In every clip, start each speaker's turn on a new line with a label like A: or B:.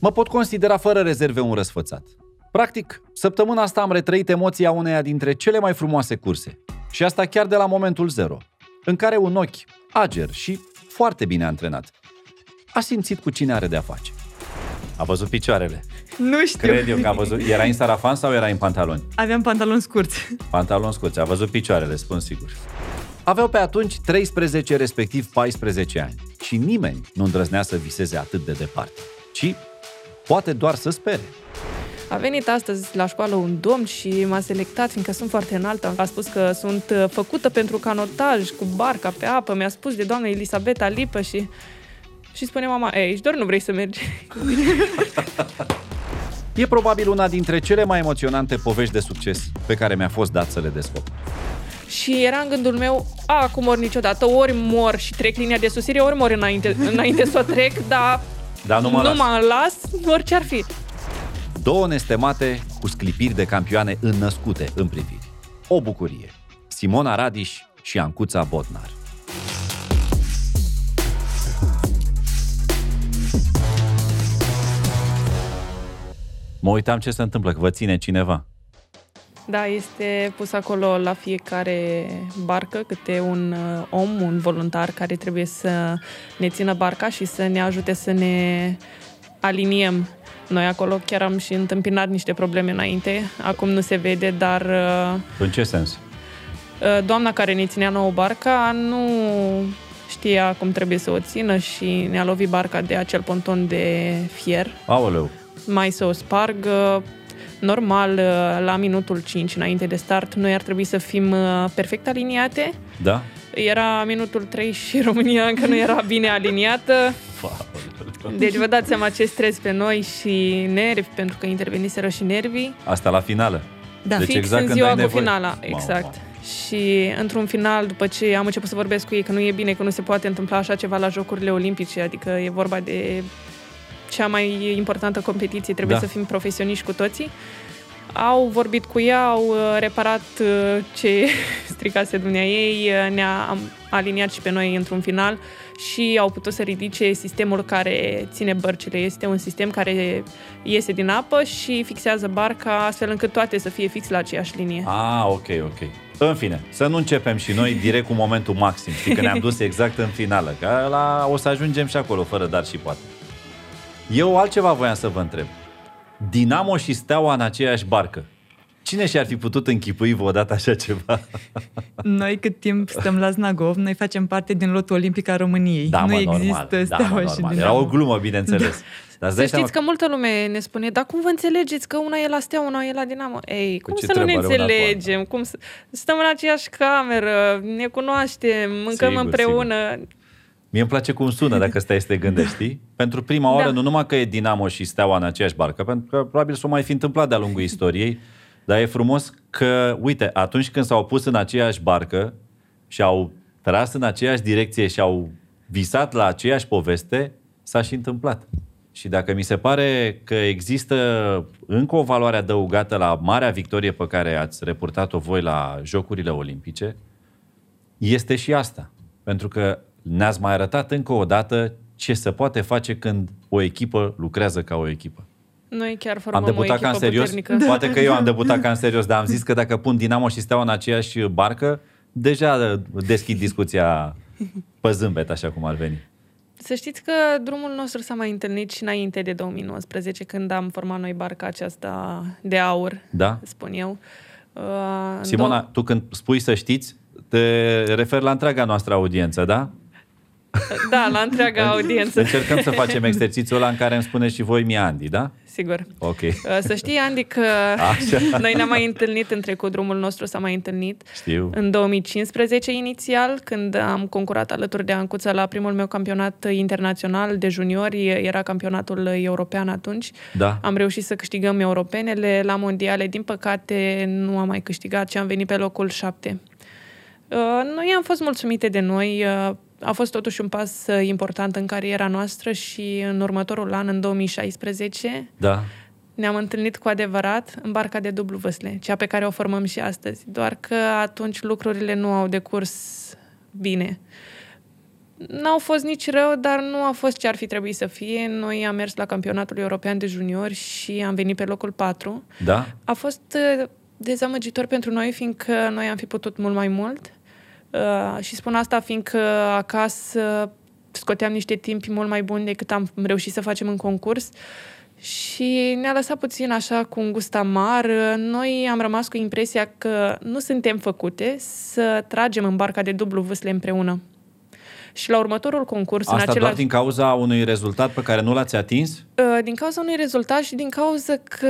A: mă pot considera fără rezerve un răsfățat. Practic, săptămâna asta am retrăit emoția uneia dintre cele mai frumoase curse. Și asta chiar de la momentul zero, în care un ochi, ager și foarte bine antrenat, a simțit cu cine are de-a face. A văzut picioarele.
B: Nu știu.
A: Cred eu că a văzut. Era în sarafan sau era în pantaloni?
B: Aveam pantaloni scurți.
A: Pantalon scoți, a văzut picioarele, spun sigur. Aveau pe atunci 13, respectiv 14 ani și nimeni nu îndrăznea să viseze atât de departe, ci poate doar să spere.
C: A venit astăzi la școală un domn și m-a selectat, fiindcă sunt foarte înaltă. A spus că sunt uh, făcută pentru canotaj, cu barca pe apă. Mi-a spus de doamna Elisabeta Lipă și... Și spune mama, ei, și doar nu vrei să mergi.
A: E probabil una dintre cele mai emoționante povești de succes pe care mi-a fost dat să le descoper.
C: și era în gândul meu, a, cum mor niciodată, ori mor și trec linia de susținere, ori mor înainte, înainte să o trec, dar
A: Dar nu mă las.
C: mă las, orice ar fi.
A: Două nestemate cu sclipiri de campioane înnăscute în priviri. O bucurie. Simona Radiș și Ancuța Botnar. Mă uitam ce se întâmplă, că vă ține cineva.
C: Da, este pus acolo la fiecare barcă câte un uh, om, un voluntar care trebuie să ne țină barca și să ne ajute să ne aliniem. Noi acolo chiar am și întâmpinat niște probleme înainte, acum nu se vede, dar uh,
A: În ce sens?
C: uh, doamna care ne ținea nouă barca nu știa cum trebuie să o țină și ne-a lovit barca de acel ponton de fier
A: Aoleu,
C: mai să o sparg. uh, Normal, uh, la minutul 5 înainte de start, noi ar trebui să fim uh, perfect aliniate.
A: da?
C: Era minutul 3 și România încă nu era bine aliniată. Deci vă dați seama ce stres pe noi și nervi, pentru că interveniseră și nervii.
A: Asta la finală.
B: Da,
A: deci
C: Fix
A: exact
C: în
A: când
C: ziua
A: ai
C: cu
A: nevoie.
C: finala,
A: Mamă,
C: exact.
A: mamă.
C: Și într-un final, după ce am început să vorbesc cu ei că nu e bine, că nu se poate întâmpla așa ceva la Jocurile Olimpice, adică e vorba de cea mai importantă competiție, trebuie
A: Da.
C: da. să fim profesioniști cu toții. Au vorbit cu ea, au uh, reparat uh, ce stricase dumnea ei, uh, ne-a am- aliniat și pe noi într-un final și au putut să ridice sistemul care ține bărcile. Este un sistem care iese din apă și fixează barca astfel încât toate să fie fix la aceeași linie.
A: Ah, ok, ok. În fine, să nu începem și noi direct cu momentul maxim, știi că ne-am dus exact în finală, că la, o să ajungem și acolo, fără dar și poate. Eu altceva voiam să vă întreb. Dinamo și Steaua în aceeași barcă. Cine și-ar fi putut închipui vreodată așa ceva?
B: Noi cât timp stăm la Znagov, noi facem parte din lotul olimpic al României. nu există
A: da,
B: steaua
A: mă,
B: și
A: normal.
B: Dinamo. Da.
A: Era o glumă, bineînțeles. Dar îți dai
C: Să știți
A: seama
C: că multă lume ne spune, dar cum vă înțelegeți că una e la Stea, una e la Dinamo? Ei, cum
A: ce
C: să nu ne
A: treabă are una cu
C: înțelegem? Cum să... Stăm în aceeași cameră, ne cunoaștem, mâncăm
A: Sigur,
C: împreună.
A: Mie îmi place cum sună dacă stai să te gândești, știi? Pentru prima oară, da.
C: Da.
A: nu numai că e Dinamo și Steaua în aceeași barcă, pentru că probabil s-o mai fi întâmplat de-a lungul istoriei, dar e frumos că, uite, atunci când s-au pus în aceeași barcă și au tras în aceeași direcție și au visat la aceeași poveste, s-a și întâmplat. Și dacă mi se pare că există încă o valoare adăugată la marea victorie pe care ați reportat-o voi la Jocurile Olimpice, este și asta. Pentru că ne-ați mai arătat încă o dată ce se poate face când o echipă lucrează ca o echipă.
C: Noi chiar formăm
A: Am
C: o
A: debutat
C: echipă
A: ca în serios?
C: puternică.
A: Da. Poate că eu am debutat ca în serios, dar am zis că dacă pun Dinamo și Steaua în aceeași barcă, deja deschid discuția pe zâmbet, așa cum ar veni.
C: Să știți că drumul nostru s-a mai întâlnit și înainte de 2019, când am format noi barca aceasta de aur,
A: Da?
C: spun eu. Uh, în
A: Simona,
C: dou-
A: tu când spui să știți, te referi la întreaga noastră audiență, da?
C: Da, la întreaga
A: Deci,
C: audiență,
A: Încercăm să facem exercițiul ăla în care îmi spuneți și voi mie, Andy, da?
C: sigur.
A: Ok.
C: Uh, Să știi, Andy, că
A: Așa.
C: noi ne-am mai întâlnit în trecut, drumul nostru s-a mai întâlnit.
A: Știu.
C: În 2015 inițial, când am concurat alături de Ancuța la primul meu campionat internațional de juniori, era campionatul european atunci.
A: Da.
C: Am reușit să câștigăm europenele la mondiale. Din păcate, nu am mai câștigat și am venit pe locul șapte. Uh, Noi am fost mulțumite de noi. uh, A fost totuși un pas uh, important în cariera noastră și în următorul an, în 2016,
A: Da.
C: ne-am întâlnit cu adevărat în barca de dublu vâsle, cea pe care o formăm și astăzi. Doar că atunci lucrurile nu au decurs bine. N-au fost nici rău, dar nu a fost ce ar fi trebuit să fie. Noi am mers la campionatul european de juniori și am venit pe locul 4.
A: Da?
C: A fost uh, dezamăgitor pentru noi, fiindcă noi am fi putut mult mai mult. Uh, și spun asta fiindcă acasă scoteam niște timpi mult mai buni decât am reușit să facem în concurs. Și ne-a lăsat puțin așa cu un gust amar. Noi am rămas cu impresia că nu suntem făcute să tragem în barca de dublu vâsle împreună. Și la următorul concurs,
A: Asta
C: în același...
A: doar din cauza unui rezultat pe care nu l-ați atins?
C: Uh, din cauza unui rezultat și din cauza că,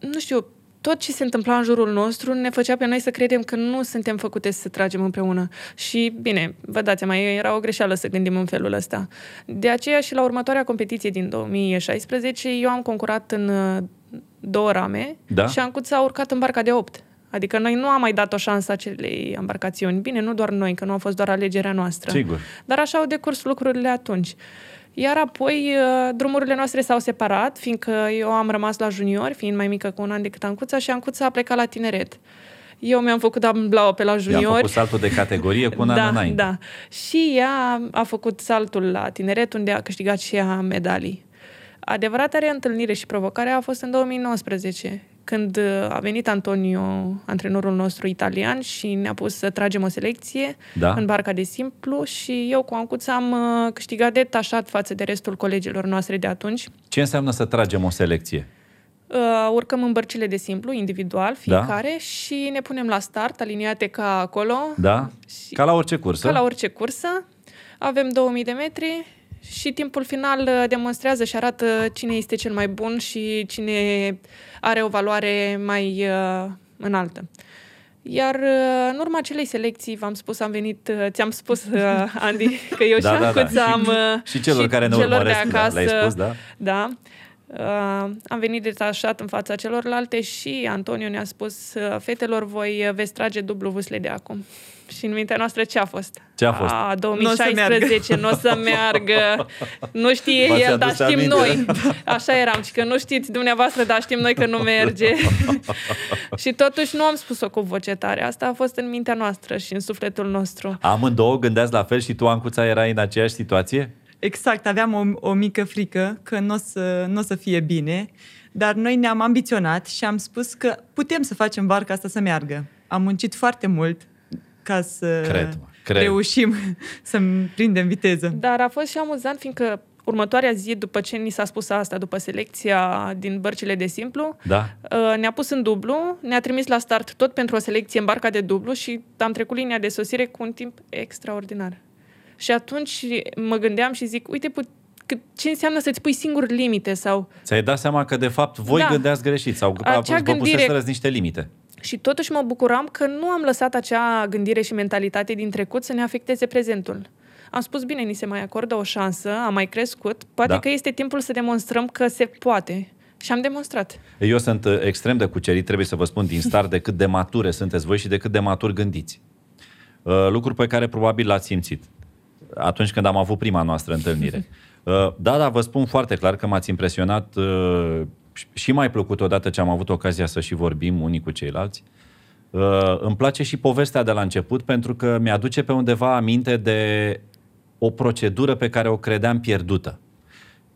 C: nu știu, tot ce se întâmpla în jurul nostru ne făcea pe noi să credem că nu suntem făcute să tragem împreună. Și, bine, vă dați seama, era o greșeală să gândim în felul ăsta. De aceea și la următoarea competiție din 2016, eu am concurat în uh, două rame
A: Da.
C: și Ancuța a urcat în barca de 8. Adică noi nu am mai dat o șansă acelei embarcațiuni. Bine, nu doar noi, că nu a fost doar alegerea noastră.
A: Sigur.
C: Dar așa au decurs lucrurile atunci. Iar apoi uh, drumurile noastre s-au separat, fiindcă eu am rămas la junior, fiind mai mică cu un an decât Ancuța, și Ancuța a plecat la tineret. Eu mi-am făcut amblaua pe la
A: I-am
C: junior.
A: făcut saltul de categorie cu un
C: da,
A: an înainte.
C: Da. Și ea a făcut saltul la tineret, unde a câștigat și ea medalii. Adevărata reîntâlnire și provocare a fost în 2019, când uh, a venit Antonio, antrenorul nostru italian, și ne-a pus să tragem o selecție
A: Da.
C: în barca de simplu și eu cu Ancuța am uh, câștigat detașat față de restul colegilor noastre de atunci.
A: Ce înseamnă să tragem o selecție?
C: Uh, urcăm în bărcile de simplu,
A: Da.
C: individual, fiecare, și ne punem la start, aliniate ca acolo.
A: Da?
C: Și-
A: Ca la orice cursă.
C: Ca la orice cursă. Avem 2000 de metri și timpul final uh, demonstrează și arată uh, cine este cel mai bun și cine are o valoare mai uh, înaltă. Iar uh, în urma acelei selecții, v-am spus, am venit, uh, ți-am spus, uh, Andy, că eu
A: Da,
C: și
A: da, da.
C: Ancuța
A: Și-
C: am... uh,
A: și celor care ne
C: celor
A: urmăresc,
C: de
A: da,
C: acasă,
A: le-ai spus, da?
C: da. Uh, am venit detașat în fața celorlalte și Antonio ne-a spus uh, fetelor, voi uh, veți trage dublu vâsle de acum. Și în mintea noastră ce a fost?
A: Ce a fost?
C: A, 2016, nu o să meargă. Nu știe
A: V-ați
C: el, dar
A: adus
C: știm
A: aminte.
C: noi. Așa eram, și că nu știți dumneavoastră, dar știm noi că nu merge. și totuși nu am spus-o cu voce tare. Asta a fost în mintea noastră și în sufletul nostru.
A: Amândouă gândeați la fel și tu, Ancuța, erai în aceeași situație?
B: Exact, aveam o, o mică frică că nu o să, n-o să fie bine, dar noi ne-am ambiționat și am spus că putem să facem barca asta să meargă. Am muncit foarte mult ca să
A: Cred-mă, cred.
B: reușim să prindem viteză.
C: Dar a fost și amuzant, fiindcă următoarea zi, după ce ni s-a spus asta, după selecția din bărcile de simplu,
A: Da?
C: Uh, ne-a pus în dublu, ne-a trimis la start tot pentru o selecție în barca de dublu și am trecut linia de sosire cu un timp extraordinar. Și atunci mă gândeam și zic, uite put- cât- ce înseamnă să-ți pui singur limite sau...
A: Ți-ai dat seama că, de fapt, voi
C: Da.
A: gândeați greșit sau că
C: Acea
A: vă
C: gândire-
A: puseserăți niște limite.
C: Și totuși mă bucuram că nu am lăsat acea gândire și mentalitate din trecut să ne afecteze prezentul. Am spus, bine, ni se mai acordă o șansă, am mai crescut, poate
A: Da.
C: da. că este timpul să demonstrăm că se poate. Și am demonstrat.
A: Eu sunt uh, extrem de cucerit, trebuie să vă spun din start, de cât de mature sunteți voi și de cât de matur gândiți. Uh, Lucruri pe care probabil l-ați simțit atunci când am avut prima noastră întâlnire. Uh, Da, da, vă spun foarte clar că m-ați impresionat uh, și- și mai plăcut odată ce am avut ocazia să și vorbim unii cu ceilalți. Uh, Îmi place și povestea de la început pentru că mi-aduce pe undeva aminte de o procedură pe care o credeam pierdută.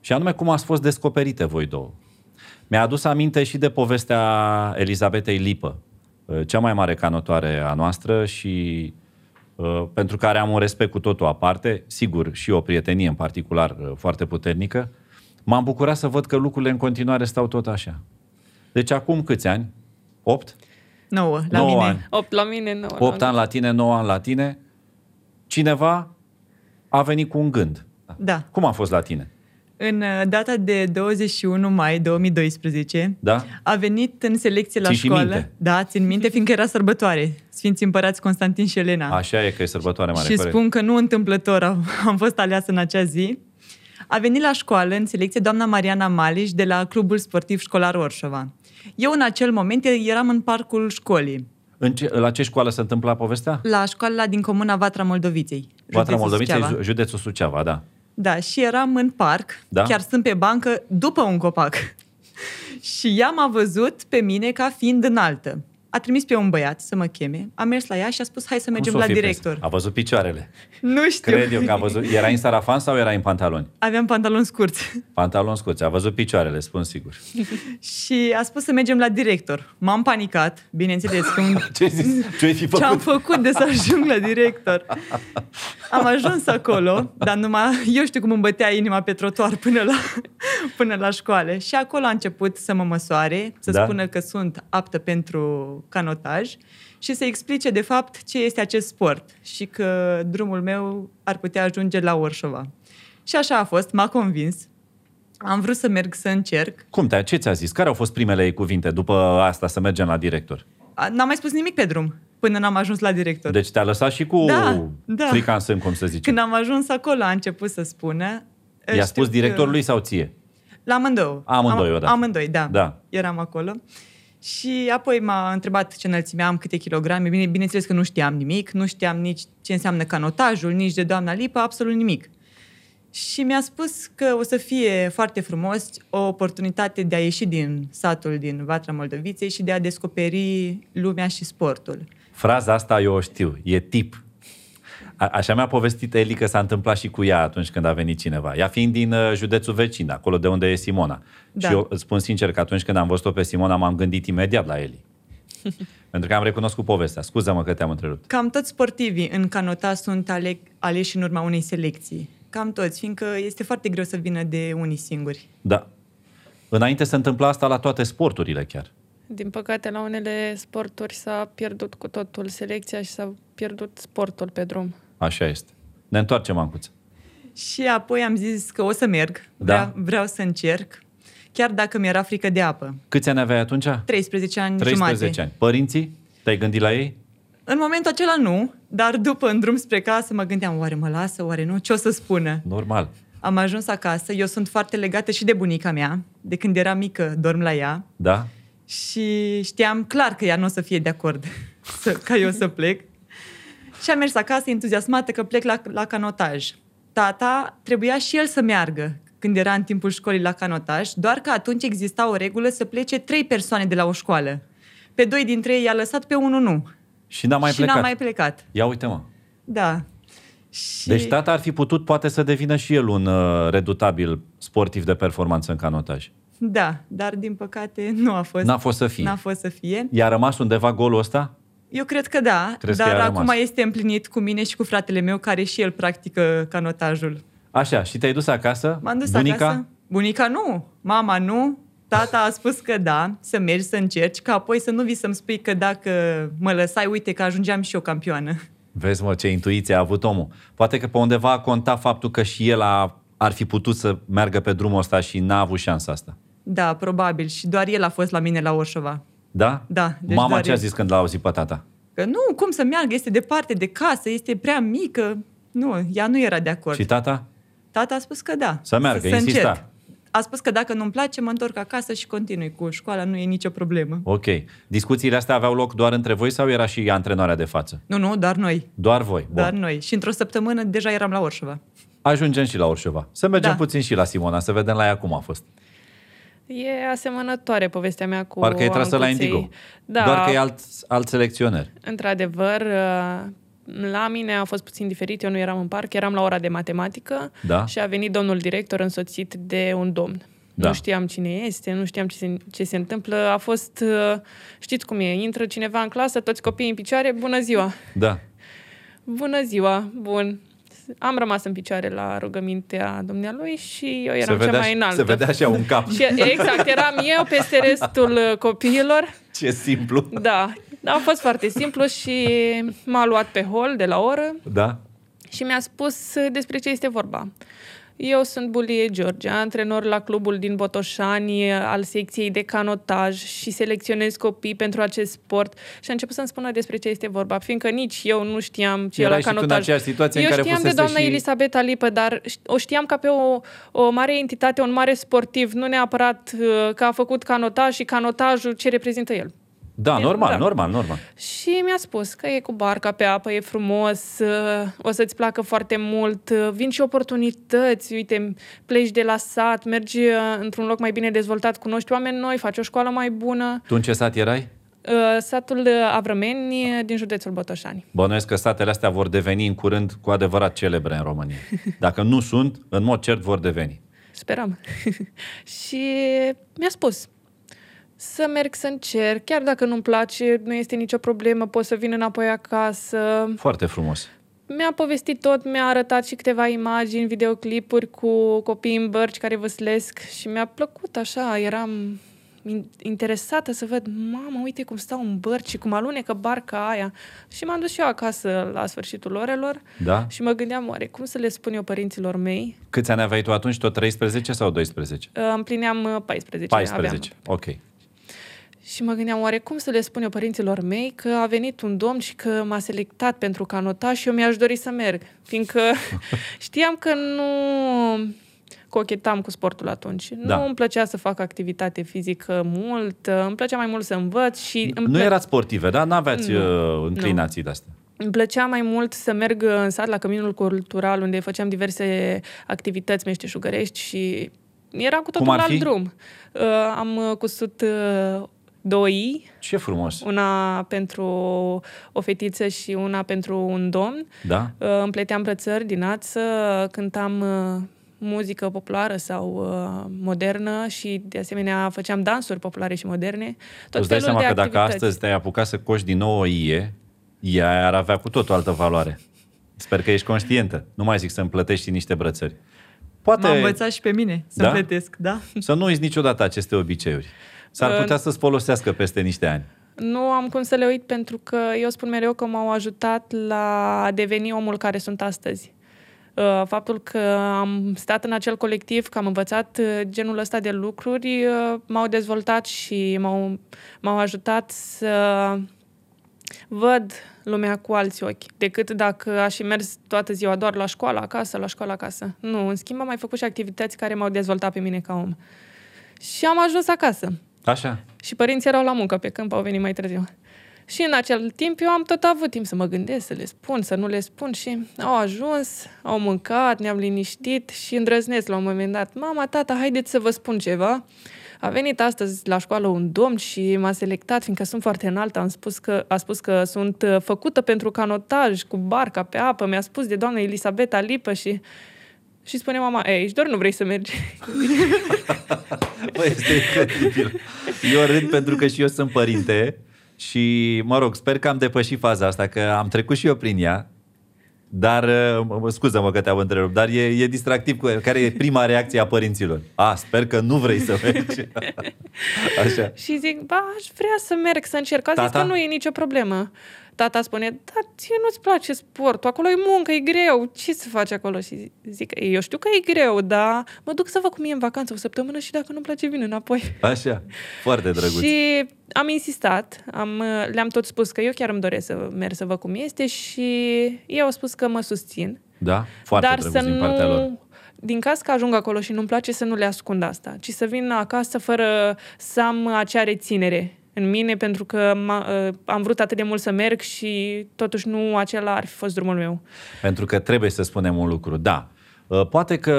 A: Și anume cum ați fost descoperite voi două. Mi-a adus aminte și de povestea Elizabetei Lipă, uh, cea mai mare canotoare a noastră și uh, pentru care am un respect cu totul aparte, sigur și o prietenie în particular uh, foarte puternică, m-am bucurat să văd că lucrurile în continuare stau tot așa. Deci acum câți ani? 8?
B: Nouă, la
A: 9
B: mine.
A: ani.
C: 8 la mine, 9 la
A: 8 ani la tine, 9 ani la tine. Cineva a venit cu un gând.
B: Da.
A: Cum a fost la tine?
B: În uh, data de 21 mai 2012,
A: Da?
B: a venit în selecție la
A: Ții și
B: școală.
A: minte.
B: Da, țin minte, fiindcă era sărbătoare. Sfinții împărați Constantin și Elena.
A: Așa e că e sărbătoare mare.
B: și
A: corect.
B: spun că nu întâmplător am, am fost aleasă în acea zi. A venit la școală în selecție doamna Mariana Maliș de la Clubul Sportiv Școlar Orșova. Eu în acel moment eram în parcul școlii,
A: În ce, la ce școală se întâmpla povestea?
B: la școala din comuna Vatra Moldoviței.
A: Vatra
B: județul
A: Moldoviței,
B: Suceava.
A: ju- județul Suceava, da.
B: Da, și eram în parc,
A: Da?
B: da? chiar sunt pe bancă, după un copac. și ea m-a văzut pe mine ca fiind înaltă. a trimis pe un băiat să mă cheme, am mers la ea și a spus hai să mergem
A: s-o
B: la
A: fi prins?
B: director.
A: A văzut picioarele.
B: Nu știu.
A: Cred eu că a văzut. Era în sarafan sau era în pantaloni?
B: Aveam pantaloni scurți.
A: Pantaloni scoți. A văzut picioarele, spun sigur.
B: și a spus să mergem la director. M-am panicat, bineînțeles, când
A: Ce-ai zis? Ce-ai fi
B: ce am
A: făcut?
B: făcut de să ajung la director. Am ajuns acolo, dar numai eu știu cum îmi bătea inima pe trotuar până la, până la școală. Și acolo a început să mă măsoare, să
A: Da.
B: da. spună că sunt aptă pentru canotaj și să explice de fapt ce este acest sport și că drumul meu ar putea ajunge la Orșova. Și așa a fost, m-a convins. Am vrut să merg să încerc,
A: Cum te, ce ți-a zis? Care au fost primele ei cuvinte după asta să mergem la director?
B: A- N-am mai spus nimic pe drum până n-am ajuns la director.
A: Deci te-a lăsat și cu
B: Da, da.
A: frica în sân, cum să zicem.
B: Când am ajuns acolo, a început să spună.
A: I-a
B: Știu
A: spus
B: că-
A: directorului sau ție?
B: La amândouă.
A: Amândoi
B: Am-
A: odată.
B: Amândoi, da.
A: Da.
B: Eram acolo. Și apoi m-a întrebat ce înălțime am, câte kilograme. Bine, bineînțeles că nu știam nimic, nu știam nici ce înseamnă canotajul, nici de doamna Lipa, absolut nimic. Și mi-a spus că o să fie foarte frumos o oportunitate de a ieși din satul din Vatra Moldoviței și de a descoperi lumea și sportul.
A: Fraza asta eu o știu, e tip. A- așa mi-a povestit Eli că s-a întâmplat și cu ea atunci când a venit cineva. Ea fiind din uh, județul vecin, acolo de unde e Simona. Da.
B: Da.
A: Și eu îți spun sincer că atunci când am văzut-o pe Simona m-am gândit imediat la Eli. Pentru că am recunoscut povestea. Scuză-mă că te-am întrerupt.
B: Cam toți sportivii în canota sunt ale- aleși în urma unei selecții. Cam toți, fiindcă este foarte greu să vină de unii singuri.
A: Da. Înainte se întâmpla asta la toate sporturile chiar.
C: Din păcate, la unele sporturi s-a pierdut cu totul selecția și s-a pierdut sportul pe drum.
A: Așa este. Ne întoarcem, Ancuță.
B: Și apoi am zis că o să merg,
A: Da.
B: vreau, vreau să încerc, chiar dacă mi-era frică de apă.
A: Câți ani aveai atunci?
B: 13 ani
A: 13
B: jumate.
A: ani. Părinții? Te-ai gândit la ei?
B: În momentul acela nu, dar după în drum spre casă mă gândeam, oare mă lasă, oare nu, ce o să spună?
A: Normal.
B: Am ajuns acasă, eu sunt foarte legată și de bunica mea, de când era mică dorm la ea,
A: Da?
B: Și știam clar că ea nu o să fie de acord să, ca eu să plec. Și am mers acasă entuziasmată că plec la, la canotaj. Tata trebuia și el să meargă când era în timpul școlii la canotaj, doar că atunci exista o regulă să plece trei persoane de la o școală. Pe doi dintre ei i-a lăsat, pe unul nu.
A: Și n-a mai
B: și
A: plecat.
B: n-a mai plecat.
A: Ia uite, mă.
B: Da. Și...
A: Deci tata ar fi putut poate să devină și el un uh, redutabil sportiv de performanță în canotaj.
B: Da, dar din păcate nu a fost.
A: N-a fost să fie.
B: Păi N-a fost să fie.
A: I-a rămas undeva golul ăsta?
B: Eu cred că da,
A: Crezi că
B: dar
A: i-a rămas?
B: acum este împlinit cu mine și cu fratele meu, care și el practică canotajul.
A: Așa, și te-ai dus acasă?
B: M-am dus
A: Bunica?
B: acasă. Bunica nu, mama nu, tata a spus că da, să mergi să încerci, ca apoi să nu vii să-mi spui că dacă mă lăsai, uite că ajungeam și eu campioană.
A: Vezi, mă, ce intuiție a avut omul. Poate că pe undeva a contat faptul că și el a, ar fi putut să meargă pe drumul ăsta și n-a avut șansa asta.
B: Da, probabil. Și doar el a fost la mine la Orșova.
A: Da?
B: Da, deci
A: Mama
B: doar
A: ce a
B: el.
A: zis când l-a auzit pe tata?
B: Că nu, cum să meargă, este departe de casă, este prea mică. Nu, ea nu era de acord.
A: Și tata?
B: Tata a spus că da.
A: Să meargă, insista.
B: încerc. A spus că dacă nu-mi place, mă întorc acasă și continui cu școala, nu e nicio problemă.
A: Ok. Discuțiile astea aveau loc doar între voi sau era și antrenoarea de față?
B: Nu, nu, doar noi.
A: Doar voi. Bun.
B: Doar noi. Și într-o săptămână deja eram la Orșova.
A: Ajungem și la Orșova. Să mergem da.
B: Da.
A: puțin și la Simona, să vedem la ea cum a fost.
C: E asemănătoare povestea mea cu
A: Parcă e trasă la
C: Ancuței.
A: Indigo.
C: Da,
A: Doar că e alt, alt selecționer.
C: într-adevăr, uh, la mine a fost puțin diferit. Eu nu eram în parc, eram la ora de matematică
A: Da.
C: și a venit domnul director însoțit de un domn.
A: Da.
C: Nu știam cine este, nu știam ce se, ce se întâmplă. A fost, uh, știți cum e, intră cineva în clasă, toți copiii în picioare, bună ziua!
A: Da.
C: Bună ziua! Bun! Am rămas în picioare la rugămintea dumnealui și eu Păi eram cea
A: vedea,
C: mai
A: și-
C: înaltă.
A: se vedea așa un cap.
C: Și exact, eram eu peste restul uh, copiilor.
A: Ce simplu.
C: Da, a fost foarte simplu și m-a luat pe hol de la oră
A: Da?
C: și mi-a spus uh, despre ce este vorba. Eu sunt Bulie George, antrenor la clubul din Botoșani uh, al secției de canotaj și selecționez copii pentru acest sport și a început să-mi spună despre ce este vorba, fiindcă nici eu nu știam ce
A: Erai
C: la
A: și tu în
C: canotaj.
A: aceeași situație
C: eu
A: în care
C: știam de
A: fusese
C: doamna
A: și-
C: Elisabeta Lipă, dar ș- o știam ca pe o, o mare entitate, un mare sportiv, nu neapărat uh, că a făcut canotaj și canotajul ce reprezintă el.
A: Da,
C: E-
A: normal,
C: da.
A: normal, normal.
C: Și mi-a spus că e cu barca pe apă, e frumos, uh, o să-ți placă foarte mult, uh, vin și oportunități, uite, pleci de la sat, mergi uh, într-un loc mai bine dezvoltat, cunoști oameni noi, faci o școală mai bună.
A: Tu în ce sat erai?
C: uh, satul Avrămeni uh, din județul Botoșani.
A: Bănuiesc că statele astea vor deveni în curând cu adevărat celebre în România. Dacă nu sunt, în mod cert vor deveni.
C: Speram. și mi-a spus să merg să încerc, chiar dacă nu-mi place, nu este nicio problemă, pot să vin înapoi acasă.
A: Foarte frumos.
C: Mi-a povestit tot, mi-a arătat și câteva imagini, videoclipuri cu copii în bărci care văslesc și mi-a plăcut așa, eram in- interesată să văd, mamă, uite cum stau în bărci și cum alunecă barca aia. Și m-am dus și eu acasă la sfârșitul orelor
A: Da?
C: și mă gândeam, oare cum să le spun eu părinților mei?
A: Câți ani aveai tu atunci? Tot 13 sau 12?
C: Uh, Împlineam uh, 14. Aveam.
A: 14. Ok.
C: Și mă gândeam, oare cum să le spun eu părinților mei că a venit un domn și că m-a selectat pentru canota și eu mi-aș dori să merg, fiindcă știam că nu cochetam cu sportul atunci.
A: Da.
C: Nu îmi plăcea să fac activitate fizică mult, îmi plăcea mai mult să învăț și îmi,
A: Nu
C: plă-
A: erați sportive, da? N-aveați
C: Nu.
A: uh, inclinații de-astea.
C: îmi plăcea mai mult să merg în sat la Căminul Cultural, unde făceam diverse activități meșteșugărești și era cu totul
A: ar fi?
C: alt drum. Uh, am uh, cusut uh, doi
A: Ce frumos.
C: una pentru o fetiță și una pentru un domn.
A: Da?
C: Uh, Împleteam brățări din ață, cântam uh, muzică populară sau uh, modernă și, de asemenea, făceam dansuri populare și moderne. Tot
A: Îți dai
C: felul
A: seama
C: de
A: că dacă
C: activități.
A: astăzi te-ai apucat să coși din nou o ie, ea ar avea cu tot o altă valoare. Sper că ești conștientă. Nu mai zic să-mi plătești și niște brățări. Poate
B: M-a învățat și pe mine să
A: Da?
B: da? plătesc, da?
A: să nu uiți niciodată aceste obiceiuri. S-ar
C: În-
A: putea să-ți folosească peste niște ani.
C: Nu am cum să le uit pentru că eu spun mereu că m-au ajutat la a deveni omul care sunt astăzi. Uh, Faptul că am stat în acel colectiv, că am învățat uh, genul ăsta de lucruri, uh, m-au dezvoltat și m-au, m-au ajutat să văd lumea cu alți ochi, decât dacă aș fi mers toată ziua doar la școală, acasă, la școală, acasă. Nu, în schimb am mai făcut și activități care m-au dezvoltat pe mine ca om. Și am ajuns acasă.
A: Așa?
C: Și părinții erau la muncă pe câmp, au venit mai târziu. Și în acel timp eu am tot avut timp să mă gândesc, să le spun, să nu le spun și au ajuns, au mâncat, ne-am liniștit și îndrăznesc la un moment dat. Mama, tata, haideți să vă spun ceva. A venit astăzi la școală un domn și m-a selectat, fiindcă sunt foarte înaltă, am spus că, a spus că sunt uh, făcută pentru canotaj cu barca pe apă, mi-a spus de doamna Elisabeta Lipă și... Și spune mama, ei, și doar nu vrei să mergi.
A: Bă, este incredibil. Eu râd pentru că și eu sunt părinte și, mă rog, sper că am depășit faza asta, că am trecut și eu prin ea, dar, uh, mă- scuză-mă că te-am întrerupt, dar e, e distractiv. Cu, care e prima reacție a părinților? A, sper că nu vrei să mergi. Așa.
C: Și zic, ba, aș vrea să merg să încerc. A zis
A: Tata?
C: că nu e nicio problemă. Tata spune, da, ție nu-ți place sportul, acolo e muncă, e greu, ce să faci acolo? Și zi- zic, eu știu că e greu, dar mă duc să vă cu mie în vacanță o săptămână și dacă nu-mi place, vin înapoi.
A: Așa. Foarte drăguț.
C: Și am insistat, am, le-am tot spus că eu chiar îmi doresc să merg să văd cum este și ei au spus că mă susțin.
A: Da? Foarte
C: dar
A: drăguț
C: să
A: din
C: nu,
A: partea lor.
C: din caz că ajung acolo și nu-mi place să nu le ascund asta, ci să vin acasă fără să am acea reținere în mine, pentru că m-a, ă, am vrut atât de mult să merg și totuși nu acela ar fi fost drumul meu.
A: Pentru că trebuie să spunem un lucru, da. uh, Poate că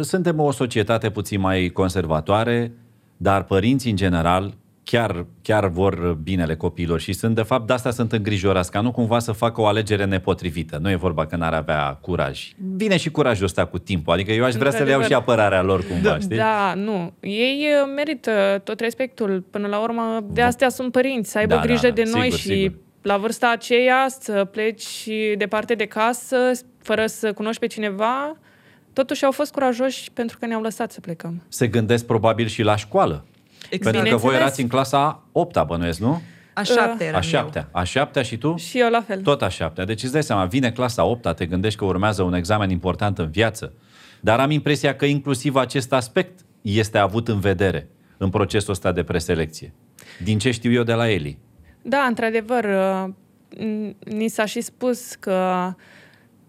A: suntem o societate puțin mai conservatoare, dar părinții în general chiar, chiar vor binele copiilor și sunt, de fapt, de asta sunt îngrijorați, ca nu cumva să facă o alegere nepotrivită. Nu e vorba că n-ar avea curaj. Vine și curajul ăsta cu timpul, adică eu aș vrea să le iau și
C: Într-adevăr.
A: apărarea lor cumva, știi?
C: Da, nu. Ei uh, merită tot respectul. Până la urmă, de astea sunt părinți, să aibă
A: Da, da,
C: grijă
A: da,
C: de noi
A: sigur,
C: și
A: sigur.
C: la vârsta aceea să pleci și departe de casă, fără să cunoști pe cineva. Totuși au fost curajoși pentru că ne-au lăsat să plecăm.
A: Se gândesc probabil și la școală.
B: Exact.
A: Pentru că voi
C: Bineînțeles.
A: erați în clasa 8-a, bănuiesc, nu?
B: A șaptea eram
A: Uh, A 7-a. A 7-a și tu?
C: Și eu la fel.
A: Tot a șaptea. Deci îți dai seama, vine clasa 8 te gândești că urmează un examen important în viață. Dar am impresia că inclusiv acest aspect este avut în vedere în procesul ăsta de preselecție. Din ce știu eu de la Eli.
C: Da, într-adevăr, uh, n- ni s-a și spus că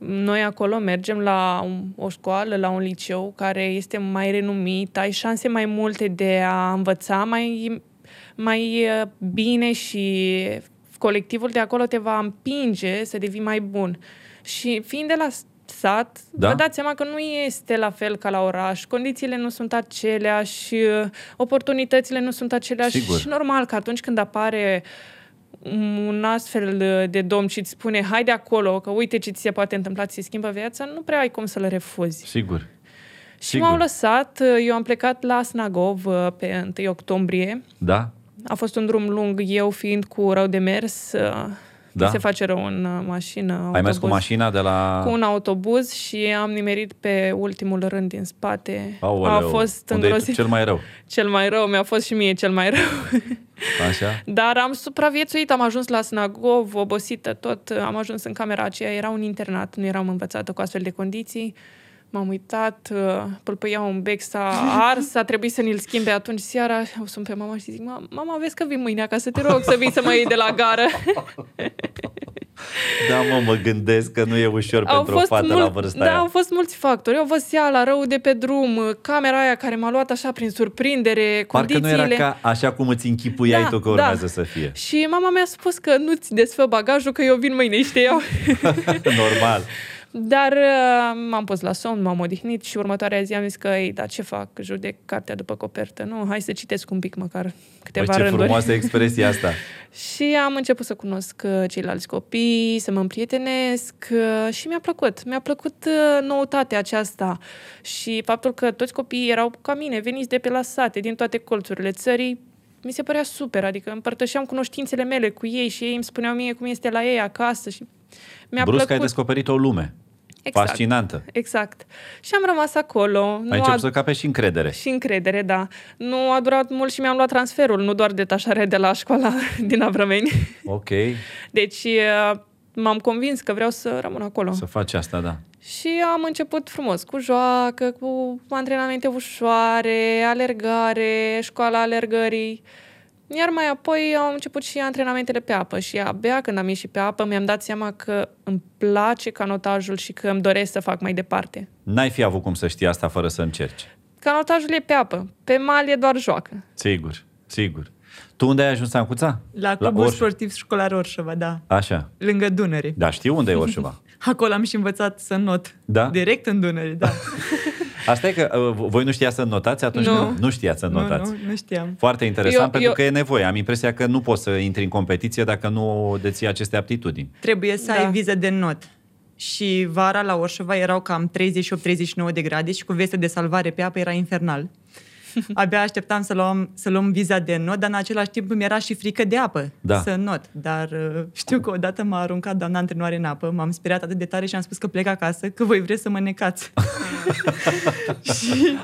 C: noi acolo mergem la un- o școală, la un liceu care este mai renumit, ai șanse mai multe de a învăța mai, mai uh, bine și colectivul de acolo te va împinge să devii mai bun. Și fiind de la s- sat,
A: Da?
C: da? vă dați seama că nu este la fel ca la oraș. Condițiile nu sunt aceleași, uh, oportunitățile nu sunt aceleași.
A: Sigur.
C: Și normal că atunci când apare un astfel de domn și îți spune hai de acolo, că uite ce ți se poate întâmpla, ți se schimbă viața, nu prea ai cum să-l refuzi.
A: Sigur.
C: Și
A: Sigur.
C: m-au lăsat, eu am plecat la Snagov uh, pe 1 octombrie.
A: Da?
C: A fost un drum lung, eu fiind cu rău de mers, uh,
A: Da.
C: se face rău în uh, mașină.
A: Ai
C: autobuz.
A: mers cu mașina de la...
C: Cu un autobuz și am nimerit pe ultimul rând din spate.
A: Aoleu,
C: A fost
A: unde e
C: îngrozit.
A: cel mai rău.
C: cel mai rău, mi-a fost și mie cel mai rău.
A: Așa?
C: Dar am supraviețuit, am ajuns la Snagov, obosită tot, am ajuns în camera aceea, era un internat, nu eram învățată cu astfel de condiții. M-am uitat, uh, pâlpâia un bec, s-a ars, a trebuit să ne-l schimbe atunci seara. O sun pe mama și zic, "Ma- mama, vezi că vin mâine acasă, te rog să vii să mă iei de la gară.
A: Da, mă, mă gândesc că nu e ușor pentru o fată la vârsta
C: da, au
A: aia.
C: fost mulți factori. Eu vă sea la rău de pe drum, camera aia care m-a luat așa prin surprindere,
A: Parcă nu
C: condițiile.
A: era ca așa cum îți închipuiai
C: Da,
A: tu că
C: da.
A: urmează să fie.
C: Și mama mi-a spus că nu-ți desfă bagajul, că eu vin mâine, știau.
A: Normal.
C: Dar uh, m-am pus la somn, m-am odihnit și următoarea zi am zis că, ei, dar ce fac? Judec cartea după copertă. Nu, hai să citesc un pic măcar
A: Bă,
C: câteva
A: Păi ce
C: rânduri.
A: frumoasă expresia asta.
C: Și am început să cunosc uh, ceilalți copii, să mă împrietenesc uh, și mi-a plăcut. Mi-a plăcut uh, noutatea aceasta și faptul că toți copiii erau ca mine, veniți de pe la sate, din toate colțurile țării, mi se părea super, adică împărtășeam cunoștințele mele cu ei și ei îmi spuneau mie cum este la ei acasă și mi-a
A: Brusc ai
C: plăcut.
A: descoperit o lume.
C: Exact.
A: Fascinantă.
C: Exact. Și am rămas acolo.
A: Ai început să capeți și încredere.
C: Și încredere, da. Nu a durat mult și mi-am luat transferul, nu doar detașarea de la școala din Avrămeni.
A: Ok,
C: Deci uh, m-am convins că vreau să rămân acolo.
A: să faci asta, da.
C: Și am început frumos, cu joacă, cu antrenamente ușoare, alergare, școala alergării. Iar mai apoi au început și antrenamentele pe apă și abia când am ieșit pe apă mi-am dat seama că îmi place canotajul și că îmi doresc să fac mai departe.
A: N-ai fi avut cum să știi asta fără să încerci.
C: Canotajul e pe apă, pe mal e doar joacă.
A: Sigur, sigur. Tu unde ai ajuns, Ancuța?
B: La Clubul
A: Orș-
B: Sportiv Școlar Orșova, da.
A: Așa.
B: Lângă Dunăre.
A: Da, știu unde e Orșova.
B: Acolo am și învățat să not.
A: Da?
B: Direct în Dunăre, da.
A: Asta e că uh, voi nu știați să notați atunci?
C: Nu.
A: Nu, nu știați să
B: nu,
A: notați.
B: nu, nu știam.
A: Foarte interesant, eu,
C: Eu-
A: pentru eu...
C: eu-
A: că e nevoie. Am impresia că nu poți să intri în competiție dacă nu deții aceste aptitudini.
B: Trebuie să da.
C: Da.
B: ai viză de not. Și vara la Orșova erau cam 38-39 de grade și cu veste de salvare pe apă era infernal. Abia așteptam să luăm, să luăm viza de not, dar în același timp mi era și frică de apă
A: Da.
B: să not. Dar uh, știu că odată m-a aruncat doamna antrenoare în apă, m-am speriat atât de tare și am spus că plec acasă, că voi vreți să mă necați.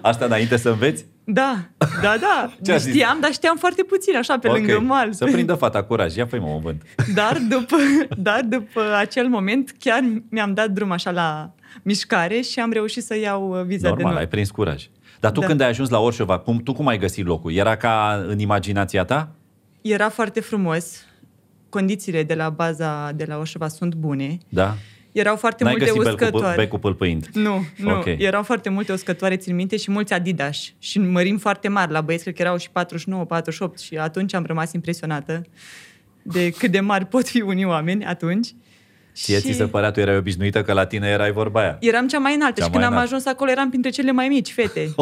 A: Asta înainte să înveți?
B: Da, da, da.
A: Ce a zis?
B: știam, dar știam foarte puțin, așa, pe okay. lângă mal.
A: Să prindă fata curaj. Ia fă mă un vânt.
B: Dar după, dar după acel moment chiar mi-am dat drum așa la mișcare și am reușit să iau uh, viza
A: Normal,
B: de
A: ai prins curaj. Dar tu da.
B: Da.
A: când ai ajuns la Orșova, cum, tu cum ai găsit locul? Era ca în imaginația ta?
B: nou. Era foarte frumos. Condițiile de la baza de la Oșova sunt bune.
A: Da?
B: Erau foarte
A: N-ai
B: multe
A: găsit becul,
B: uscătoare.
A: becul pâlpâind.
B: Nu, nu.
A: Ok.
B: Okay. Erau foarte multe uscătoare, țin minte, și mulți Adidas. Și mărim foarte mari la băieți, cred că erau și 49, 48 și atunci am rămas impresionată de cât de mari pot fi unii oameni atunci.
A: Ție ți se părea, tu erai obișnuită că la tine erai vorba aia.
B: Eram cea mai înaltă
A: Cea
B: cea și când
A: mai
B: am
A: înaltă.
B: ajuns acolo eram printre cele mai mici fete.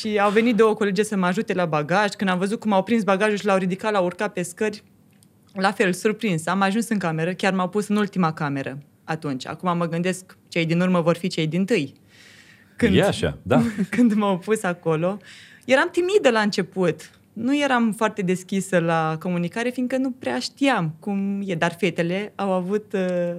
B: și au venit două colege să mă ajute la bagaj. Când am văzut cum au prins bagajul și l-au ridicat, l-au urcat pe scări, la fel, surprins. Am ajuns în cameră, chiar m-au pus în ultima cameră atunci. Acum mă gândesc, cei din urmă vor fi cei din tâi.
A: E așa, da.
B: Când m-au pus acolo, eram timidă la început. Nu eram foarte deschisă la comunicare, fiindcă nu prea știam cum e. Dar fetele au avut... uh,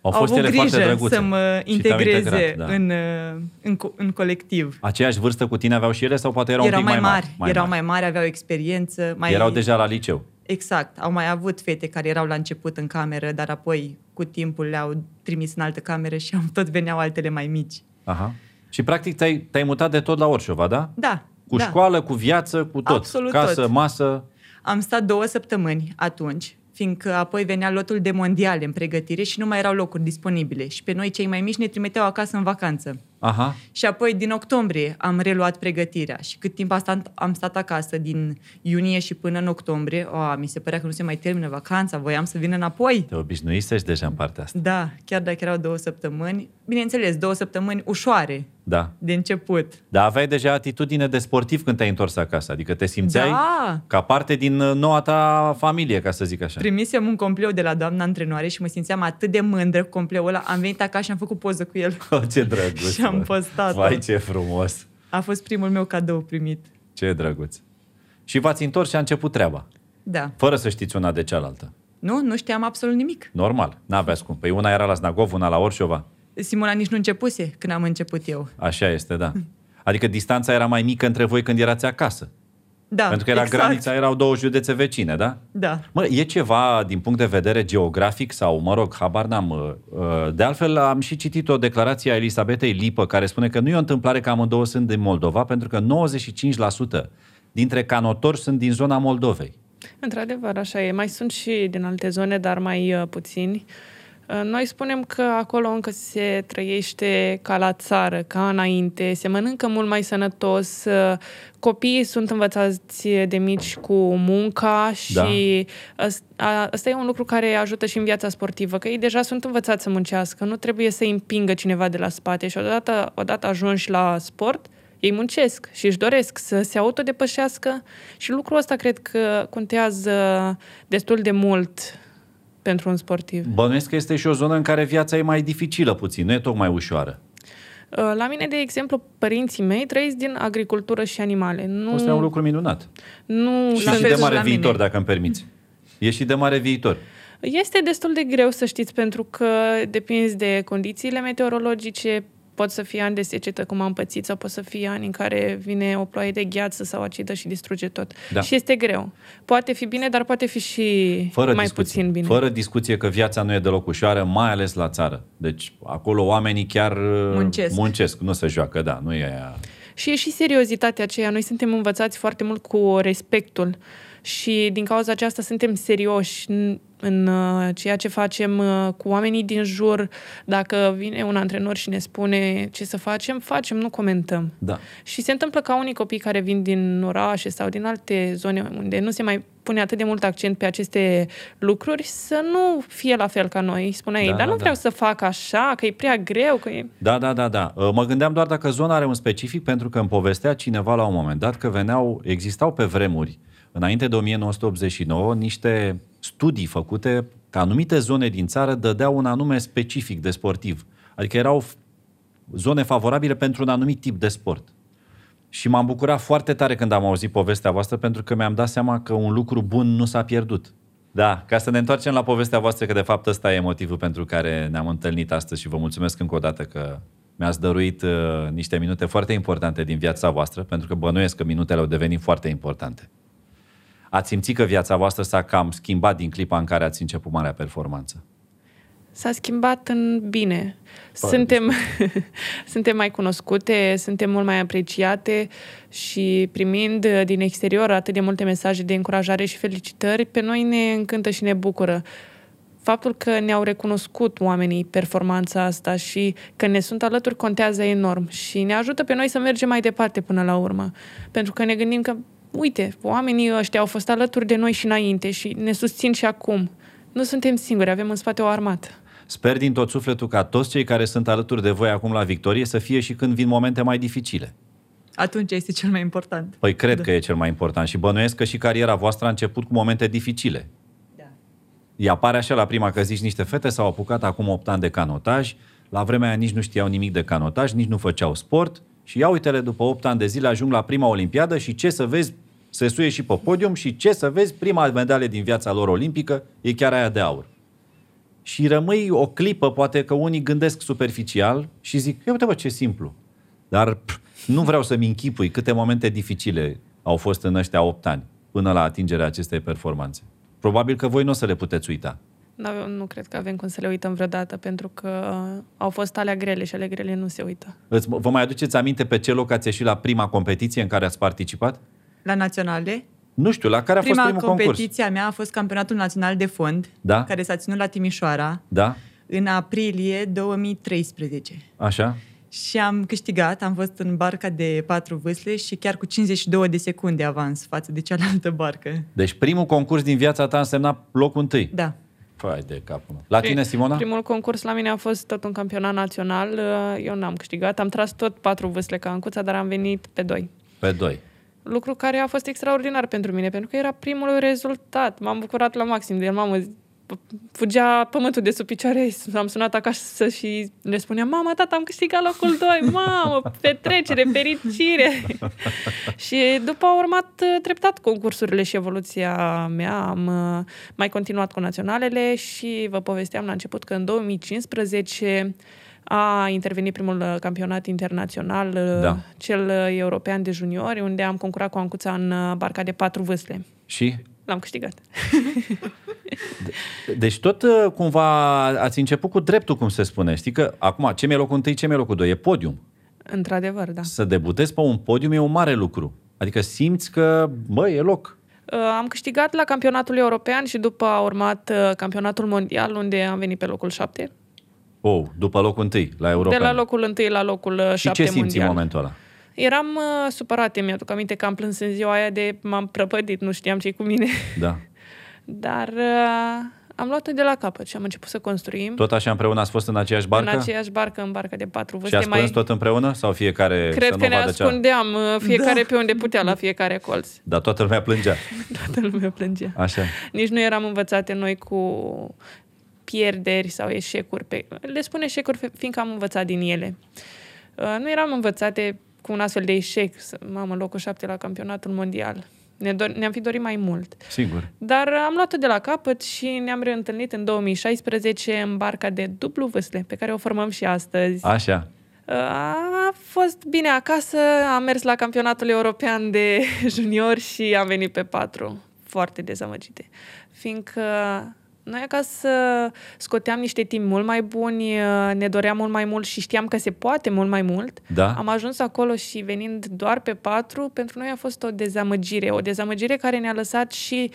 A: Au fost
B: avut
A: ele
B: grijă
A: foarte drăguțe.
B: să mă
A: Și te-au
B: integreze
A: integrat, da.
B: în, uh, în, co- în colectiv.
A: Aceeași vârstă cu tine aveau și ele sau poate erau, un pic mai mari?
B: erau mai mari, aveau experiență. Mai...
A: Erau deja la liceu.
B: Exact, au mai avut fete care erau la început în cameră, dar apoi cu timpul le-au trimis în altă cameră și am tot veneau altele mai mici.
A: Aha. Și practic te-ai, te-ai mutat de tot la Orșova, da?
B: Da,
A: Cu
B: da.
A: școală, cu viață, cu tot.
B: Absolut
A: Casă,
B: tot.
A: masă.
B: Am stat două săptămâni atunci, fiindcă apoi venea lotul de mondiale în pregătire și nu mai erau locuri disponibile. Și pe noi, cei mai mici, ne trimiteau acasă în vacanță.
A: Aha.
B: Și apoi din octombrie am reluat pregătirea și cât timp asta am stat acasă din iunie și până în octombrie, o, mi se părea că nu se mai termină vacanța, voiam să vin înapoi.
A: Te obișnuisești deja în partea asta.
B: Da, chiar dacă erau două săptămâni, bineînțeles, două săptămâni ușoare
A: Da.
B: de început.
A: Dar aveai deja atitudine de sportiv când te-ai întors acasă. Adică te simțeai
B: Da.
A: ca parte din uh, noua ta familie, ca să zic așa.
B: Primisem un compleu de la doamna antrenoare și mă simțeam atât de mândră cu compleul ăla. Am venit acasă și am făcut poză cu el.
A: Oh, ce drăguț.
B: Și am
A: mă.
B: postat-o.
A: Vai, ce frumos.
B: A fost primul meu cadou primit.
A: Ce drăguț. Și v-ați întors și a început treaba.
B: Da.
A: Fără să știți una de cealaltă.
B: Nu, nu știam absolut nimic.
A: Normal, n-aveați cum. Păi una era la Snagov, una la Orșova.
B: Simona nici nu începuse când am început eu.
A: Așa este, da. Adică distanța era mai mică între voi când erați acasă.
B: Da,
A: Pentru că era
B: exact.
A: granița, erau două județe vecine, da?
B: Da.
A: Mă, e ceva din punct de vedere geografic sau, mă rog, habar n-am. uh, uh, De altfel, am și citit o declarație a Elisabetei Lipă care spune că nu e o întâmplare că amândouă sunt din Moldova, pentru că 95% dintre canotori sunt din zona Moldovei.
C: Într-adevăr, așa e. Mai sunt și din alte zone, dar mai uh, puțini. Uh, Noi spunem că acolo încă se trăiește ca la țară, ca înainte, se mănâncă mult mai sănătos, uh, copiii sunt învățați de mici cu munca
A: Da.
C: și ăs- a- ăsta e un lucru care ajută și în viața sportivă, că ei deja sunt învățați să muncească, nu trebuie să îi împingă cineva de la spate și odată, odată ajungi la sport, ei muncesc și își doresc să se autodepășească și lucrul ăsta cred că contează destul de mult pentru un sportiv.
A: Bănuiesc că este și o zonă în care viața e mai dificilă puțin, nu e tocmai ușoară.
C: Uh, La mine, de exemplu, părinții mei trăiesc din agricultură și animale. Nu,
A: Asta e un lucru minunat.
C: nu
A: Și,
B: La
A: și
B: fel
A: de
B: și
A: mare
B: Mm. la mine.
A: viitor, dacă îmi permiți. E și de mare viitor.
C: Este destul de greu să știți, pentru că depinzi de condițiile meteorologice, pot să fie ani de secetă, cum am pățit, sau pot să fie ani în care vine o ploaie de gheață sau acidă și distruge tot.
A: Da.
C: Și este greu. Poate fi bine, dar poate fi și
A: Fără
C: mai
A: discuție.
C: puțin bine.
A: Fără discuție că viața nu e deloc ușoară, mai ales la țară. Deci acolo oamenii chiar uh,
B: Muncesc.
A: muncesc nu se joacă, da, nu e aia.
C: Și e și seriozitatea aceea. Noi suntem învățați foarte mult cu respectul și din cauza aceasta suntem serioși în, în uh, ceea ce facem uh, cu oamenii din jur. Dacă vine un antrenor și ne spune ce să facem, facem, nu comentăm.
A: Da.
C: Și se întâmplă ca unii copii care vin din orașe sau din alte zone unde nu se mai pune atât de mult accent pe aceste lucruri să nu fie la fel ca noi. Spunea da, ei,
A: Da,
C: dar nu
A: da,
C: da. vreau
A: da.
C: să fac așa, că e prea greu, că e...
A: Da, da, da, da. Uh, Mă gândeam doar dacă zona are un specific, pentru că îmi povestea cineva la un moment dat că veneau, existau pe vremuri, înainte de 1989, niște studii făcute că anumite zone din țară dădeau un anume specific de sportiv. Adică erau f- zone favorabile pentru un anumit tip de sport. Și m-am bucurat foarte tare când am auzit povestea voastră, pentru că mi-am dat seama că un lucru bun nu s-a pierdut. Da, ca să ne întoarcem la povestea voastră, că de fapt ăsta e motivul pentru care ne-am întâlnit astăzi și vă mulțumesc încă o dată că mi-ați dăruit uh, niște minute foarte importante din viața voastră, pentru că bănuiesc că minutele au devenit foarte importante. Ați simțit că viața voastră s-a cam schimbat din clipa în care ați început marea performanță.
C: S-a schimbat în bine.
A: Fără
C: Suntem, suntem mai cunoscute, suntem mult mai apreciate și primind uh, din exterior atât de multe mesaje de încurajare și felicitări, pe noi ne încântă și ne bucură. Faptul că ne-au recunoscut oamenii performanța asta și că ne sunt alături contează enorm și ne ajută pe noi să mergem mai departe până la urmă. Pentru că ne gândim că, uite, oamenii ăștia au fost alături de noi și înainte și ne susțin și acum. Nu suntem singuri, avem în spate o armată.
A: Sper din tot sufletul ca toți cei care sunt alături de voi acum la victorie să fie și când vin momente mai dificile.
B: Atunci este cel mai important.
A: Păi cred da. că e cel mai important și bănuiesc că și cariera voastră a început cu momente dificile.
B: Da.
A: Îi apare așa la prima că zici niște fete s-au apucat acum 8 ani de canotaj, la vremea aia nici nu știau nimic de canotaj, nici nu făceau sport și ia uite-le după 8 ani de zile ajung la prima olimpiadă și ce să vezi, se suie și pe podium și ce să vezi, prima medalie din viața lor olimpică e chiar aia de aur. Și rămâi o clipă, poate că unii gândesc superficial și zic, "Ia uite bă, ce simplu. Dar pf, nu vreau să-mi închipui câte momente dificile au fost în ăștia 8 ani până la atingerea acestei performanțe. Probabil că voi nu o să le puteți uita.
C: Nu, avem, nu cred că avem cum să le uităm vreodată, pentru că uh, au fost alea grele și ale grele nu se uită.
A: Îți, vă mai aduceți aminte pe ce loc ați ieșit la prima competiție în care ați participat?
B: La naționale,
A: Nu știu, la care Da, a
B: prima
A: fost primul concurs?
B: competiție a mea a fost campionatul național de fond,
A: Da.
B: care s-a ținut la Timișoara
A: Da?
B: în aprilie 2013.
A: Așa?
B: și am câștigat, am fost în barca de patru vâsle și chiar cu 52 de secunde avans față de cealaltă barcă.
A: Deci primul concurs din viața ta a însemnat locul întâi.
B: Da.
A: Păi de capul meu. La tine, Simona?
C: Primul concurs la mine a fost tot un campionat național. uh, Eu n-am câștigat. Am tras tot patru vâsle ca ancuța, dar am venit pe doi.
A: Pe doi.
C: Lucru care a fost extraordinar pentru mine, pentru că era primul rezultat. M-am bucurat la maxim de el. Mamă, fugea pământul de sub picioare. Am sunat acasă și le spuneam, mama, tata, am câștigat locul 2, mamă, petrecere, fericire. și după a urmat uh, treptat concursurile și evoluția mea. Am uh, mai continuat cu naționalele și vă povesteam la început că în 2015 a intervenit primul uh, campionat internațional, uh,
A: Da.
C: cel eh, european de juniori, unde am concurat cu Ancuța în eh, barca de patru vâsle.
A: Și?
C: L-am câștigat.
A: Deci tot uh, cumva ați început cu dreptul, cum se spune. Știi că acum ce mi-e locul întâi, ce mi-e locul doi, e podium.
C: Într-adevăr, da.
A: Să debutezi pe un podium e un mare lucru. Adică simți că, bă, e loc.
C: Uh, Am câștigat la campionatul european și după a urmat uh, campionatul mondial, unde am venit pe locul 7.
A: Oh, după locul întâi, la Europa.
C: De la locul 1 la locul 7
A: Și ce simți
C: mondial.
A: în momentul ăla?
C: Eram uh, supărată, mi-aduc aminte că am plâns în ziua aia de m-am prăpădit, nu știam ce cu mine.
A: Da.
C: Dar uh, am luat-o de la capăt și am început să construim
A: Tot așa împreună ați fost în aceeași barcă?
C: în aceeași barcă, în barca de patru
A: Și
C: vâste.
A: ați plâns tot împreună? Sau fiecare
C: Cred
A: să
C: că
A: nu
C: ne
A: vadă cea...
C: ascundeam uh, fiecare pe unde putea la fiecare colț.
A: Dar toată lumea plângea.
C: Toată lumea plângea.
A: Așa.
C: Nici nu eram învățate noi cu pierderi sau eșecuri. Pe... Le spun eșecuri fi- fiindcă am învățat din ele. Uh, Nu eram învățate cu un astfel de eșec. să- Mamă, locul șapte la campionatul mondial. Ne dor- ne-am fi dorit mai mult.
A: Sigur.
C: Dar am luat-o de la capăt și ne-am reîntâlnit în 2016 în barca de dublu vâsle, pe care o formăm și astăzi.
A: Așa.
C: A fost bine acasă, am mers la campionatul european de junior și am venit pe patru. Foarte dezamăgite. Fiindcă noi acasă scoteam niște timp mult mai buni, ne doream mult mai mult și știam că se poate mult mai mult.
A: Da.
C: Am ajuns acolo și venind doar pe patru, pentru noi a fost o dezamăgire. O dezamăgire care ne-a lăsat și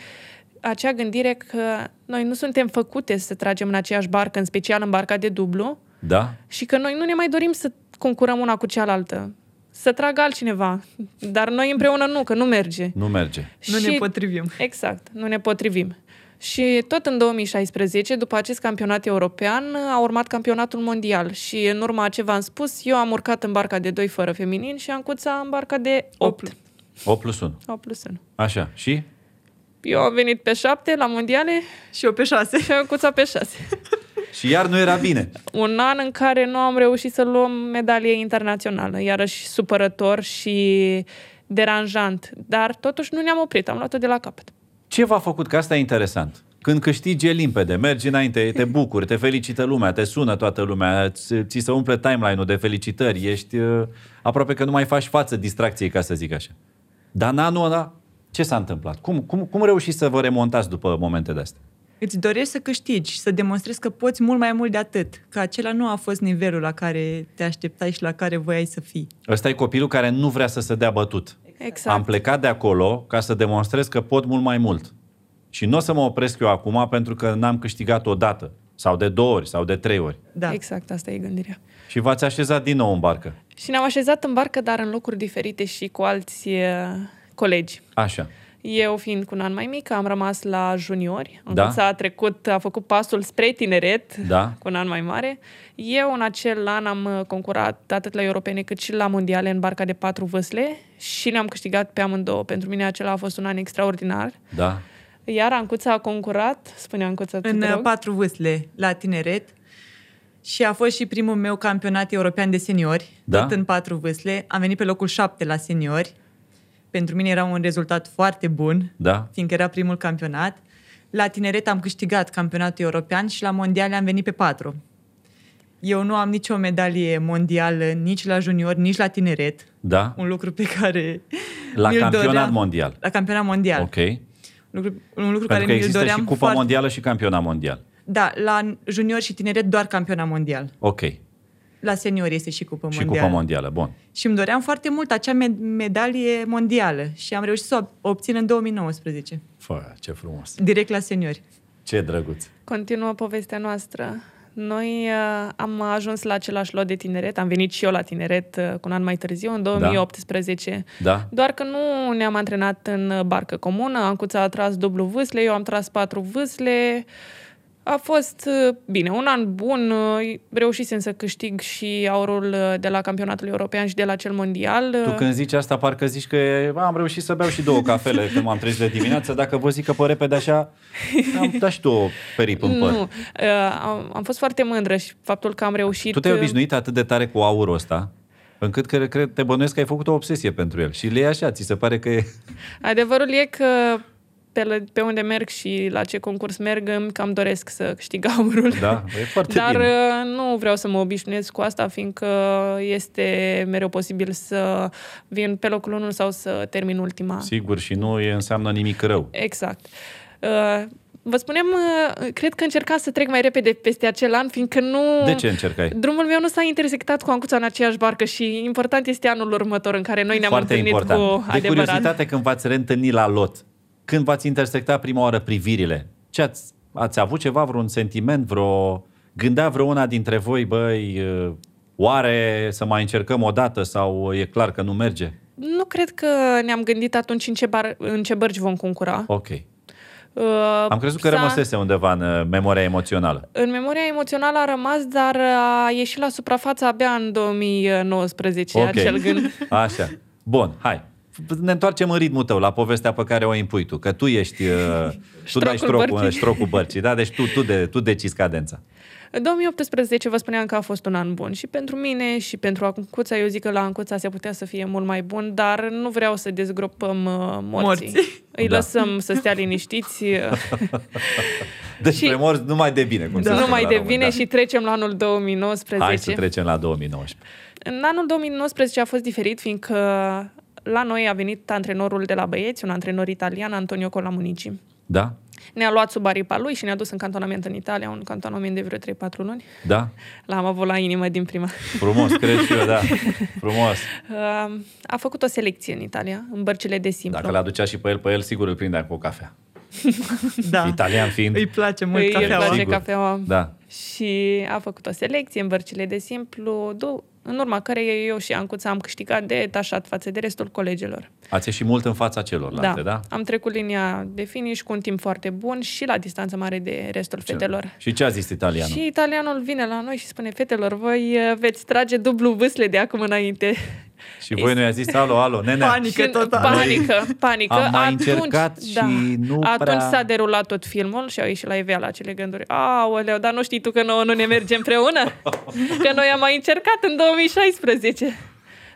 C: acea gândire că noi nu suntem făcute să tragem în aceeași barcă, în special în barca de dublu,
A: Da?
C: și că noi nu ne mai dorim să concurăm una cu cealaltă. Să tragă altcineva. Dar noi împreună nu, că nu merge.
A: Nu merge.
B: Nu ne
C: Și-
B: potrivim.
C: Exact, nu ne potrivim. Și tot în 2016, după acest campionat european, a urmat campionatul mondial și în urma a ce v-am spus, eu am urcat în barca de 2 fără feminin și Ancuța în barca de 8.
A: 8 plus 1.
C: 8 plus 1.
A: Așa. Și?
C: Eu am venit pe 7 la mondiale
B: Și eu pe șase.
C: și Ancuța pe 6.
A: Și iar nu era bine.
C: un an în care nu am reușit să luăm medalie internațională, iarăși supărător și deranjant, dar totuși nu ne-am oprit, am luat-o de la capăt.
A: Ce v-a făcut? Că asta e interesant. Când câștigi e limpede, mergi înainte, te bucuri, te felicită lumea, te sună toată lumea, ți, ți se umple timeline-ul de felicitări, ești uh, aproape că nu mai faci față distracției, ca să zic așa. Dar în anul ăla, ce s-a întâmplat? Cum, cum, cum reușiți să vă remontați după momente de astea?
B: Îți dorești să câștigi și să demonstrezi că poți mult mai mult de atât, că acela nu a fost nivelul la care te așteptai și la care voiai să fii.
A: Ăsta e copilul care nu vrea să se dea bătut.
C: Exact.
A: Am plecat de acolo ca să demonstrez că pot mult mai mult. Și nu o să mă opresc eu acum pentru că n-am câștigat odată, sau de două ori, sau de trei ori.
B: Da.
C: Exact, asta e gândirea.
A: Și v-ați așezat din nou în barcă.
C: Și ne-am așezat în barcă, dar în locuri diferite și cu alți eh, colegi.
A: Așa.
C: Eu, fiind cu un an mai mic, am rămas la juniori.
A: Da.
C: Ancuța a trecut, a făcut pasul spre tineret,
A: Da.
C: cu un an mai mare. Eu, în acel an, am uh, concurat atât la europene cât și la mondiale în barca de patru vâsle și le-am câștigat pe amândouă. Pentru mine acela a fost un an extraordinar.
A: Da.
C: Iar Ancuța a concurat, spune Ancuța, tu
B: În
C: te
B: uh,
C: rog.
B: patru vâsle la tineret și a fost și primul meu campionat european de seniori,
A: Da?
B: tot în patru vâsle. Am venit pe locul șapte la seniori. Pentru mine era un rezultat foarte bun,
A: Da.
B: fiindcă era primul campionat. La tineret am câștigat campionatul european și la mondiale am venit pe patru. Eu nu am nicio medalie mondială nici la junior, nici la tineret.
A: Da.
B: Un lucru pe care
A: La
B: mi-l
A: campionat
B: doream.
A: mondial.
B: La campionat mondial.
A: Ok.
B: Okay. Lucru, un
A: Pentru
B: lucru
A: că
B: care mi-l
A: există
B: doream
A: și cupa
B: foarte...
A: mondială și campionat mondial.
B: Da, la junior și tineret doar campionat mondial.
A: Ok.
B: La senior este și cupa
A: Și
B: mondială.
A: cupa mondială. Bun.
B: Și îmi doream foarte mult acea med- medalie mondială și am reușit să o obțin în 2019,
A: Fă, ce frumos.
B: direct la seniori.
A: Ce drăguț.
C: Continuă povestea noastră. Noi uh, am ajuns la același lot de tineret, am venit și eu la tineret uh, cu un an mai târziu, în 2018.
A: Da.
C: Doar că nu ne-am antrenat în uh, barcă comună, Ancuța a tras dublu vâsle, eu am tras patru vâsle. A fost uh, bine, un an bun, uh, reușisem să câștig și aurul uh, de la campionatul european și de la cel mondial.
A: Tu
C: Uh,
A: când zici asta, parcă zici că e, "Bă, am reușit să beau și două cafele când m-am trezit de dimineață. Dacă vă zic că pe repede așa, am dat și tu o perip în păr.
C: Nu, uh, am, am fost foarte mândră și faptul că am reușit...
A: Tu te-ai
C: uh,
A: obișnuit atât de tare cu aurul ăsta, încât că, cred, te bănuiesc că ai făcut o obsesie pentru el. Și le e așa, ți se pare că e...
C: Adevărul e că pe, la- pe unde merg și la ce concurs merg, îmi cam doresc să câștig aurul.
A: Da, e foarte
C: Dar
A: bine.
C: uh, nu vreau să mă obișnuiesc cu asta, fiindcă este mereu posibil să vin pe locul 1 sau să termin ultima.
A: Sigur, și nu e, înseamnă nimic rău.
C: Exact. Uh, Vă spunem, uh, cred că încercam să trec mai repede peste acel an, fiindcă nu...
A: De ce încercai?
C: Drumul meu nu s-a intersectat cu Ancuța în aceeași barcă și important este anul următor în care noi ne-am
A: Foarte
C: întâlnit
A: important.
C: cu
A: de
C: adevărat.
A: curiozitate, când v-ați reîntâlnit la lot, când v-ați intersectat prima oară privirile, ce ați, ați avut ceva, vreun sentiment, vreo... Gândea vreuna dintre voi, băi, uh, oare să mai încercăm o dată sau e clar că nu merge?
C: Nu cred că ne-am gândit atunci în ce, bar- în ce bărci vom concura.
A: Ok.
C: Uh,
A: Am crezut că
C: s-a-
A: rămăsese undeva în uh, memoria emoțională.
C: În memoria emoțională a rămas, dar a ieșit la suprafață abia în 2019
A: Ok.
C: acel gând.
A: Așa. Bun, hai. Ne întoarcem în ritmul tău la povestea pe care o impui tu, că tu ești, uh, tu dai
C: Ștrocul
A: ștrocul,
C: bărcii.
A: ștrocul bărcii, da? Deci tu, tu, de, tu decizi cadența.
C: În 2018 vă spuneam că a fost un an bun și pentru mine și pentru Ancuța. Eu zic că la Ancuța se putea să fie mult mai bun, dar nu vreau să dezgropăm uh, morții.
B: Morții.
C: Îi
A: Da.
C: lăsăm să stea liniștiți.
A: Deci
C: Și-
A: și... morți numai de bine, cum se
C: Da.
A: spune
C: Nu mai
A: la
C: de
A: români,
C: bine
A: da.
C: și trecem la anul 2019.
A: Hai să trecem la 2019.
C: În anul 2019 a fost diferit, fiindcă la noi a venit antrenorul de la băieți, un antrenor italian, Antonio Colamunici.
A: Da?
C: Ne-a luat sub aripa lui și ne-a dus în cantonament în Italia, un cantonament de vreo 3-4 luni.
A: Da?
C: L-am avut la inimă din prima.
A: Frumos, cred și eu, da. Frumos.
C: Uh, A făcut o selecție în Italia, în bărcile de simplu.
A: Dacă l-aducea și pe el, pe el sigur îl prindea cu o cafea.
B: Da.
A: Italian fiind.
B: Îi place mult
C: Îi
B: cafeaua.
C: place
A: Sigur.
C: cafeaua.
A: Da.
C: Și a făcut o selecție în bărcile de simplu, du- în urma căreia eu și Ancuța am câștigat detașat față de restul colegilor.
A: Ați ieșit mult în fața celorlalte, da?
C: Am trecut linia de finish cu un timp foarte bun și la distanță mare de restul fetelor.
A: Și ce a zis italianul?
C: Și italianul vine la noi și spune, fetelor, voi uh, veți trage dublu vâsle de acum înainte.
A: Și voi nu i-a zis, alo, alo, nenea.
B: Panic. Adică
C: Și
B: tot a-
C: panică, panică.
A: Am mai
C: atunci,
A: încercat și
C: da,
A: nu
C: Atunci
A: prea-
C: s-a derulat tot filmul și au ieșit la iveală acele gânduri. Aoleu, dar nu știi tu că nouă nu ne merge împreună? că noi am mai încercat în 2016.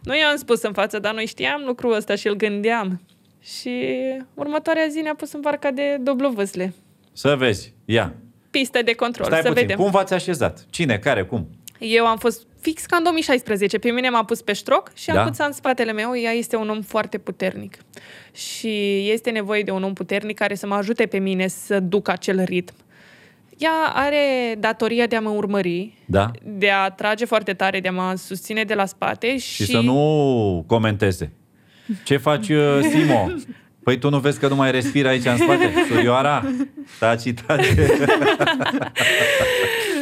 C: Nu i-am spus în față, dar noi știam lucrul ăsta și îl gândeam. Și următoarea zi ne-a pus în barca de dublu vâsle.
A: Să vezi, ia.
C: Pistă de control,
A: Stai
C: să
A: puțin,
C: vedem.
A: cum v-ați așezat? Cine, care, cum?
C: Eu am fost fix ca în 2016. Pe mine m-a pus pe ștroc și
A: Da?
C: am pus în spatele meu. Ea este un om foarte puternic. Și este nevoie de un om puternic care să mă ajute pe mine să duc acel ritm. Ea are datoria de a mă urmări,
A: Da?
C: de a trage foarte tare, de a mă susține de la spate și...
A: Și, să nu comenteze. Ce faci, uh, Simo? Păi tu nu vezi că nu mai respiri aici în spate? Surioara? Taci, taci.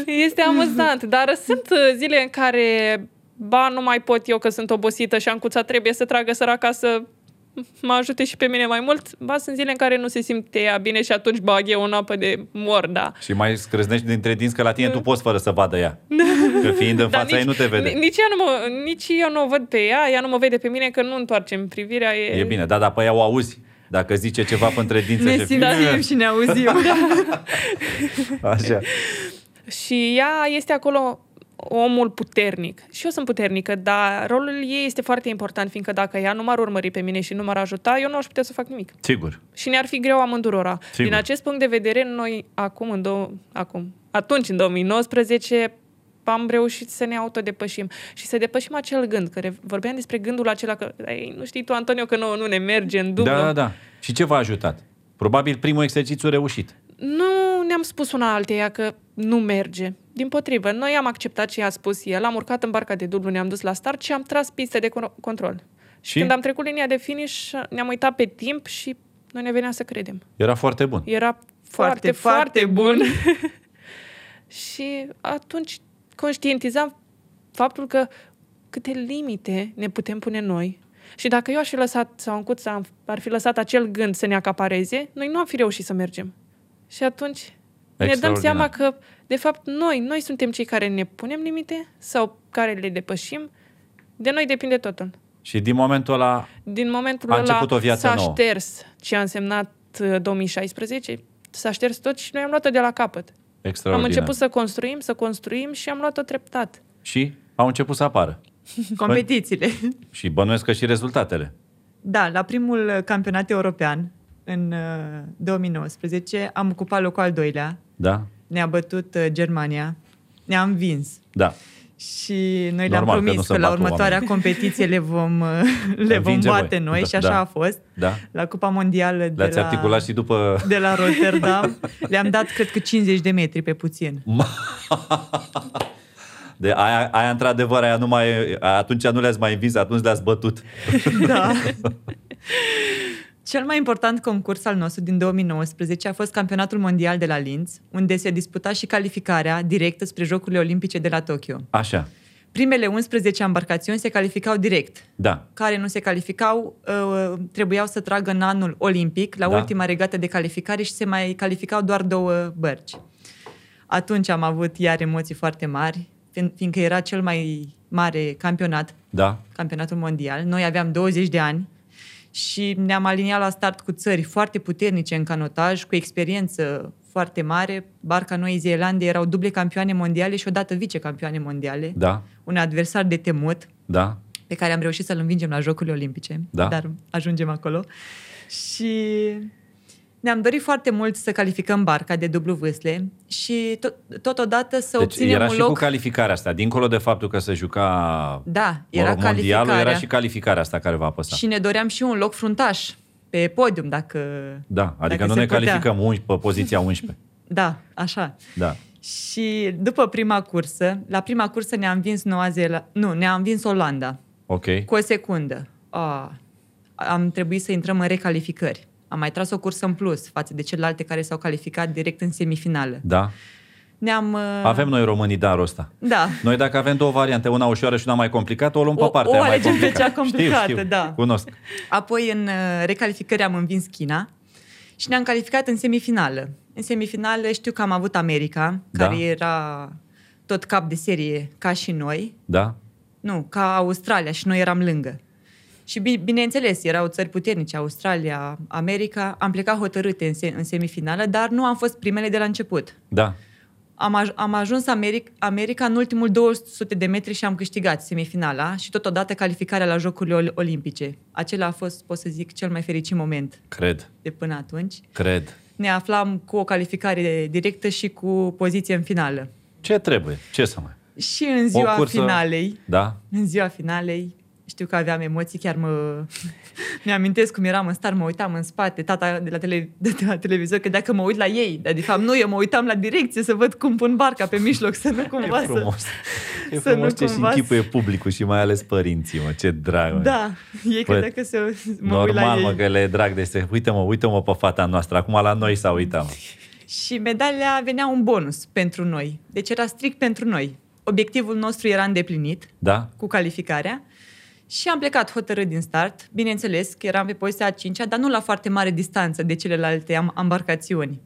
C: Este amuzant, dar sunt uh, zile în care ba, nu mai pot eu că sunt obosită și Ancuța trebuie să tragă săraca să mă ajute și pe mine mai mult. Ba, sunt zile în care nu se simte ea bine și atunci bag eu în apă de mor, da.
A: Și mai scrâznești dintre dinți că la tine tu poți fără să vadă ea. Că fiind în
C: Dar
A: fața ei nu te vede.
C: ni- Da, Nici, ea nu mă, nici eu nu o văd pe ea, ea nu mă vede pe mine, că nu întoarcem privirea. E,
A: E bine, da, dar pe ea o auzi. Dacă zice ceva pe între dințe
B: Ne
A: și...
B: simțim și ne auzim. Da.
A: Așa.
C: Și ea este acolo omul puternic. Și eu sunt puternică, dar rolul ei este foarte important, fiindcă dacă ea nu m-ar urmări pe mine și nu m-ar ajuta, eu nu aș putea să fac nimic.
A: Sigur.
C: Și ne-ar fi greu amândurora.
A: Sigur.
C: Din acest punct de vedere, noi acum, în dou- acum, atunci, în 2019, am reușit să ne autodepășim și să depășim acel gând, că re- vorbeam despre gândul acela că, ei, nu știi tu, Antonio, că nouă nu ne merge în dublu.
A: Da, da, da. Și ce v-a ajutat? Probabil primul exercițiu reușit.
C: Nu ne-am spus una alteia că nu merge. Din potrivă, noi am acceptat ce i-a spus el, am urcat în barca de dublu, ne-am dus la start și am tras piste de con- control.
A: Și?
C: Când am trecut linia de finish, ne-am uitat pe timp și nu ne venea să credem.
A: Era foarte bun.
C: Era foarte,
B: Foarte,
C: foarte, foarte bun. Și atunci conștientizam faptul că câte limite ne putem pune noi. Și dacă eu aș fi lăsat, sau în cuța ar fi lăsat acel gând să ne acapareze, noi nu am fi reușit să mergem. Și atunci ne dăm
A: Extraordinar.
C: seama că, de fapt, noi, noi suntem cei care ne punem limite sau care le depășim. De noi depinde totul.
A: Și din momentul ăla,
C: Din momentul
A: A
C: ăla
A: început o viață
C: s-a
A: nouă.
C: șters ce a însemnat uh, 2016, s-a șters tot și noi am luat-o de la capăt. Am
A: extraordinar.
C: început să construim, să construim și am luat-o treptat.
A: Și au început să apară.
B: Competițiile.
A: Și bănuiesc că și rezultatele.
B: Da, la primul uh, campionat european, în uh, 2019, am ocupat locul al doilea.
A: Da?
B: Ne-a bătut uh, Germania. Ne-am vins.
A: Da.
B: Și noi le-am
A: Normal că nu
B: promis
A: se
B: că, la
A: bat
B: următoarea
A: oamenii.
B: competiție le vom, uh, le vom
A: Învingem
B: bate
A: voi.
B: noi
A: Da,
B: și așa
A: da.
B: a fost.
A: Da.
B: La Cupa Mondială de
A: Le-ați
B: la...
A: articulat și după...
B: de la Rotterdam. Le-am dat, cred că, 50 de metri pe puțin.
A: De aia, aia într-adevăr, aia nu mai, atunci nu le-ați mai învins, atunci le-ați bătut.
B: Da. Cel mai important concurs al nostru din 2019 a fost campionatul mondial de la Linz, unde se disputa și calificarea directă spre Jocurile Olimpice de la Tokyo.
A: Așa,
B: Primele 11 embarcațiuni se calificau direct.
A: da.
B: Care nu se calificau uh, trebuiau să tragă în anul olimpic, la
A: Da.
B: da. ultima regată de calificare și se mai calificau doar două bărci. Atunci am avut iar emoții foarte mari, fiind- fiindcă era cel mai mare campionat
A: Da,
B: campionatul mondial. Noi aveam 20 de ani și ne-am aliniat la start cu țări foarte puternice în canotaj, cu experiență foarte mare. Barca Noii Zeelande erau duble campioane mondiale și odată vicecampioane mondiale.
A: da,
B: Un adversar de temut
A: da.
B: pe care am reușit să-l învingem la Jocurile Olimpice,
A: Da.
B: dar ajungem acolo. Și ne-am dorit foarte mult să calificăm barca de dublu vâsle și tot, totodată să
A: Deci
B: obținem
A: era
B: un
A: și
B: loc...
A: cu calificarea asta, dincolo de faptul că se juca
B: da,
A: mă
B: era
A: rog, mondialul,
B: calificarea.
A: era și calificarea asta care va apăsa.
B: Și ne doream și un loc fruntaș pe podium, dacă...
A: Da, adică
B: dacă
A: nu
B: se
A: ne
B: putea.
A: calificăm 11, pe poziția 11.
B: Da, așa.
A: Da.
B: Și după prima cursă, la prima cursă ne-a învins Noua Zeelandă, nu, ne-a învins Olanda,
A: Ok.
B: cu o secundă. A, am trebuit să intrăm în recalificări. Am mai tras o cursă în plus față de celelalte care s-au calificat direct în semifinală.
A: Da.
B: Ne-am... uh,
A: Avem noi românii darul ăsta.
B: Da.
A: Noi dacă avem două variante, una ușoară și una mai complicată, o luăm pe
B: O-
A: partea
B: o
A: mai
B: alegem pe
A: complicată.
B: cea complicată,
A: știu, știu,
B: da.
A: Cunosc.
B: Apoi, în uh, recalificări, am învins China și ne-am calificat în semifinală. În semifinală știu că am avut America,
A: Da.
B: care era tot cap de serie ca și noi.
A: Da?
B: Nu, ca Australia și noi eram lângă. Și bi- bineînțeles, erau țări puternice, Australia, America. Am plecat hotărâte în, se- în semifinală, dar nu am fost primele de la început.
A: Da.
B: Am, aj- am ajuns Americ- America în ultimul 200 de metri și am câștigat semifinala și totodată calificarea la Jocurile Ol- Olimpice. Acela a fost, pot să zic, cel mai fericit moment
A: Cred.
B: de până atunci.
A: Cred.
B: Ne aflam cu o calificare directă și cu poziție în finală.
A: Ce trebuie? Ce să mai...
B: Și în ziua
A: cursă-
B: finalei,
A: Da?
B: în ziua finalei, știu că aveam emoții, chiar mă... Mi-amintesc cum eram în star, mă uitam în spate, tata de la, tele... de la televizor, că dacă mă uit la ei, dar de fapt nu, eu mă uitam la direcție să văd cum pun barca pe mijloc, să nu
A: E
B: cumva să...
A: frumos. E
B: să
A: frumos
B: nu
A: ce și
B: cumva să-
A: închipuie publicul și mai ales părinții, mă, ce drag. mă.
B: Da, ei
A: Bă,
B: credeau că se... mă uit la
A: Normal,
B: ei.
A: mă, că le e drag de se... Uite-mă, uite-mă pe fata noastră, acum la noi s-a uitat. mă.
B: Și medalia venea un bonus pentru noi. Deci era strict pentru noi. Obiectivul nostru era îndeplinit,
A: Da?
B: cu calificarea și am plecat hotărât din start. Bineînțeles că eram pe poziția a cincea, dar nu la foarte mare distanță de celelalte am- ambarcațiuni.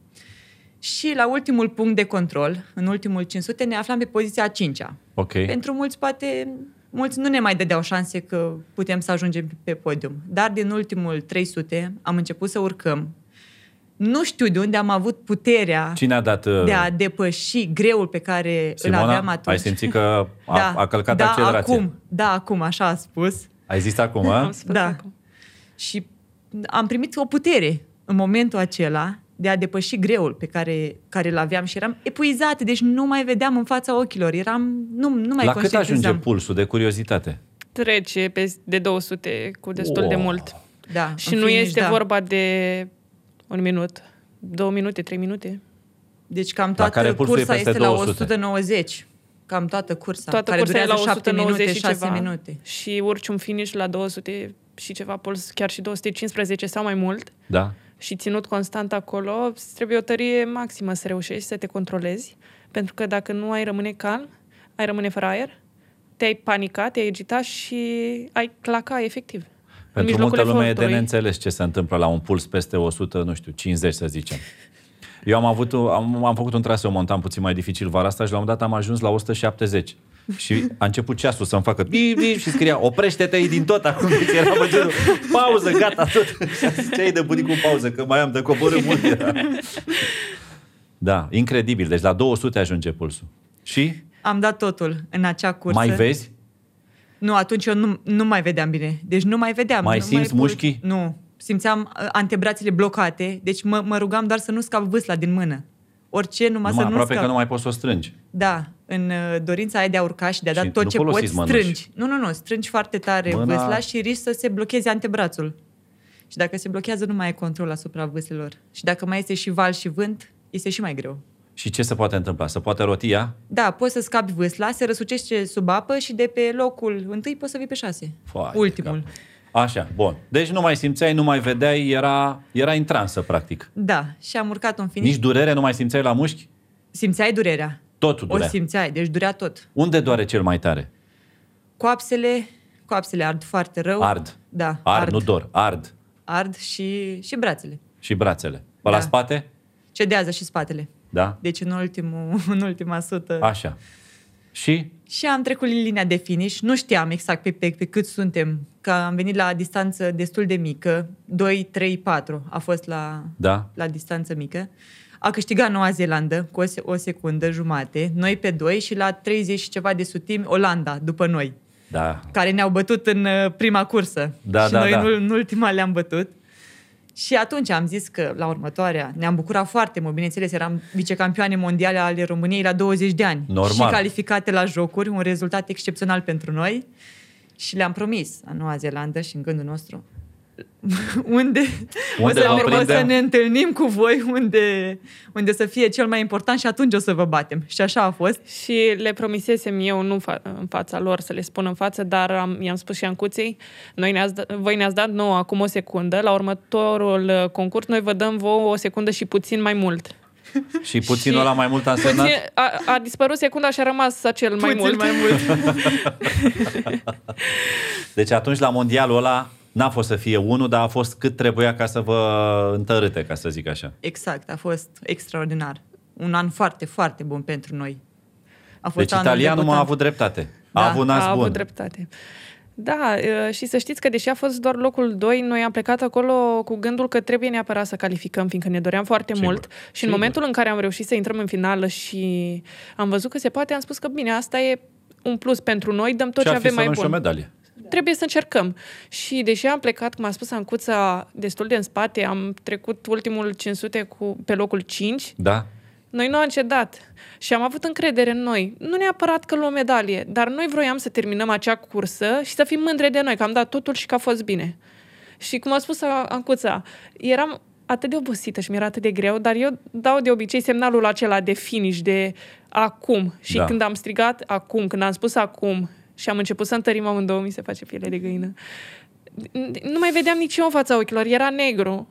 B: Și la ultimul punct de control, în ultimul 500, ne aflam pe poziția a cincea.
A: Ok.
B: Pentru mulți, poate, mulți nu ne mai dădeau șanse că putem să ajungem pe podium. Dar din ultimul 300 am început să urcăm. Nu știu de unde am avut puterea
A: Cine a dat... uh,
B: de a depăși greul pe care îl aveam
A: Simona,
B: Da, atunci.
A: ai simțit că a,
B: Da,
A: a călcat
B: da,
A: accelerația.
B: acum, da, acum, așa a spus.
A: Ai zis acum, a?
C: Am spus
B: Da.
C: acum.
B: Și am primit o putere în momentul acela de a depăși greul pe care, care îl aveam și eram epuizată, deci nu mai vedeam în fața ochilor, eram, nu, nu mai
A: La cât
B: conștientizam.
A: ajunge pulsul de curiozitate?
C: Trece pe- de 200 cu destul de
A: Wow.
C: mult.
B: Da,
C: Și
B: în
C: nu
B: finish,
C: este
B: da.
C: vorba de un minut, două minute, trei minute.
B: Deci cam toată
A: care pulsul e
B: cursa
A: peste
B: este la
A: 200.
B: 190. Cam toată cursa,
C: Toată
B: Da, care
C: cursa e la
B: durează 7
C: 190
B: minute,
C: și
B: 6
C: ceva.
B: minute.
C: Și urci un finish la 200 și ceva puls, chiar și 215 sau mai mult.
A: Da?
C: și ținut constant acolo, îți trebuie o tărie maximă să reușești să te controlezi, Pentru că dacă nu ai rămâne calm, ai rămâne fără aer, te-ai panicat, te-ai agitat și ai claca efectiv. în
A: Pentru
C: mijlocul
A: multă lume e de
C: efortului.
A: neînțeles ce se întâmplă la un puls peste 100, nu știu, 50 să zicem. Eu am, avut, am, am făcut un traseu montan puțin mai dificil vara asta și la un moment dat am ajuns la 170. Și a început ceasul să-mi facă bip, bip, și scria, oprește-te din tot acum. Și era pe genul, pauză, gata, tot. Și am zis, ce ai de bunicul pauză, că mai am de coborât mult. Da, incredibil. Deci la 200 ajunge pulsul. Și
B: Am dat totul în acea cursă.
A: mai vezi?
B: Nu, atunci eu nu, nu mai vedeam bine. Deci nu mai vedeam.
A: Mai
B: nu
A: simți
B: pur-
A: mușchii?
B: Nu. Simțeam uh, antebrațele blocate, deci mă, mă rugam doar să nu scap vâsla din mână. Orice, numai,
A: Numai
B: să nu
A: aproape
B: scap.
A: că nu mai poți să o strângi.
B: Da, în uh, dorința aia de a urca și de a da
A: Și nu
B: tot ce
A: folosiți
B: poți,
A: mănuși.
B: strângi. Nu, nu, nu, strângi foarte tare
A: Mâna-
B: Mâna... vâsla și riști să se blocheze antebrațul. Și dacă se blochează, nu mai ai control asupra vâslelor. Și dacă mai este și val și vânt, este și mai greu.
A: Și ce se poate întâmpla? Se poate roti ea?
B: Da, poți să scapi vâsla, se răsucește sub apă și de pe locul întâi poți să vii pe șase.
A: Foai de
B: Ultimul.
A: cap. Așa, bun. Deci nu mai simțeai, nu mai vedeai, era, era în transă, practic.
B: Da, și am urcat un finish.
A: Nici durere nu mai simțeai la mușchi?
B: Simțeai durerea.
A: Totul
B: O
A: durea.
B: simțeai, deci durea tot.
A: Unde doare cel mai tare?
B: Coapsele, coapsele ard foarte rău.
A: Ard.
B: Da,
A: Ard, ard. nu dor, ard.
B: ard și, și brațele.
A: Și brațele. Pe la
B: Da.
A: spate?
B: Cedează și spatele.
A: Da?
B: Deci în, ultimul, în ultima sută.
A: Așa. Și?
B: Și am trecut linia de finish. Nu știam exact pe, pe, pe cât suntem, că am venit la distanță destul de mică. 2, 3, 4 a fost la,
A: Da?
B: la distanță mică. A câștigat Noua Zeelandă cu o, se- o secundă jumate, noi pe doi și la 30 și ceva de sutimi Olanda după noi,
A: Da.
B: care ne-au bătut în uh, prima cursă
A: Da,
B: și
A: da,
B: noi
A: da.
B: În, ul- în ultima le-am bătut. Și atunci am zis că la următoarea ne-am bucurat foarte mult, bineînțeles, eram vicecampioane mondiale ale României la 20 de ani
A: Normal.
B: și calificate la jocuri, un rezultat excepțional pentru noi și le-am promis în Noua Zeelandă și în gândul nostru unde, o
A: Unde
B: să,
A: vă
B: ne, o să
A: prindem?
B: ne întâlnim cu voi unde, unde să fie cel mai important și atunci o să vă batem. Și așa a fost.
C: Și le promisesem eu, nu fa- în fața lor, să le spun în față, dar am, i-am spus și Ancuței, noi ne-ați, da- voi ne-ați dat nouă acum o secundă, la următorul uh, concurs noi vă dăm vouă o secundă și puțin mai mult.
A: Și puținul
C: Și-
A: ăla mai mult a însemnat?
C: Puțin, a, a dispărut secunda și a rămas acel mai
B: Puțin
C: mult.
B: mai mult.
A: Deci atunci la mondialul ăla n-a fost să fie unul, dar a fost cât trebuia ca să vă întărâte, ca să zic așa.
B: Exact, a fost extraordinar. Un an foarte, foarte bun pentru noi. A fost
A: Deci
B: anul
A: italianul
B: debutant.
A: a avut dreptate. a
B: Da,
A: avut nas
C: a
A: bun.
C: avut dreptate. Da, e, și să știți că deși a fost doar locul 2, noi am plecat acolo cu gândul că trebuie neapărat să calificăm, fiindcă ne doream foarte
A: Sigur.
C: mult. Și
A: Sigur.
C: în momentul în care am reușit să intrăm în finală și am văzut că se poate, am spus că bine, asta e un plus pentru noi, dăm tot ce,
A: Ce-ar fi
C: avem
A: să
C: mai
A: luăm și o
C: bun.
A: medalie?
C: Trebuie să încercăm. Și deși am plecat, cum a spus Ancuța, destul de în spate, am trecut ultimul 500 cu, pe locul 5,
A: Da?
C: noi nu am cedat și am avut încredere în noi. Nu neapărat că luăm medalie, dar noi vroiam să terminăm acea cursă și să fim mândre de noi, că am dat totul și că a fost bine. Și cum a spus a- Ancuța, eram atât de obosită și mi-era atât de greu, dar eu dau de obicei semnalul acela de finish, de acum. Și
A: Da.
C: da. când am strigat acum, când am spus acum și am început să întărim amândouă, mi se face piele de găină. Nu mai vedeam nici eu în fața ochilor, era negru.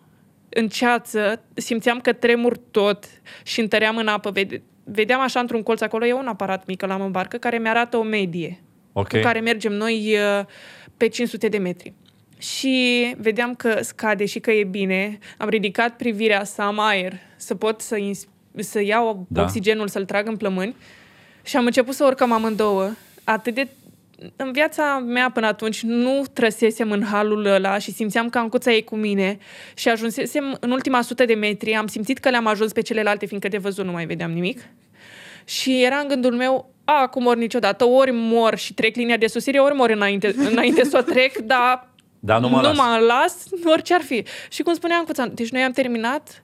C: În ceață simțeam că tremur tot și întăream în apă. Vede- Vedeam așa într-un colț acolo, e un aparat mic, l-am în barcă, care mi-arată o medie
A: Ok.
C: cu care mergem noi uh, pe 500 de metri. Și vedeam că scade și că e bine. Am ridicat privirea să am aer, să pot să, ins- să iau
A: Da.
C: da. oxigenul, să-l trag în plămâni. Și am început să urcăm amândouă. Atât de... În viața mea până atunci nu trăsesem în halul ăla și simțeam că ancuța e cu mine și ajunsesem în ultima sută de metri, am simțit că le-am ajuns pe celelalte, fiindcă de văzut nu mai vedeam nimic. Și era în gândul meu, a, acum mor niciodată, ori mor și trec linia de susținere, ori mor înainte, înainte să o trec, dar
A: Dar nu mă las.
C: mă las, orice ar fi. Și cum spuneam cu deci noi am terminat,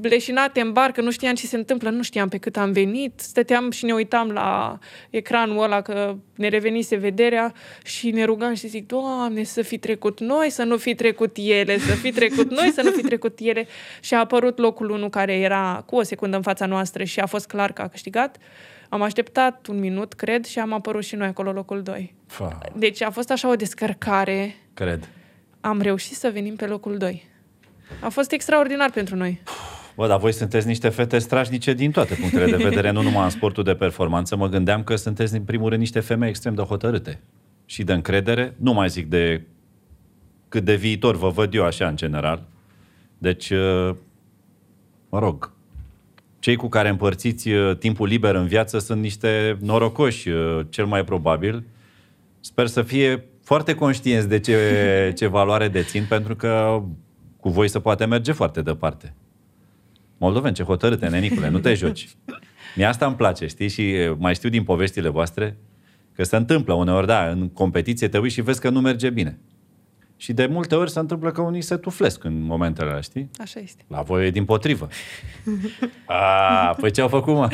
C: bleșinate în barcă, nu știam ce se întâmplă, nu știam pe cât am venit, stăteam și ne uitam la ecranul ăla că ne revenise vederea și ne rugam și zic, Doamne, să fi trecut noi, să nu fi trecut ele, să fi trecut noi, să nu fi trecut ele. Și a apărut locul 1 care era cu o secundă în fața noastră și a fost clar că a câștigat. Am așteptat un minut, cred, și am apărut și noi acolo locul 2.
A: Fa,
C: Deci a fost așa o descărcare
A: cred.
C: am reușit să venim pe locul 2. A fost extraordinar pentru noi.
A: Bă, dar voi sunteți niște fete strașnice din toate punctele de vedere, nu numai în sportul de performanță. Mă gândeam că sunteți, în primul rând, niște femei extrem de hotărâte și de încredere. Nu mai zic de cât de viitor vă văd eu așa, în general. Deci, uh, mă rog, cei cu care împărțiți uh, timpul liber în viață sunt niște norocoși, uh, cel mai probabil. Sper să fie foarte conștienți de ce, ce valoare dețin, pentru că cu voi se poate merge foarte departe. Moldoven, ce hotărâte, nenicule, nu te joci. Mie asta îmi place, știi? Și e, mai știu din poveștile voastre că se întâmplă uneori, da, în competiție te uiți și vezi că nu merge bine. Și de multe ori se întâmplă că unii se tuflesc în momentele alea, știi?
C: Așa este.
A: La voi e din potrivă. A, păi ce au făcut, mă?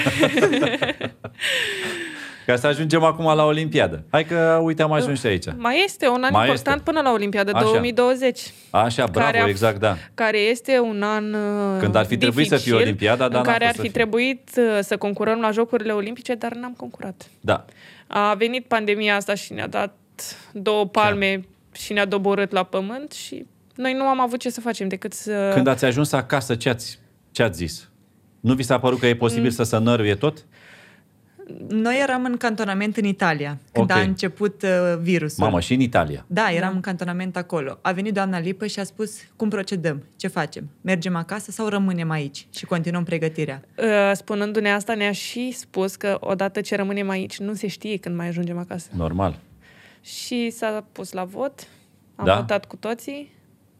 A: Ca să ajungem acum la Olimpiadă. Hai că, uite, am ajuns și aici.
C: Mai este un an
A: Mai
C: important
A: este.
C: până la Olimpiada
A: Așa.
C: 2020.
A: Așa, bravo,
C: a f-
A: exact, da.
C: Care este un an uh,
A: Când ar fi trebuit să fie
C: dificil,
A: Olimpiada, dar
C: în
A: n-a
C: care
A: fost
C: ar
A: să
C: fi
A: fie.
C: trebuit uh, să concurăm la Jocurile Olimpice, dar n-am concurat.
A: Da.
C: A venit pandemia asta și ne-a dat două palme și ne-a doborât la pământ și noi nu am avut ce să facem decât să...
A: Când ați ajuns acasă, ce ați, ce ați zis? Nu vi s-a părut că e
B: Mm.
A: posibil să se năruie tot?
B: Noi eram în cantonament în Italia, când
A: Ok.
B: a început uh, virusul.
A: Mamă, și în Italia.
B: Da, eram în cantonament acolo. A venit doamna Lipă și a spus cum procedăm, ce facem, mergem acasă sau rămânem aici și continuăm pregătirea.
C: Uh, Spunându-ne asta, ne-a și spus că odată ce rămânem aici, nu se știe când mai ajungem acasă.
A: Normal.
C: Și s-a pus la vot, am
A: Da.
C: votat cu toții,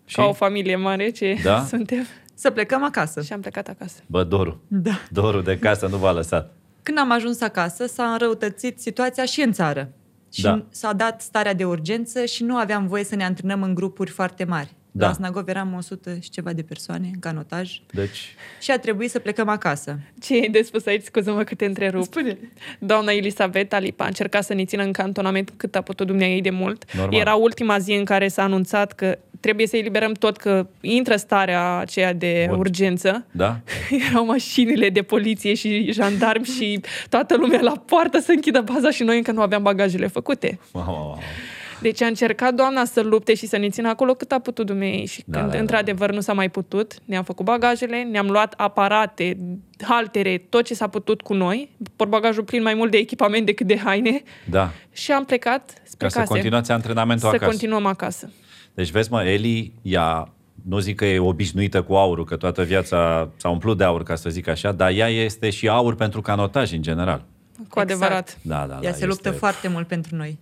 A: Și?
C: și? ca o familie mare ce
A: Da.
C: da? suntem,
B: Să plecăm acasă.
C: și am plecat acasă.
A: Bă, Doru.
B: Da.
A: Dorul de casă nu v-a lăsat.
B: Când am ajuns acasă, s-a înrăutățit situația și în țară. Și
A: Da.
B: s-a dat starea de urgență și nu aveam voie să ne antrenăm în grupuri foarte mari.
A: Da.
B: La Snagov eram 100 și ceva de persoane în canotaj
A: Deci,
B: și a trebuit să plecăm acasă.
C: Ce e de spus aici, scuză-mă că te întrerup.
B: Spune.
C: Doamna Elisabeta Lipa a încercat să ne țină în cantonament cât a putut dumnea ei de mult.
A: Normal.
C: Era ultima zi în care s-a anunțat că trebuie să eliberăm tot, că intră starea aceea de
A: Bun.
C: urgență.
A: da?
C: Erau mașinile de poliție și jandarmi și toată lumea la poartă să închidă baza și noi încă nu aveam bagajele făcute.
A: Mamă, mamă.
C: Deci a încercat doamna să lupte și să ne țină acolo cât a putut dumnei și
A: Da,
C: da, când
A: da, da.
C: într-adevăr nu s-a mai putut, ne-am făcut bagajele, ne-am luat aparate, haltere, tot ce s-a putut cu noi, portbagajul plin mai mult de echipament decât de haine
A: Da.
C: și am plecat spre
A: Ca să
C: case.
A: continuați
C: să
A: antrenamentul acasă.
C: continuăm acasă.
A: Deci vezi, mă, Eli, ea, nu zic că e obișnuită cu aurul, că toată viața s-a umplut de aur, ca să zic așa, dar ea este și aur pentru canotaj în general.
C: Cu adevărat.
A: Da, da,
B: Ea
A: da.
B: se luptă
A: este-
B: foarte mult pentru noi.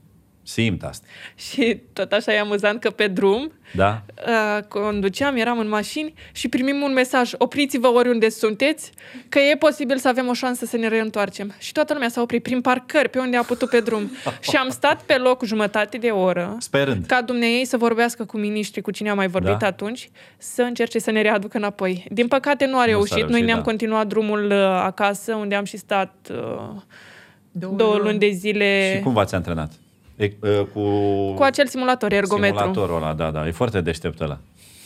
A: Simt asta.
C: Și tot așa e amuzant că pe drum
A: Da?
C: Uh, conduceam, eram în mașini și primim un mesaj, opriți-vă oriunde sunteți, că e posibil să avem o șansă să ne reîntoarcem. Și toată lumea s-a oprit prin parcări, pe unde a putut pe drum. și am stat pe loc jumătate de oră,
A: Sperând.
C: ca ei să vorbească cu miniștri, cu cine a mai vorbit
A: Da.
C: atunci, să încerce să ne readucă înapoi. Din păcate nu a reușit, noi
A: reușit,
C: ne-am
A: da.
C: continuat drumul uh, acasă, unde am și stat uh,
B: Două
C: două
B: luni.
C: luni de zile
A: Și cum v-ați antrenat? E, e, cu
C: cu acel simulator, ergometru.
A: simulatorul ăla, da, da. E foarte deștept ăla.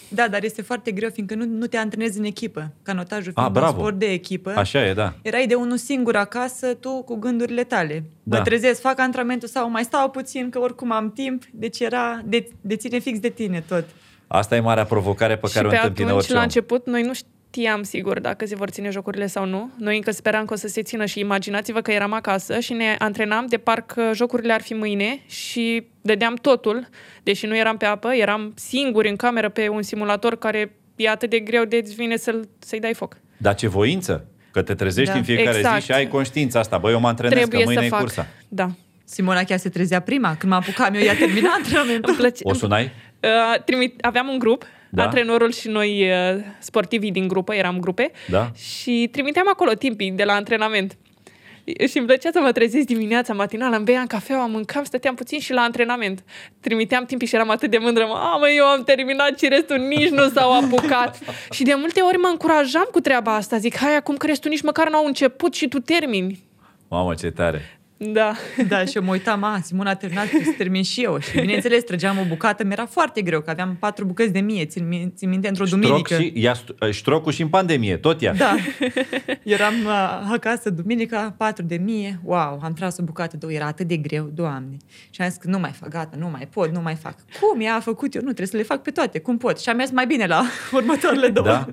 B: Da, dar este foarte greu, fiindcă nu, nu te antrenezi în echipă. Canotajul
A: A,
B: fiind un
A: bravo.
B: sport de echipă.
A: Așa e, da.
B: Erai de unul singur acasă, tu cu gândurile tale. Da.
A: Da.
B: Mă trezesc, fac antrenamentul sau mai stau puțin, că oricum am timp. Deci era, de, deține fix de tine tot.
A: Asta e marea provocare pe care
C: și
A: o
C: pe
A: întâmpină
C: atunci,
A: orice
C: la
A: om.
C: început, noi nu știam sigur dacă se vor ține jocurile sau nu. Noi încă speram că o să se țină și imaginați-vă că eram acasă și ne antrenam de parcă jocurile ar fi mâine și dădeam totul, deși nu eram pe apă, eram singuri în cameră pe un simulator care e atât de greu de îți vine să-l, să-i dai foc.
A: Dar ce voință! Că te trezești
B: Da,
A: în fiecare
C: exact.
A: zi și ai conștiința asta. Băi, eu mă antrenez, că
C: Trebuie
A: mâine
C: să
A: e
C: fac.
A: cursa.
C: Da.
B: Simona chiar se trezea prima, când mă apucam eu, ea termina
C: Îmi
B: antrenamentul.
C: plăce...
A: O sunai?
C: Uh, trimit, aveam un grup,
A: Da.
C: da. antrenorul și noi uh, sportivii din grupă, eram grupe,
A: Da.
C: și trimiteam acolo timpii de la antrenament. Și îmi plăcea să mă trezesc dimineața, matinal, îmi beam cafeaua, mâncam, stăteam puțin și la antrenament. Trimiteam timpii și eram atât de mândră, mamă, eu am terminat și restul nici nu s-au apucat. și de multe ori mă încurajam cu treaba asta, zic, hai, acum crezi tu nici măcar n-au început și tu termini.
A: Mamă, ce tare!
C: Da.
B: Da, și eu mă uitam, a, Simona a terminat, trebuie să termin și eu. Și bineînțeles, trăgeam o bucată, mi-era foarte greu, că aveam patru bucăți de mie, țin, mi- țin minte, într-o
A: Ștroc
B: duminică.
A: și, ea, st- eh, ștrocul și în pandemie, tot ea.
B: Da. Eram a, acasă duminica, 4 de mie, wow, am tras o bucată, două, era atât de greu, doamne. Și am zis că nu mai fac, gata, nu mai pot, nu mai fac. Cum ea a făcut eu? Nu, trebuie să le fac pe toate, cum pot. Și am mers mai bine la următoarele două.
A: Da?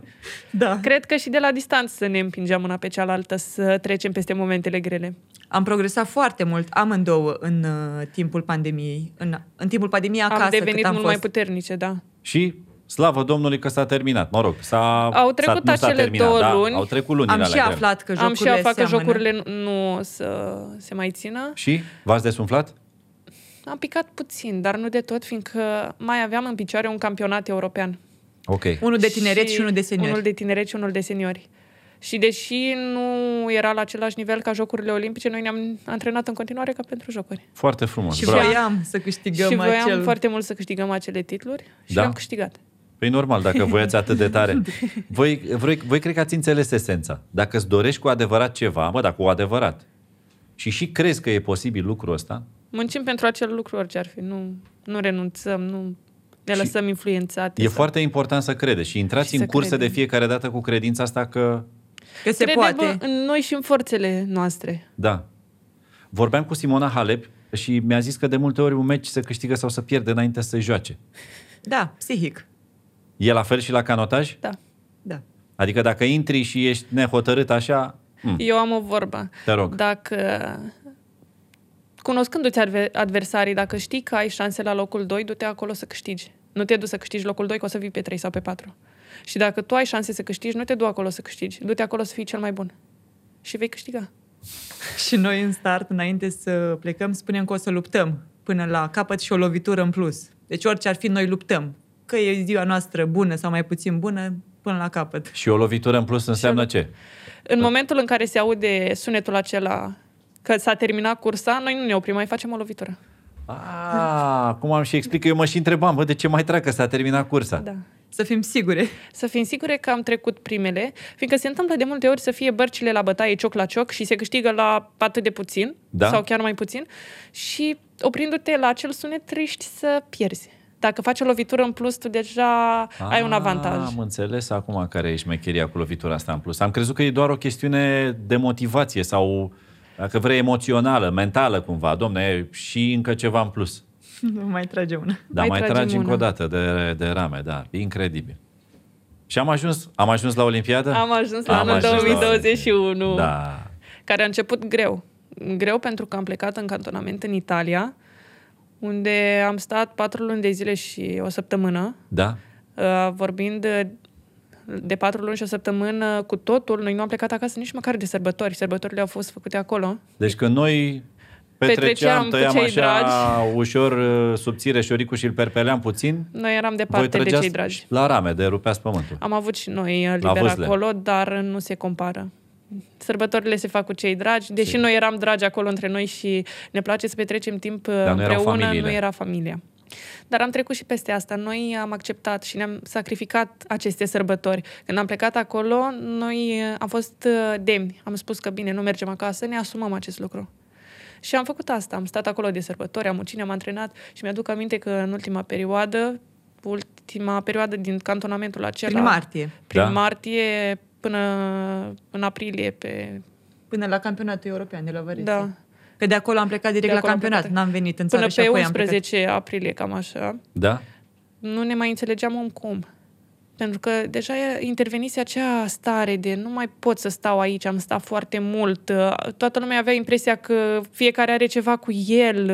B: da.
C: Cred că și de la distanță să ne împingeam una pe cealaltă, să trecem peste momentele grele.
B: Am progresat foarte mult amândouă în uh, timpul pandemiei. În, în timpul pandemiei acasă
C: am devenit
B: cât am
C: mult
B: fost.
C: mai puternice, da.
A: Și slavă Domnului că s-a terminat. Mă rog, s-a,
C: Au trecut
A: s-a, nu s-a
C: acele
A: terminat,
C: două
A: da,
C: luni.
A: Au trecut lunile
B: Am
A: alea
B: și
A: grele.
B: aflat că
C: Am și
B: jocurile
C: aflat că
B: seamănă.
C: jocurile nu o să se mai țină.
A: Și? V-ați desumflat?
C: Am picat puțin, dar nu de tot, fiindcă mai aveam în picioare un campionat european.
A: Ok.
B: Unul de tineret și, unul de senior.
C: Unul de tineret și unul de seniori. Și deși nu era la același nivel ca Jocurile Olimpice, noi ne-am antrenat în continuare ca pentru jocuri.
A: Foarte frumos.
B: Și
A: Bravo.
B: voiam să câștigăm
C: și voiam
B: acel...
C: foarte mult să câștigăm acele titluri și
A: Da?
C: le-am câștigat.
A: Păi normal, dacă voiați atât de tare. Voi, voi, voi cred că ați înțeles esența. Dacă îți dorești cu adevărat ceva, mă, dar cu adevărat, și și crezi că e posibil lucrul ăsta,
C: Muncim pentru acel lucru orice ar fi. Nu, nu renunțăm, nu ne
A: Și
C: lăsăm influențate.
A: e
C: sau-
A: foarte important să credeți și intrați
C: Exact. Și
A: în
C: să
A: cursă
C: credem.
A: de fiecare dată cu credința asta că
B: Că se
C: Credem
B: poate.
C: în noi și în forțele noastre.
A: Da. Vorbeam cu Simona Halep și mi-a zis că de multe ori un meci se câștigă sau se pierde înainte să se joace.
B: Da, psihic.
A: E la fel și la canotaj?
C: Da.
B: Da.
A: Adică dacă intri și ești nehotărât așa, mm,
C: Eu am o vorbă.
A: Te rog.
C: Dacă, cunoscându-ți adver- adversarii, dacă știi că ai șanse la locul 2, du-te acolo să câștigi. Nu te du să câștigi locul 2, că o să vii pe 3 sau pe 4. Și dacă tu ai șanse să câștigi, nu te du acolo să câștigi. Du-te acolo să fii cel mai bun. Și vei câștiga.
B: Și noi în start, înainte să plecăm, spunem că o să luptăm până la capăt și o lovitură în plus. Deci orice ar fi, noi luptăm. Că e ziua noastră bună sau mai puțin bună, până la capăt.
A: și o lovitură în plus înseamnă ce? Da.
C: În momentul în care se aude sunetul acela că s-a terminat cursa, noi nu ne oprim, mai facem o lovitură.
A: Ah, cum am și explic, că eu mă și întrebam, bă, de ce mai trag că s-a terminat cursa?
C: Da.
B: Să fim sigure.
C: Să fim sigure că am trecut primele, fiindcă se întâmplă de multe ori să fie bărcile la bătaie cioc la cioc și se câștigă la atât de puțin
A: Da.
C: sau chiar mai puțin și oprindu-te la acel sunet triști să pierzi. Dacă faci o lovitură în plus, tu deja ah, ai un avantaj.
A: Am înțeles acum care e șmecheria cu lovitura asta în plus. Am crezut că e doar o chestiune de motivație sau, dacă vrei, emoțională, mentală cumva. Domne, e și încă ceva în plus.
B: Nu mai trage una.
A: Dar mai, mai
C: Mai tragem
A: tragi încă o
C: una.
A: dată de, de rame, da. E incredibil. Și am ajuns, am ajuns la Olimpiadă?
C: Am ajuns la anul
A: ajuns la
C: 2021.
A: Da.
C: care a început greu. Greu pentru că am plecat în cantonament în Italia, unde am stat patru luni de zile și o săptămână
A: Da?
C: Uh, vorbind uh, de patru luni și o săptămână cu totul, noi nu am plecat acasă nici măcar de sărbători. Sărbătorile au fost făcute acolo.
A: Deci când noi
C: Petreceam
A: petreceam,
C: cu
A: tăiam
C: cei
A: așa
C: dragi.
A: ușor uh, subțire șoricul și îl perpeleam puțin,
C: Noi eram
A: voi
C: departe de
A: trăgeați
C: cei dragi.
A: la rame, de rupeați pământul.
C: Am avut și noi uh,
A: La
C: liber
A: vâzle.
C: acolo, dar nu se compară. Sărbătorile se fac cu cei dragi, deși
A: Și-
C: noi eram dragi acolo între noi și ne place să petrecem timp uh,
A: erau
C: împreună, nu
A: familiile.
C: era familia. Dar am trecut și peste asta. Noi am acceptat și ne-am sacrificat aceste sărbători. Când am plecat acolo, noi uh, am fost uh, demni. Am spus că bine, nu mergem acasă, ne asumăm acest lucru. Și am făcut asta. Am stat acolo de sărbători, am muncit, am antrenat și mi-aduc aminte că în ultima perioadă, ultima perioadă din cantonamentul acela...
B: Prin martie,
C: Prin
A: Da.
C: da. martie până în aprilie pe...
B: până la campionatul european de la Varese.
C: Da.
B: Că de acolo am plecat direct
C: de
B: la
C: acolo am
B: campionat.
C: plecat.
B: N-am venit în țară
C: Până
B: și
C: pe
B: apoi am plecat.
C: 11 aprilie, cam așa.
A: Da?
C: nu ne mai înțelegeam om cu om. Pentru că deja intervenise acea stare de nu mai pot să stau aici, am stat foarte mult, toată lumea avea impresia că fiecare are ceva cu el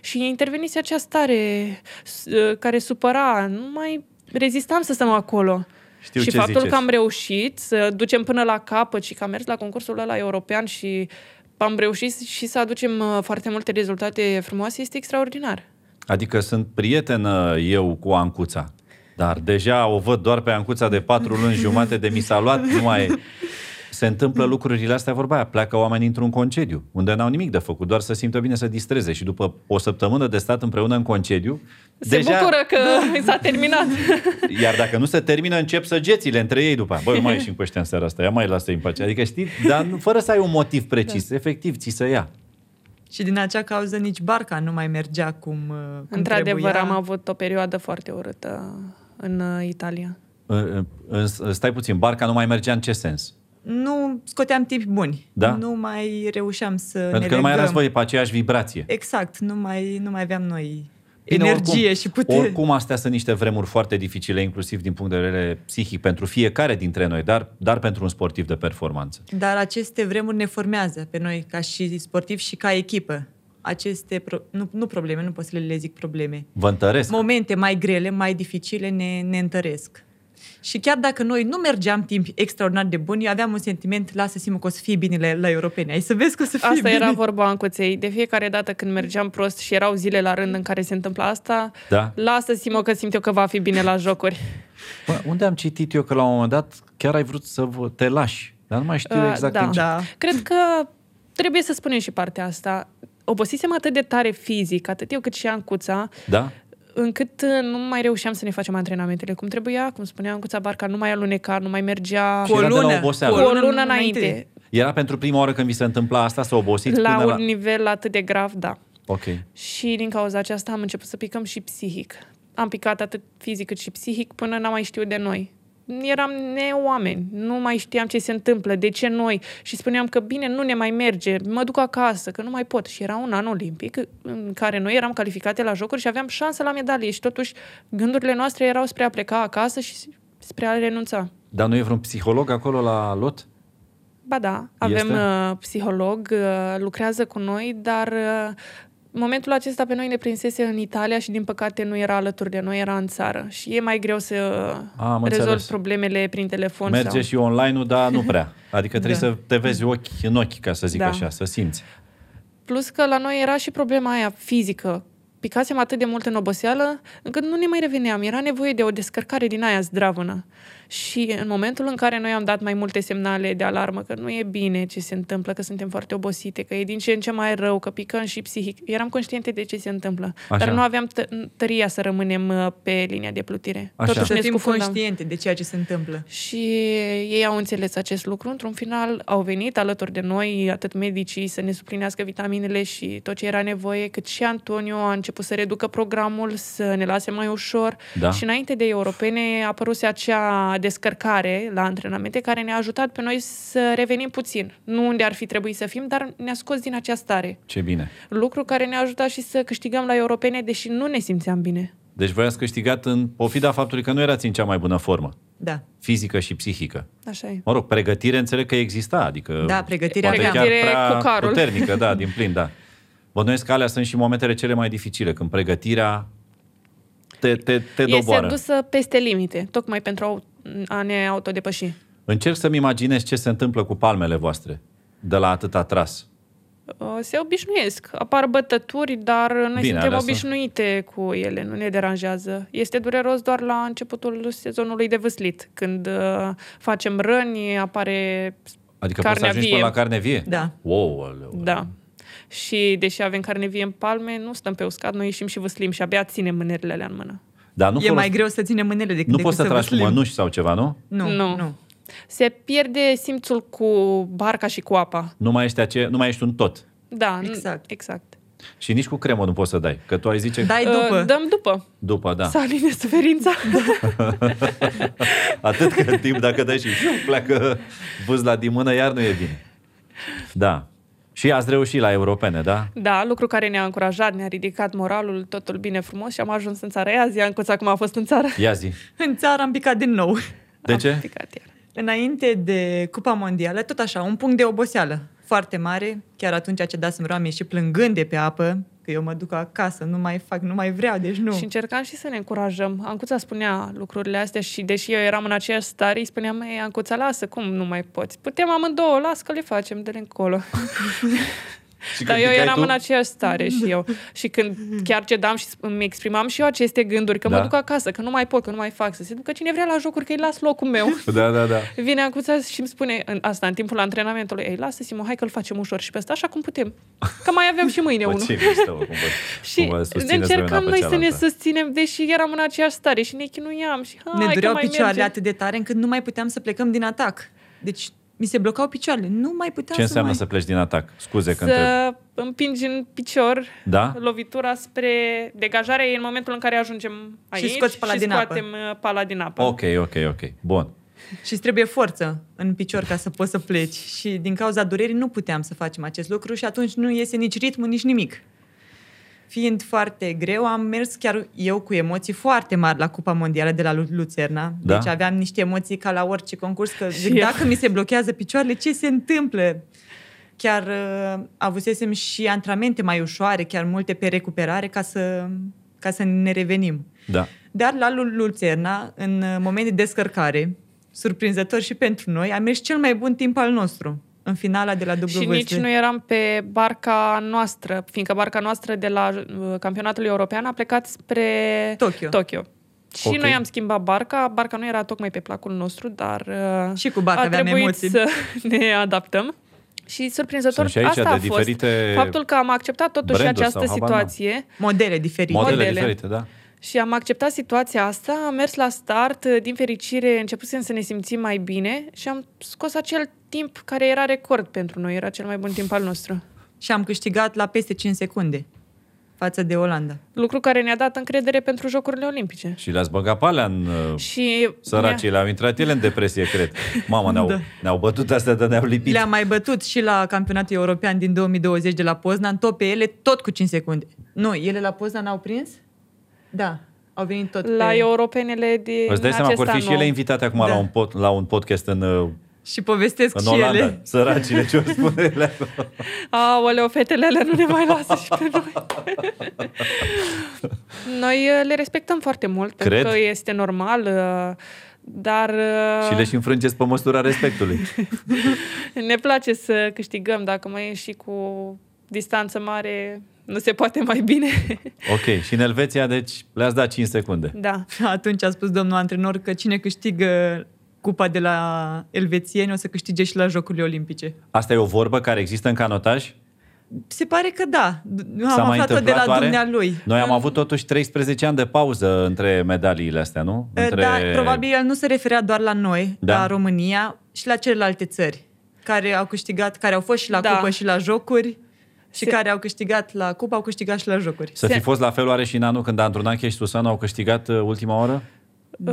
C: și intervenise acea stare s- care supăra, nu mai rezistam să stăm acolo.
A: Știu
C: și
A: ce
C: faptul
A: ziceți.
C: că am reușit să ducem până la capăt și că am mers la concursul ăla european și am reușit și să aducem uh, foarte multe rezultate frumoase, este extraordinar.
A: Adică sunt prietenă eu cu Ancuța. Dar deja o văd doar pe Ancuța de patru luni jumate de mi s-a luat, nu mai e. Se întâmplă lucrurile astea, vorba aia, pleacă oamenii într-un concediu, unde n-au nimic de făcut, doar să simtă bine să distreze și după o săptămână de stat împreună în concediu,
C: Se
A: deja,
C: bucură că
A: Da.
C: s-a terminat.
A: iar dacă nu se termină, încep săgețile între ei după aia. Băi, nu mai ieșim cu ăștia în seara asta, ia mai lasă-i în pace. Adică știi, dar nu- fără să ai un motiv precis, da. efectiv, ți se ia.
B: Și din acea cauză nici barca nu mai mergea cum, uh, cum
C: Într-adevăr,
B: trebuia.
C: am avut o perioadă foarte urâtă în uh, Italia.
A: În- în- Stai puțin, barca nu mai mergea în ce sens?
B: Nu scoteam tipi buni.
A: Da.
B: Nu mai reușeam să ne
A: Pentru că nu mai
B: legăm.
A: erați voi pe aceeași vibrație.
B: Exact, nu mai, nu mai aveam noi energie
A: oricum,
B: și putere.
A: Oricum, astea sunt niște vremuri foarte dificile, inclusiv din punct de vedere psihic, pentru fiecare dintre noi, dar, dar pentru un sportiv de performanță.
B: Dar aceste vremuri ne formează pe noi ca și sportivi și ca echipă. Aceste, pro- nu, nu probleme, nu pot să le zic probleme.
A: Vă întăresc.
B: Momente mai grele, mai dificile ne, ne întăresc. Și chiar dacă noi nu mergeam timp extraordinar de bun, eu aveam un sentiment, lasă Simu că o să fie bine la, la europene. Ai să vezi că o să fie
C: Asta
B: bine.
C: era vorba ancuței. De fiecare dată când mergeam prost și erau zile la rând în care se întâmpla asta,
A: Da.
C: lasă Simo că simt eu că va fi bine la jocuri.
A: Bă, unde am citit eu că la un moment dat chiar ai vrut să vă, te lași? Dar nu mai știu
C: Uh,
A: exact
C: da.
A: în ce.
B: Da.
C: Cred că trebuie să spunem și partea asta. Obosisem atât de tare fizic, atât eu cât și Ancuța,
A: Da?
C: încât uh, nu mai reușeam să ne facem antrenamentele cum trebuia, cum spunea Ancuța Barca, nu mai aluneca, nu mai mergea
A: Cu
C: cu
A: o era de la oboseală.
C: o lună înainte.
A: Era pentru prima oară când vi se întâmpla asta să obosiți
C: La
A: până
C: un nivel atât de grav, da.
A: Ok.
C: Și din cauza aceasta am început să picăm și psihic. Am picat atât fizic cât și psihic până n-am mai știut de noi. Eram neoameni, nu mai știam ce se întâmplă, de ce noi. Și spuneam că bine, nu ne mai merge, mă duc acasă, că nu mai pot. Și era un an olimpic în care noi eram calificate la jocuri și aveam șansă la medalie. Și totuși gândurile noastre erau spre a pleca acasă și spre a renunța.
A: Dar nu e vreun psiholog acolo la lot?
C: Ba da,
A: Este?
C: avem uh, psiholog, uh, lucrează cu noi, dar uh, momentul acesta pe noi ne prinsese în Italia și din păcate nu era alături de noi, era în țară. Și e mai greu să
A: am
C: rezolvi
A: înțeles.
C: problemele prin telefon.
A: Merge
C: sau...
A: și online-ul, dar nu prea. Adică trebuie
B: Da.
A: să te vezi ochi în ochi, ca să zic
C: Da.
A: așa, să simți.
C: Plus că la noi era și problema aia fizică. Picasem atât de mult în oboseală, încât nu ne mai reveneam. Era nevoie de o descărcare din aia zdravână. Și în momentul în care noi am dat mai multe semnale de alarmă, că nu e bine ce se întâmplă, că suntem foarte obosite, că e din ce în ce mai rău, că picăm și psihic, eram conștiente de ce se întâmplă.
A: Așa.
C: Dar nu aveam tă- tăria să rămânem uh, pe linia de plutire.
A: Așa.
C: Totuși
B: Să
C: ne
B: fim
C: scufundam.
B: conștiente de ceea ce se întâmplă.
C: Și ei au înțeles acest lucru. Într-un final au venit alături de noi, atât medicii, să ne suplinească vitaminele și tot ce era nevoie, cât și Antonio a început să reducă programul, să ne lase mai ușor.
A: Da.
C: Și înainte de europene a apăruse acea descărcare la antrenamente care ne-a ajutat pe noi să revenim puțin. Nu unde ar fi trebuit să fim, dar ne-a scos din acea stare.
A: Ce bine.
C: Lucru care ne-a ajutat și să câștigăm la europene, deși nu ne simțeam bine.
A: Deci voi ați câștigat în pofida faptului că nu erați în cea mai bună formă,
B: Da.
A: fizică și psihică.
C: Așa e.
A: Mă rog, pregătire înțeleg că exista, adică...
B: Da, pregătirea
A: poate
B: aveam.
A: chiar
C: Pregătire
A: prea
C: cu carul.
A: puternică, da, din plin, da. Bănuiesc că alea sunt și momentele cele mai dificile, când pregătirea te, te, te
C: Este
A: doboară.
C: dusă peste limite, tocmai pentru a a ne autodepăși.
A: Încerc să-mi imaginez ce se întâmplă cu palmele voastre de la atâta tras.
C: Uh, Se obișnuiesc, apar bătături, dar noi
A: Bine,
C: Bine,
A: alea
C: suntem
A: sunt-
C: obișnuite cu ele, nu ne deranjează. Este dureros doar la începutul sezonului de vâslit, când uh, facem răni, apare
A: Adică poți să
C: carnea
A: ajungi
C: vie.
A: până la carne vie?
B: Da.
A: Wow, aleu.
C: Da. Și deși avem carne vie în palme, nu stăm pe uscat, noi ieșim și vâslim și abia ținem mânerile alea în mână.
A: Dar nu,
B: e
A: folos-
B: mai greu să ținem mâinile decât,
A: nu
B: decât
A: poți să tragi cu
B: vâslim.
A: mănuși sau ceva, nu?
B: Nu, nu.
C: Nu.
B: nu.
C: Se pierde simțul cu barca și cu apa.
A: Nu mai ești, ace- nu mai ești un tot.
C: Da, n-
B: Exact.
C: exact.
A: Și nici cu cremă nu poți să dai, că tu ai zice
B: Dai după.
C: Uh, Dăm după.
A: după, da.
C: Să aline suferința.
A: Atât că în timp, dacă dai și fiu, pleacă vâzla din mână, iar nu e bine. Da. Și ați reușit la europene, da?
C: Da, lucru care ne-a încurajat, ne-a ridicat moralul, totul bine frumos și am ajuns în țară. Ia zi, Ancuța, acum a fost în țară.
A: Ia zi.
B: În țară am picat din nou.
A: De
C: Am
A: ce?
C: picat iar.
B: Înainte de Cupa Mondială, tot așa, un punct de oboseală foarte mare. Chiar atunci ce dasem roam și plângând de pe apă, că eu mă duc acasă, nu mai fac, nu mai vreau, deci nu.
C: Și încercam și să ne încurajăm. Ancuța spunea lucrurile astea și deși eu eram în aceeași stare, îi spuneam, ei, Ancuța, lasă, cum nu mai poți? Putem amândouă, las că le facem de încolo.
A: Și
C: Dar
A: când
C: eu
A: picai
C: eram
A: tu?
C: în aceeași stare și eu. Și când chiar cedam și îmi exprimam și eu aceste gânduri, că
A: Da.
C: mă duc acasă, că nu mai pot, că nu mai fac, să se ducă cine vrea la jocuri, că îi las locul meu.
A: Da, da, da.
C: Vine Ancuța și îmi spune în, asta în timpul antrenamentului. Ei, lasă, Simo, hai că-l facem ușor și pe ăsta, așa cum putem. Că mai avem și mâine
A: Bă,
C: unul.
A: ce mișto, cum vă, cum
C: Și
A: vă susțineți
C: ne
A: lumea
C: încercam
A: pe
C: noi să ne
A: cealaltă.
C: susținem, deși eram în aceeași stare și ne chinuiam. Și, hai,
B: ne
C: că
B: dureau
C: mai
B: picioarele
C: merge.
B: atât de tare încât nu mai puteam să plecăm din atac. Deci mi se blocau picioarele, nu mai puteam
A: Ce
B: să
A: înseamnă
B: mai...
A: să pleci din atac? Scuze că întreb.
C: Să împingi în picior
A: Da?
C: lovitura spre degajare e în momentul în care ajungem aici
B: scoți pala
C: și
B: din apă.
C: scoatem apă. pala din apă.
A: Ok, ok, ok. Bun.
B: Și îți trebuie forță în picior ca să poți să pleci. Și din cauza durerii nu puteam să facem acest lucru și atunci nu iese nici ritmul, nici nimic. Fiind foarte greu, am mers chiar eu cu emoții foarte mari la Cupa Mondială de la Lu- Lucerna.
A: Da.
B: Deci aveam niște emoții ca la orice concurs, că
C: Și
B: zic,
C: eu.
B: dacă mi se blochează picioarele, ce se întâmplă? Chiar uh, avusesem și antrenamente mai ușoare, chiar multe pe recuperare, ca să, ca să ne revenim.
A: Da.
B: Dar la Lu- Lucerna, în uh, moment de descărcare, surprinzător și pentru noi, a mers cel mai bun timp al nostru în finala de la WSL.
C: Și nici nu eram pe barca noastră, fiindcă barca noastră de la uh, campionatul european a plecat spre
B: Tokyo.
C: Tokyo. Și
A: Ok.
C: okay. noi am schimbat barca, barca nu era tocmai pe placul nostru, dar uh,
B: Și cu barca
C: a
B: aveam
C: trebuit
B: emoții.
C: să ne adaptăm. Și surprinzător
A: Sunt și aici
C: asta
A: de
C: a fost
A: diferite
C: faptul că am acceptat totuși
A: branduri
C: această
A: sau habar n-am.
C: situație.
B: Modele diferite.
A: Modele,
C: Modele.
A: diferite, da.
C: Și am acceptat situația asta, am mers la start, din fericire începusem să ne simțim mai bine și am scos acel timp care era record pentru noi, era cel mai bun timp al nostru.
B: Și am câștigat la peste 5 secunde față de Olanda.
C: Lucru care ne-a dat încredere pentru Jocurile Olimpice.
A: Și le-ați băgat pe alea în... uh,
C: Și
A: Săracii,
C: ne-a-
A: le-au intrat ele în depresie, cred. Mama, ne-au,
B: Da.
A: ne-au bătut astea, dar ne-au lipit.
B: Le-am mai bătut și la campionatul european din 2020 de la Poznan, tot pe ele, tot cu 5 secunde. Nu, ele la Poznan au prins? Da, au venit tot
C: la
B: pe...
C: europenele din
A: Îți dai seama că
C: acest
A: vor fi
C: an
A: și
C: nou.
A: ele invitate acum la,
B: Da.
A: un pod, la un podcast în, uh,
B: Și povestesc
A: în
B: și
A: Olanda.
B: ele.
A: Săracile, ce o spune ele?
C: Aoleu, fetele alea nu ne mai lasă și pe noi. noi uh, le respectăm foarte mult,
A: Cred.
C: pentru că este normal, uh, dar...
B: Ah.
C: uh,
A: și le și înfrângeți pe măsura respectului.
C: Ne place să câștigăm, dacă mai e și cu distanță mare, nu se poate mai bine.
A: Ok, și în Elveția, deci, le-ați dat 5 secunde.
C: da.
B: Atunci a spus domnul antrenor că cine câștigă cupa de la elvețieni o să câștige și la Jocurile Olimpice.
A: Asta e o vorbă care există în canotaj?
B: Se pare că da. D-
A: S-a
B: Am
A: mai
B: aflat-o de la
A: întâmplat oare?
B: dumnealui.
A: Noi am avut totuși 13 ani de pauză între medaliile astea, nu? Între...
B: Da, probabil el nu se referea doar la noi,
A: Da.
B: da. la România și la celelalte țări care au câștigat, care au fost și la
C: Da.
B: cupă și la jocuri și
C: Se-
B: care au câștigat la cupă, au câștigat și la jocuri.
A: Să fi
C: Se-
A: fost la fel oare și în anul când Andrunache și Susana au câștigat uh, ultima oră?
C: Uh,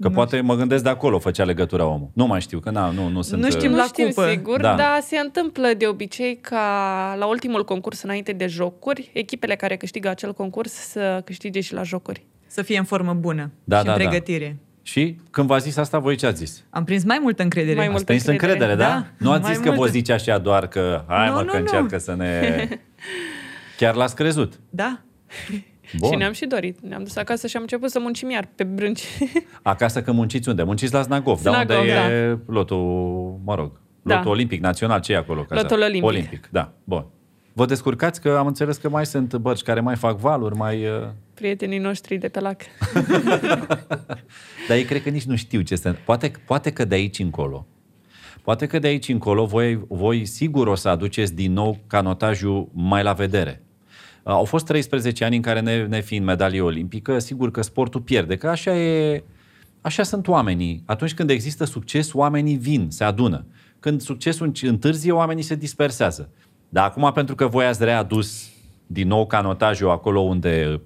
A: Că poate mă gândesc de acolo făcea legătura omul. Nu mai știu, că na, nu, nu sunt...
B: Nu
A: uh,
B: știm
C: nu
B: la
C: știm
B: cupă.
C: sigur,
A: Da.
C: da. dar se întâmplă de obicei ca la ultimul concurs înainte de jocuri, echipele care câștigă acel concurs să câștige și la jocuri.
B: Să fie în formă bună
A: Da,
B: și
A: da,
B: în
A: da.
B: pregătire.
A: Și când v-a zis asta, voi ce ați zis?
B: Am prins mai multă încredere.
C: Mai
A: Mai Asta
C: multă
A: este încredere, da?
B: încredere.
A: da? Nu
B: Da,
A: ați
B: mai
A: zis că vă
B: multă.
A: zice așa doar că hai
B: Nu,
A: mă
B: nu,
A: că
B: nu.
A: încearcă să ne... Chiar l-ați crezut.
B: Da.
A: Bun.
C: Și ne-am și dorit. Ne-am dus acasă și am început să muncim iar pe brânci.
A: Acasă că munciți unde? Munciți la Znagov, da?
C: Znagov,
A: Unde e lotul, mă rog,
C: Da.
A: lotul olimpic național, ce e acolo? Caza?
C: Lotul olimpic.
A: Olimpic, da. Bun. Vă descurcați că am înțeles că mai sunt bărci care mai fac valuri, mai... uh,
C: Prietenii noștri de pe lac.
A: Dar ei cred că nici nu știu ce este. Poate, poate că de aici încolo. Poate că de aici încolo voi, voi sigur o să aduceți din nou canotajul mai la vedere. Uh, Au fost 13 ani în care ne, ne fiind medalie olimpică, sigur că sportul pierde, că așa e, așa sunt oamenii. Atunci când există succes, oamenii vin, se adună. Când succesul înci- întârzie, oamenii se dispersează. Dar acum, pentru că voi ați readus din nou canotajul acolo unde e,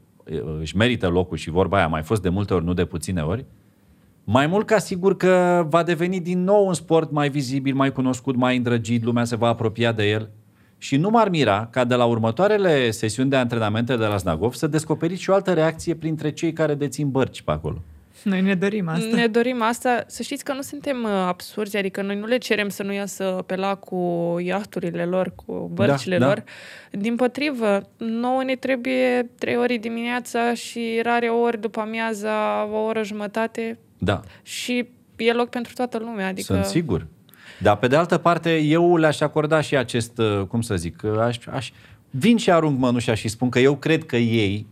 A: își merită locul și vorba aia a mai fost de multe ori, nu de puține ori, mai mult ca sigur că va deveni din nou un sport mai vizibil, mai cunoscut, mai îndrăgit, lumea se va apropia de el. Și nu m-ar mira ca de la următoarele sesiuni de antrenamente de la Znagov să descoperiți și o altă reacție printre cei care dețin bărci pe acolo.
B: Noi ne dorim asta.
C: Ne dorim asta. Să știți că nu suntem uh, absurzi, adică noi nu le cerem să nu iasă pe lac cu iahturile lor, cu bărcile
A: Da, da.
C: lor. Din potrivă, nouă ne trebuie trei ori dimineața și rare ori după amiaza, o oră jumătate
A: Da,
C: și e loc pentru toată lumea. Adică
A: sunt sigur. Dar pe de altă parte, eu le-aș acorda și acest, uh, cum să zic, uh, aș, aș, vin și arunc mănușa și spun că eu cred că ei,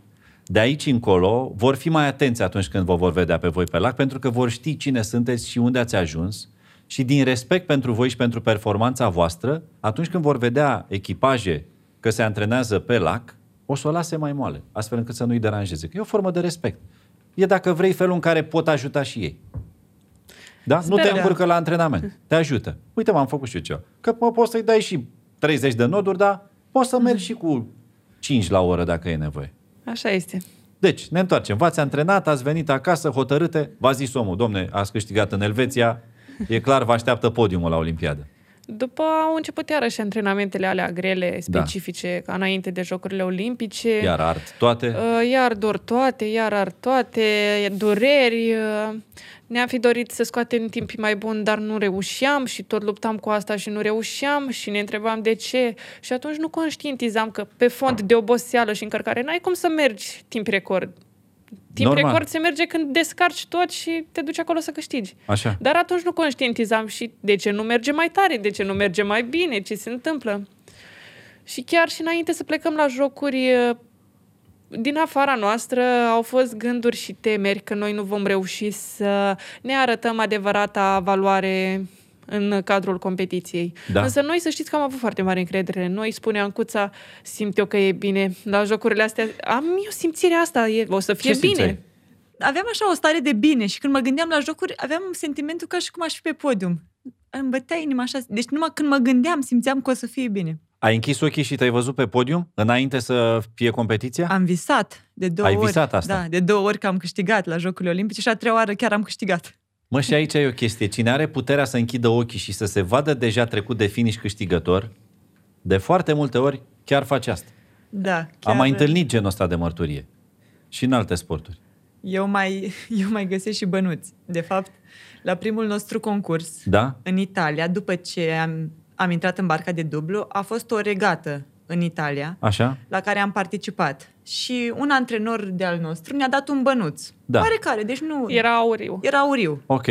A: de aici încolo, vor fi mai atenți atunci când vă vor vedea pe voi pe lac, pentru că vor ști cine sunteți și unde ați ajuns și din respect pentru voi și pentru performanța voastră, atunci când vor vedea echipaje că se antrenează pe lac, o să o lase mai moale, astfel încât să nu-i deranjeze. Că e o formă de respect. E dacă vrei felul în care pot ajuta și ei. Da? Nu te
C: Sperăm.
A: încurcă la antrenament. Te ajută. Uite, m-am făcut și eu ceva. Că mă, poți să-i dai și 30 de noduri, dar poți să mergi și cu 5 la oră dacă e nevoie.
C: Așa este.
A: Deci, ne întoarcem. V-ați antrenat, ați venit acasă, hotărâte. V-a zis omul, domne, ați câștigat în Elveția. E clar, vă așteaptă podiumul la Olimpiadă.
C: După au început iarăși antrenamentele alea grele, specifice, da. ca înainte de Jocurile Olimpice.
A: Iar art toate.
C: Uh, Iar dor toate, iar ar toate, dureri. uh, Ne-am fi dorit să scoatem timp mai bun, dar nu reușeam și tot luptam cu asta și nu reușeam și ne întrebam de ce. Și atunci nu conștientizam că pe fond de oboseală și încărcare n-ai cum să mergi timp record. Timp
A: Normal.
C: record se merge când descarci tot și te duci acolo să câștigi.
A: Așa.
C: Dar atunci nu conștientizam și de ce nu merge mai tare, de ce nu merge mai bine, ce se întâmplă. Și chiar și înainte să plecăm la jocuri, eh, din afara noastră au fost gânduri și temeri că noi nu vom reuși să ne arătăm adevărata valoare în cadrul competiției.
A: Da.
C: Însă noi să știți că am avut foarte mare încredere. în Noi, spune Ancuța, simt eu că e bine. La jocurile astea am eu simțirea asta, e, o să fie
A: Ce
C: bine.
A: simțeai?
B: aveam așa o stare de bine și când mă gândeam la jocuri, aveam sentimentul ca și cum aș fi pe podium. Îmi bătea inima așa. Deci numai când mă gândeam, simțeam că o să fie bine.
A: Ai închis ochii și te-ai văzut pe podium înainte să fie competiția?
B: Am visat de două
A: Da. Ai
B: ori.
A: visat asta?
B: Da, de două ori că am câștigat la Jocurile Olimpice și a treia oară chiar am câștigat.
A: Mă, și aici e o chestie. Cine are puterea să închidă ochii și să se vadă deja trecut de finish câștigător, de foarte multe ori chiar face asta.
B: Da, chiar
A: Chiar Am mai întâlnit genul ăsta de mărturie. Și în alte sporturi.
B: Eu mai, eu mai găsesc și bănuți. De fapt, la primul nostru concurs,
A: Da?
B: în Italia, după ce am, am intrat în barca de dublu, a fost o regată în Italia.
A: Așa?
B: la care am participat. Și un antrenor de-al nostru ne-a dat un bănuț.
A: Da.
B: Oarecare, deci nu...
C: Era auriu.
B: Era auriu.
A: Ok.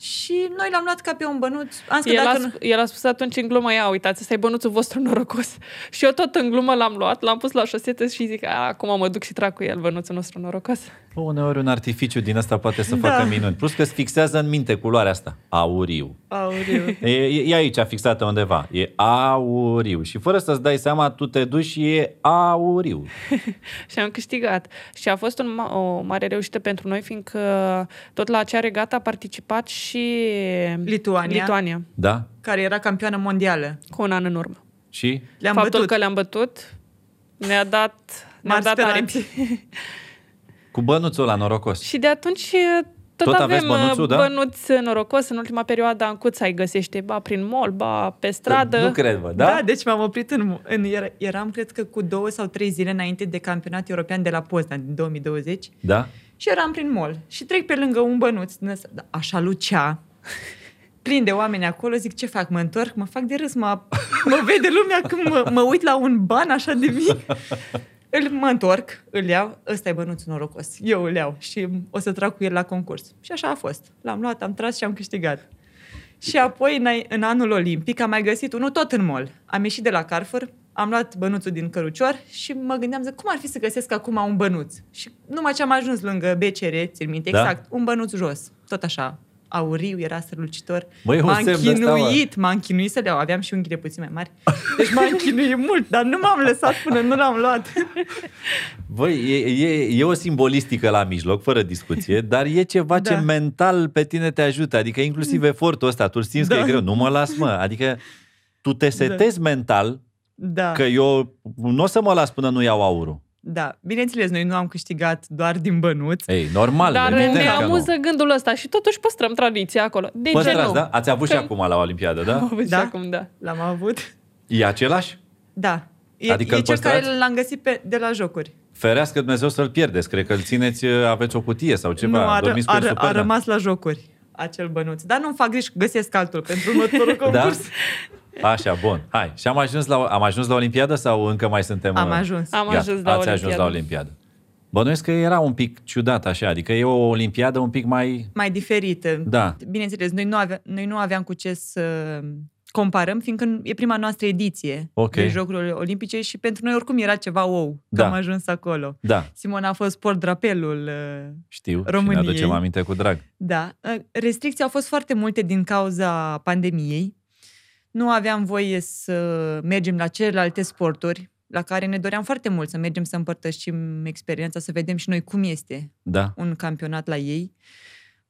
B: Și noi l-am luat ca pe un bănuț. Am zis că
C: El a,
B: dacă
C: sp-
B: nu...
C: el a spus atunci în glumă, ia uitați, ăsta e bănuțul vostru norocos. Și eu tot în glumă l-am luat, l-am pus la șosetă și zic, "A, acum mă duc și trag cu el bănuțul nostru norocos.
A: Bă, Uneori un artificiu din asta poate să
B: Da.
A: facă minuni. Plus că îți fixează în minte culoarea asta. Auriu.
B: Auriu.
A: E, e e aici fixată undeva. E auriu. Și fără să-ți dai seama, tu te duci și e auriu.
C: și am câștigat. Și a fost un, ma- o mare reușită pentru noi, fiindcă tot la acea regată a participat și
B: Lituania.
C: Lituania
A: Da?
B: care era campioană mondială.
C: cu un an în urmă.
A: Și?
B: Le-am
C: Faptul
B: bătut.
C: că le-am bătut ne-a dat, ne-a
B: Mari
C: dat aripi.
B: speranțe.
A: Cu bănuțul la norocos.
C: Și de atunci tot,
A: Tot aveți
C: avem
A: bănuțul,
C: bănuțul,
A: da?
C: bănuț norocos. În ultima perioadă Ancuța îi găsește ba prin mall, ba pe stradă.
A: Nu cred, bă, da?
B: Da? da, deci m-am oprit în... în era- eram, cred că, cu două sau trei zile înainte de campionatul european de la Poznan din 2020
A: Da?
B: și eram prin mall și trec pe lângă un bănuț din ăsta, da, așa lucea, plin de oameni acolo, zic ce fac, mă întorc, mă fac de râs, mă, mă vede lumea când mă, mă uit la un ban așa de mic. Îl, mă întorc, îl iau, ăsta e bănuțul norocos, eu îl iau și o să trag cu el la concurs. Și așa a fost. L-am luat, am tras și am câștigat. Și apoi, în, ai- în anul olimpic, am mai găsit unul tot în mall. Am ieșit de la Carrefour, am luat bănuțul din cărucior și mă gândeam, zic, cum ar fi să găsesc acum un bănuț? Și numai ce am ajuns lângă BCR, țin minte,
A: Da?
B: exact, un bănuț jos, tot așa, auriu, era strălucitor.
A: Băi, e un
B: m-am
A: semn de asta, mă.
B: chinuit, m-am chinuit să le iau, aveam și unghiile puțin mai mari. Deci m-am chinuit mult, dar nu m-am lăsat până nu l-am luat.
A: Băi, e, e, e o simbolistică la mijloc, fără discuție, dar e ceva da.
B: Da. Mm.
A: ce mental pe tine te ajută. Adică inclusiv efortul ăsta, tu simți da. că
B: Da.
A: e greu, nu mă las, mă. Adică tu te setezi da. mental
B: Da,
A: că eu nu o să mă las până nu iau aurul.
B: da. Bineînțeles, noi nu am câștigat doar din bănuț.
A: Ei, normal,
C: Dar
A: evident
C: ne
A: că nu.
C: amuză gândul ăsta și totuși păstrăm tradiția acolo. De ce
A: Păstrați,
C: nu?
A: da? Ați avut și
C: Că-
A: acum la Olimpiadă, da?
C: Am avut și
B: Da?
C: acum, da.
B: L-am avut.
A: E același?
B: Da. E,
A: Adică
B: e
A: îl
B: cel care
A: păstrați?
B: l-am găsit pe, de la jocuri.
A: Ferească Dumnezeu să-l pierdeți. Cred că îl țineți, aveți o cutie sau ceva.
B: nu, a, ră-
A: Dormiți cu
B: a,
A: el
B: ră-
A: sub
B: a
A: pernă.
B: rămas la jocuri acel bănuț. Dar nu-mi fac griji, găsesc altul pentru următorul
A: Da?
B: concurs.
A: Așa, bun. Hai. Și am ajuns la, am ajuns la Olimpiadă sau încă mai suntem?
B: Am
A: uh,
B: ajuns.
C: Am
A: Gata,
C: ajuns la
A: ați ajuns la
C: Olimpiadă.
A: Olimpiadă. Bănuiesc că era un pic ciudat așa, adică e o Olimpiadă un pic mai...
B: Mai diferită.
A: Da.
B: Bineînțeles, noi nu, ave- noi nu aveam cu ce să comparăm, fiindcă e prima noastră ediție
A: Ok.
B: de Jocurile Olimpice și pentru noi oricum era ceva wow că
A: Da.
B: am ajuns acolo.
A: Da,
B: Simona a fost portrapelul uh,
A: știu
B: României.
A: și ne aducem aminte cu drag.
B: Da. Restricții au fost foarte multe din cauza pandemiei. Nu aveam voie să mergem la celelalte sporturi, la care ne doream foarte mult să mergem să împărtășim experiența, să vedem și noi cum este
A: Da,
B: un campionat la ei.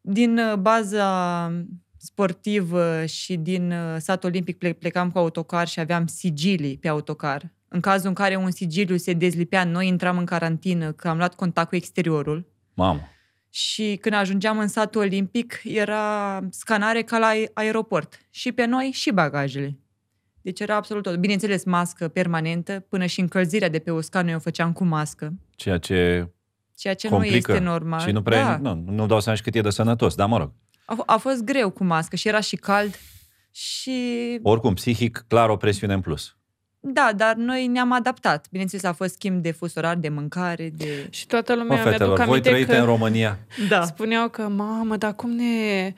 B: Din uh, ă, baza sportiv uh, și din uh, satul olimpic ple- plecam cu autocar și aveam sigilii pe autocar. În cazul în care un sigiliu se dezlipea, noi intram în carantină, că am luat contact cu exteriorul.
A: Mamă.
B: Și când ajungeam în satul olimpic, era scanare ca la aer- aeroport. Și pe noi, și bagajele. Deci era absolut tot. Bineînțeles, mască permanentă, până și încălzirea de pe uscat noi o făceam cu mască.
A: Ceea ce
B: Ceea ce
A: complică.
B: nu este normal.
A: Și nu prea,
B: da.
A: nu, nu dau seama și cât e de sănătos, dar mă rog.
B: A, f- a fost greu cu mască și era și cald. Și
A: Oricum, psihic, clar o presiune în plus.
B: da, dar noi ne-am adaptat. Bineînțeles, a fost schimb de fus orar, de mâncare, de...
C: Și toată lumea
A: Mă,
C: mi-aduc
A: fetelor, voi
C: aminte
A: trăite
C: că...
A: în România.
B: Da.
C: Spuneau că, mamă, dar cum ne...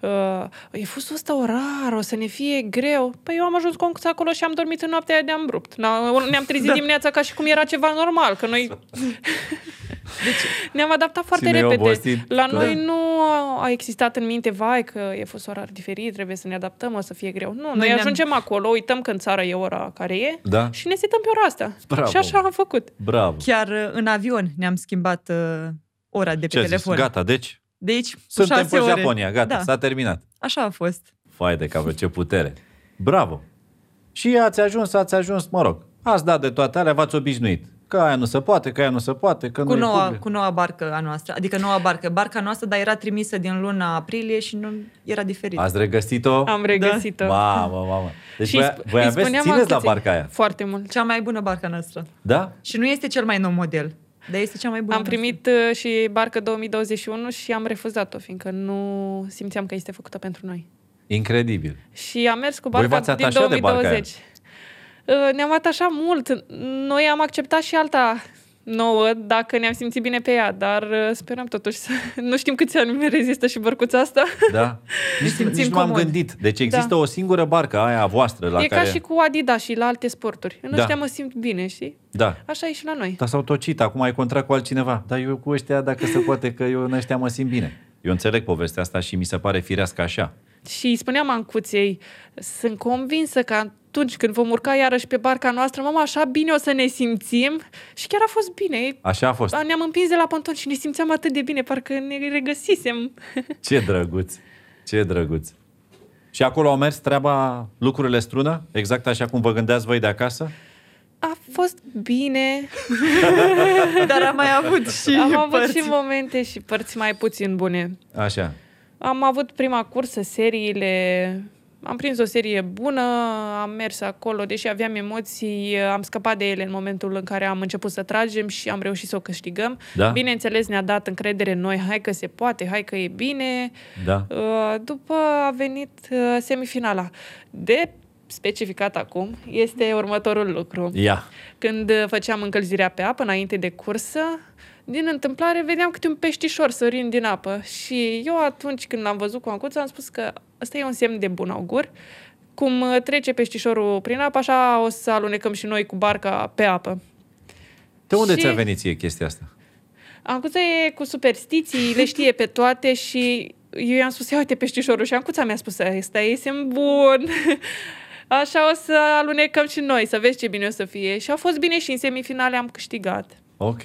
C: Uh, e fost ăsta orar, o să ne fie greu. Păi eu am ajuns cu ancuța acolo și am dormit în noaptea aia de ambrupt. Na- Ne-am trezit da. dimineața ca și cum era ceva normal, că noi ne-am adaptat foarte
A: Cine e
C: repede.
A: obosit,
C: La
A: da.
C: noi nu a existat în minte, vai, că e fost orar diferit, trebuie să ne adaptăm, o să fie greu. Nu, noi, noi
B: ne-am-
C: ajungem acolo, uităm că în țară e ora care e
A: Da.
C: și ne setăm pe ora asta.
A: Bravo.
C: Și așa am făcut.
A: Bravo.
B: Chiar uh, în avion ne-am schimbat uh, ora de pe
A: Ce a zis?
B: telefon.
A: Gata, deci
B: De aici, cu
A: suntem
B: șase
A: pe
B: ore.
A: Japonia, gata,
B: Da.
A: s-a terminat.
B: Așa a fost.
A: Fai de capă, ce putere. Bravo. Și ați ajuns, ați ajuns, mă rog, ați dat de toate alea, v-ați obișnuit. Că aia nu se poate, că aia nu se poate, că
B: Cu
A: nu
B: noua, cu noua barcă a noastră. Adică noua barcă. Barca noastră, dar era trimisă din luna aprilie și nu era diferit.
A: Ați regăsit-o?
C: Am regăsit-o.
A: Mamă, mamă. Deci și voi,
C: sp-
A: voi
C: îi
A: aveți,
C: spuneam
A: țineți la
C: acuzei.
A: barca aia,
C: Foarte mult.
B: Cea mai bună barca noastră.
A: da?
B: Și nu este cel mai nou model, dar este cea mai bună.
C: Am primit uh, și barcă 2021 și am refuzat-o, fiindcă nu simțeam că este făcută pentru noi.
A: Incredibil.
C: Și am mers cu
A: Voi
C: barca
A: v-ați
C: din
A: atașat de
C: 2020.
A: barca aia?
C: Uh, Ne-am atașat mult. Noi am acceptat și alta nouă, dacă ne-am simțit bine pe ea, dar uh, sperăm totuși să... Nu știm câți ani rezistă și bărcuța asta.
A: Da? Nici,
B: simțim
A: nici nu m-am
B: comod.
A: gândit. Deci există o singură barcă, aia a voastră, la
C: Da. e
A: care...
C: ca și cu Adidas și la alte sporturi. În
A: Da.
C: ăștia mă simt bine, știi?
A: Da.
C: Așa e și la noi.
A: Dar s-au tocit, acum ai contract cu altcineva. Dar eu cu ăștia, dacă se poate, că eu în ăștia mă simt bine. Eu înțeleg povestea asta și mi se pare firească așa.
C: Și îi spuneam ancuței, sunt convinsă că atunci când vom urca iarăși pe barca noastră, mama, așa bine o să ne simțim. Și chiar a fost bine.
A: Așa a fost.
C: Ne-am împins de la ponton și ne simțeam atât de bine, parcă ne regăsisem.
A: Ce drăguț! Ce drăguț! Și acolo au mers treaba, lucrurile strună, exact așa cum vă gândeați voi de acasă?
C: A fost bine,
B: Dar am mai avut și
C: am avut
B: părți.
C: și momente și părți mai puțin bune.
A: Așa.
C: Am avut prima cursă, seriile, am prins o serie bună, am mers acolo, deși aveam emoții, am scăpat de ele în momentul în care am început să tragem și am reușit să o câștigăm.
A: Da.
C: Bineînțeles, ne-a dat încredere în noi, hai că se poate, hai că e bine.
A: Da.
C: Uh, După a venit uh, semifinala. De specificat acum este următorul lucru.
A: Ia.
C: Când uh, făceam încălzirea pe apă înainte de cursă, din întâmplare vedeam câte un peștișor sărind din apă și eu atunci când l-am văzut cu ancuța am spus că ăsta e un semn de bun augur. Cum uh, trece peștișorul prin apă, așa o să alunecăm și noi cu barca pe apă.
A: De unde
C: Și-
A: ți-a venit ție chestia asta?
C: Ancuța e cu superstiții, le știe pe toate și eu i-am spus, ia uite peștișorul și Ancuța mi-a spus, ăsta e semn bun. Așa o să alunecăm și noi, să vezi ce bine o să fie. Și a fost bine și în semifinale am câștigat.
A: Ok.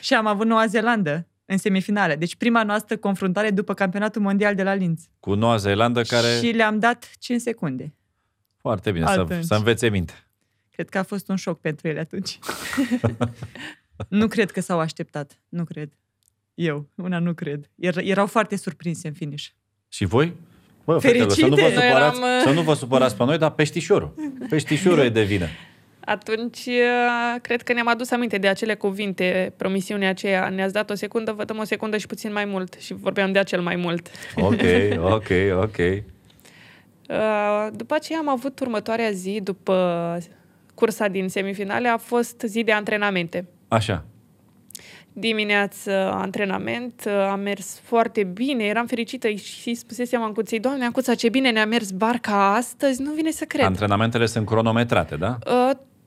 B: Și am avut Noua Zeelandă în semifinale. Deci prima noastră confruntare după campionatul mondial de la Linz.
A: Cu Noua Zeelandă care...
B: Și le-am dat 5 secunde.
A: Foarte bine, să,
B: Atunci.
A: să învețe minte.
B: Cred că a fost un șoc pentru ele atunci. nu cred că s-au așteptat. Nu cred. Eu, una nu cred. Er- erau foarte surprinse în finish.
A: Și voi? Bă,
B: Fericite!
A: fetelor, să nu, vă supărați,
C: Noi eram, uh,
A: să nu vă supărați pe noi, dar peștișorul. Peștișorul e de vină.
C: Atunci, eh, cred că ne-am adus aminte de acele cuvinte, promisiunea aceea. Ne-ați dat o secundă, vă dăm o secundă și puțin mai mult. Și vorbeam de acel mai mult.
A: Ok, ok, ok.
C: Uh, După aceea am avut următoarea zi, după cursa din semifinale, a fost zi de antrenamente.
A: Așa.
C: Dimineață antrenament, uh, a mers foarte bine, eram fericită și spusesem Ancuței, Doamne, Ancuța, ce bine ne-a mers barca astăzi, nu vine să cred. Ant-
A: Antrenamentele sunt cronometrate, da?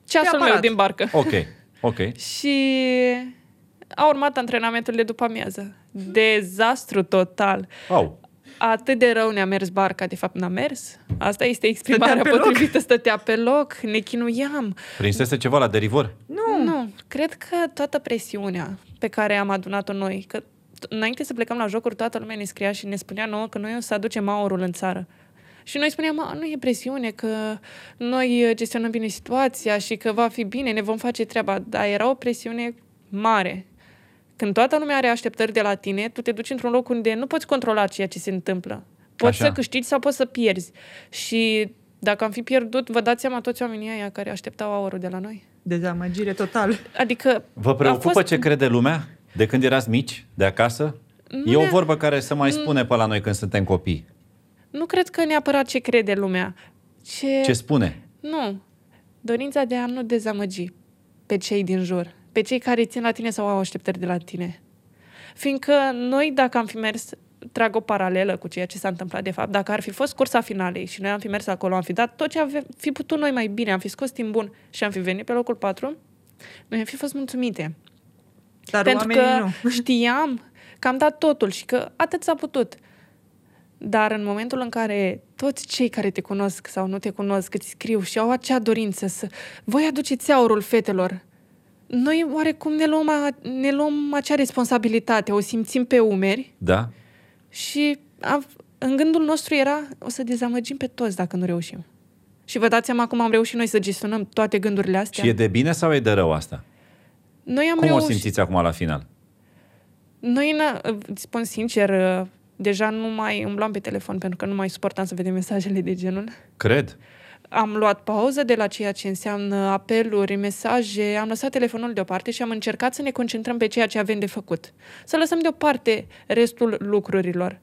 C: ceasul
B: Neapărat.
C: meu din barcă.
A: Ok, ok.
C: Și a urmat antrenamentul de după amiază. Dezastru total.
A: Au.
C: Atât de rău ne-a mers barca, de fapt n-a mers. Asta este exprimarea
B: Stătea pe loc.
C: potrivită, stătea pe loc, ne chinuiam.
A: Prinsese ceva la derivor?
C: Nu. nu, cred că toată presiunea pe care am adunat-o noi, că t- înainte să plecăm la jocuri, toată lumea ne scria și ne spunea nouă că noi o să aducem aurul în țară. Și noi spuneam, "A, nu e presiune, că noi uh, gestionăm bine situația și că va fi bine, ne vom face treaba. Dar era o presiune mare. Când toată lumea are așteptări de la tine, tu te duci într-un loc unde nu poți controla ceea ce se întâmplă. Poți
A: Așa.
C: să câștigi sau poți să pierzi. Și dacă am fi pierdut, vă dați seama toți oamenii aia care așteptau aurul de la noi.
B: Dezamăgire total.
C: Adică
A: Vă preocupă
C: a
A: fost...
C: fost
A: ce crede lumea de când erați mici, de acasă?
C: Nu Mm.
A: e o
C: ne-
A: vorbă care se mai spune pe la noi când suntem copii.
C: Nu cred că neapărat ce crede lumea. Ce...
A: Ce spune?
C: Nu. Dorința de a nu dezamăgi pe cei din jur, pe cei care țin la tine sau au așteptări de la tine. Fiindcă noi, dacă am fi mers, trag o paralelă cu ceea ce s-a întâmplat de fapt, dacă ar fi fost cursa finalei și noi am fi mers acolo, am fi dat tot ce am fi putut noi mai bine, am fi scos timp bun și am fi venit pe locul 4, noi am fi fost mulțumite.
B: Dar
C: Pentru
B: oamenii
C: că
B: nu.
C: știam că am dat totul și că atât s-a putut. Dar în momentul în care toți cei care te cunosc sau nu te cunosc îți scriu și au acea dorință să... Voi aduceți aurul fetelor. Noi oarecum ne luăm, a, ne luăm acea responsabilitate, o simțim pe umeri
A: Da?
C: și a, în gândul nostru era o să dezamăgim pe toți dacă nu reușim. Și vă dați seama cum am reușit noi să gestionăm toate gândurile astea?
A: Și e de bine sau e de rău asta?
C: Noi am
A: Cum o
C: reușit.
A: simțiți acum la final?
C: Noi, na- îți spun sincer, uh, deja nu mai umblam pe telefon pentru că nu mai suportam să vedem mesajele de genul.
A: Cred.
C: Am luat pauză de la ceea ce înseamnă apeluri, mesaje, am lăsat telefonul deoparte și am încercat să ne concentrăm pe ceea ce avem de făcut. Să lăsăm deoparte restul lucrurilor.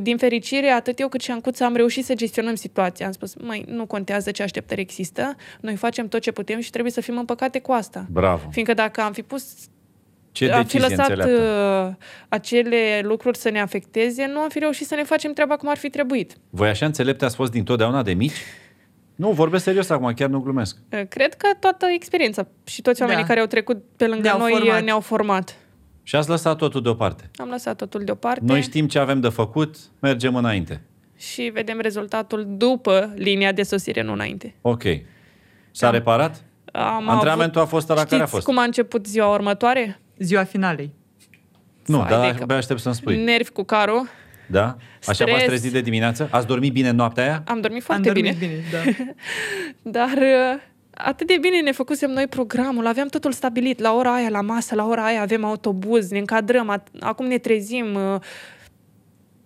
C: Din fericire, atât eu cât și Ancuța am reușit să gestionăm situația. Am spus, mai nu contează ce așteptări există, noi facem tot ce putem și trebuie să fim împăcate cu asta.
A: Bravo.
C: Fiindcă dacă am fi pus
A: Ce
C: am fi
A: decizie
C: lăsat
A: înțeleaptă.
C: uh, acele lucruri să ne afecteze, nu am fi reușit să ne facem treaba cum ar fi trebuit.
A: Voi așa înțelepte ați fost dintotdeauna de mici? Nu, vorbesc serios acum, chiar nu glumesc.
C: Uh, Cred că toată experiența și toți oamenii
B: Da.
C: da. care au trecut pe lângă
B: Ne-au
C: noi
B: format.
C: uh, ne-au format.
A: Și ați lăsat totul deoparte.
C: Am lăsat totul deoparte
A: Noi știm ce avem de făcut, mergem înainte.
C: și vedem rezultatul după linia de sosire, nu înainte.
A: Ok. S-a reparat?
C: Am
A: Antrenamentul a fost ăla
C: Știți
A: care a fost.
C: cum a început ziua următoare?
B: Ziua finalei.
A: Nu,
C: Vai de
A: dar
C: cap.
A: abia aștept să-mi spui.
C: Nervi cu carul.
A: Da? Așa v-ați
C: Stres.
A: trezit de dimineață? Ați dormit bine noaptea aia?
C: Am dormit foarte
B: Am
C: bine.
B: dormit bine. da.
C: Dar uh, atât de bine ne făcusem noi programul, aveam totul stabilit, la ora aia, la masă, la ora aia avem autobuz, ne încadrăm, at- acum ne trezim. uh,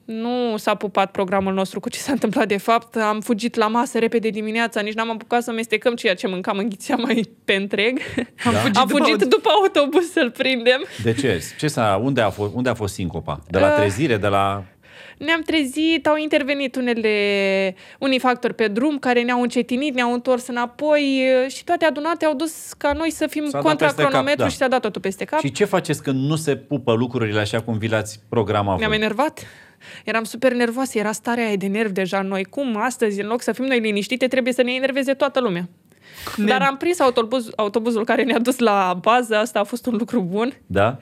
C: Nu s-a pupat programul nostru cu ce s-a întâmplat de fapt. Am fugit la masă repede dimineața, nici n-am apucat să amestecăm ceea ce mâncam, înghițeam mai pe întreg.
B: Am fugit
C: Am
B: după
C: fugit
B: aut-
C: după autobuz să-l prindem.
A: De ce? ce s-a, unde, a fost, unde a fost sincopa? De la
C: Ah.
A: trezire, de la...
C: Ne-am trezit, au intervenit unele, unii factori pe drum care ne-au încetinit, ne-au întors înapoi uh, și toate adunate au dus ca noi să fim
A: S-a dat
C: contra
A: peste cap,
C: cronometru
A: da.
C: și s-a dat totul peste cap.
A: Și ce faceți când nu se pupă lucrurile așa cum vi le-ați programat
C: Ne-am
A: voi?
C: enervat. Eram super nervoasă, era starea aia de nerv deja în noi. Cum astăzi, în loc să fim noi liniștite, trebuie să ne enerveze toată lumea.
B: Ne-
C: Dar am prins autobuz, autobuzul care ne-a dus la bază, asta a fost un lucru bun.
A: Da?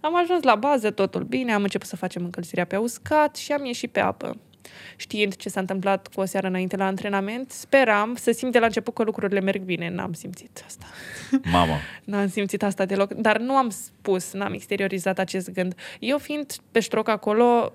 C: Am ajuns la bază, totul bine, am început să facem încălzirea pe uscat și am ieșit pe apă. Știind ce s-a întâmplat cu o seară înainte la antrenament, speram să simt de la început că lucrurile merg bine. N-am simțit asta.
A: Mamă.
C: N-am simțit asta deloc, dar nu am spus, n-am exteriorizat acest gând. Eu fiind pe ștroc acolo,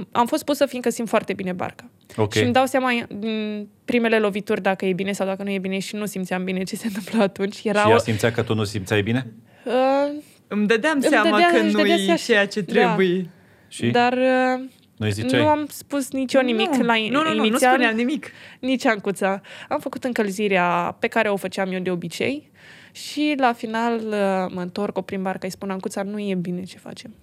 C: m- am fost pusă fiindcă simt foarte bine barca.
A: Ok.
C: Și îmi dau seama din primele lovituri dacă e bine sau dacă nu e bine și nu simțeam bine ce se întâmplă atunci. Era
A: Și
C: o...
A: ea simțea că tu nu simțeai bine?
C: Uh,
B: Îmi dădeam
C: Îmi
B: seama
C: dădea-
B: că
C: își
B: nu
C: dădea
B: e
C: seama.
B: ceea ce
C: Da.
B: trebuie.
A: Și
C: Dar uh,
A: noi ziceai?
C: nu am spus nicio nimic
B: nu.
C: la
B: nu, nu, nu, nu
C: inițial,
B: spuneam nimic.
C: nici Ancuța. Am făcut încălzirea pe care o făceam eu de obicei și la final uh, mă întorc, o prin barca, îi spun Ancuța, nu e bine ce facem.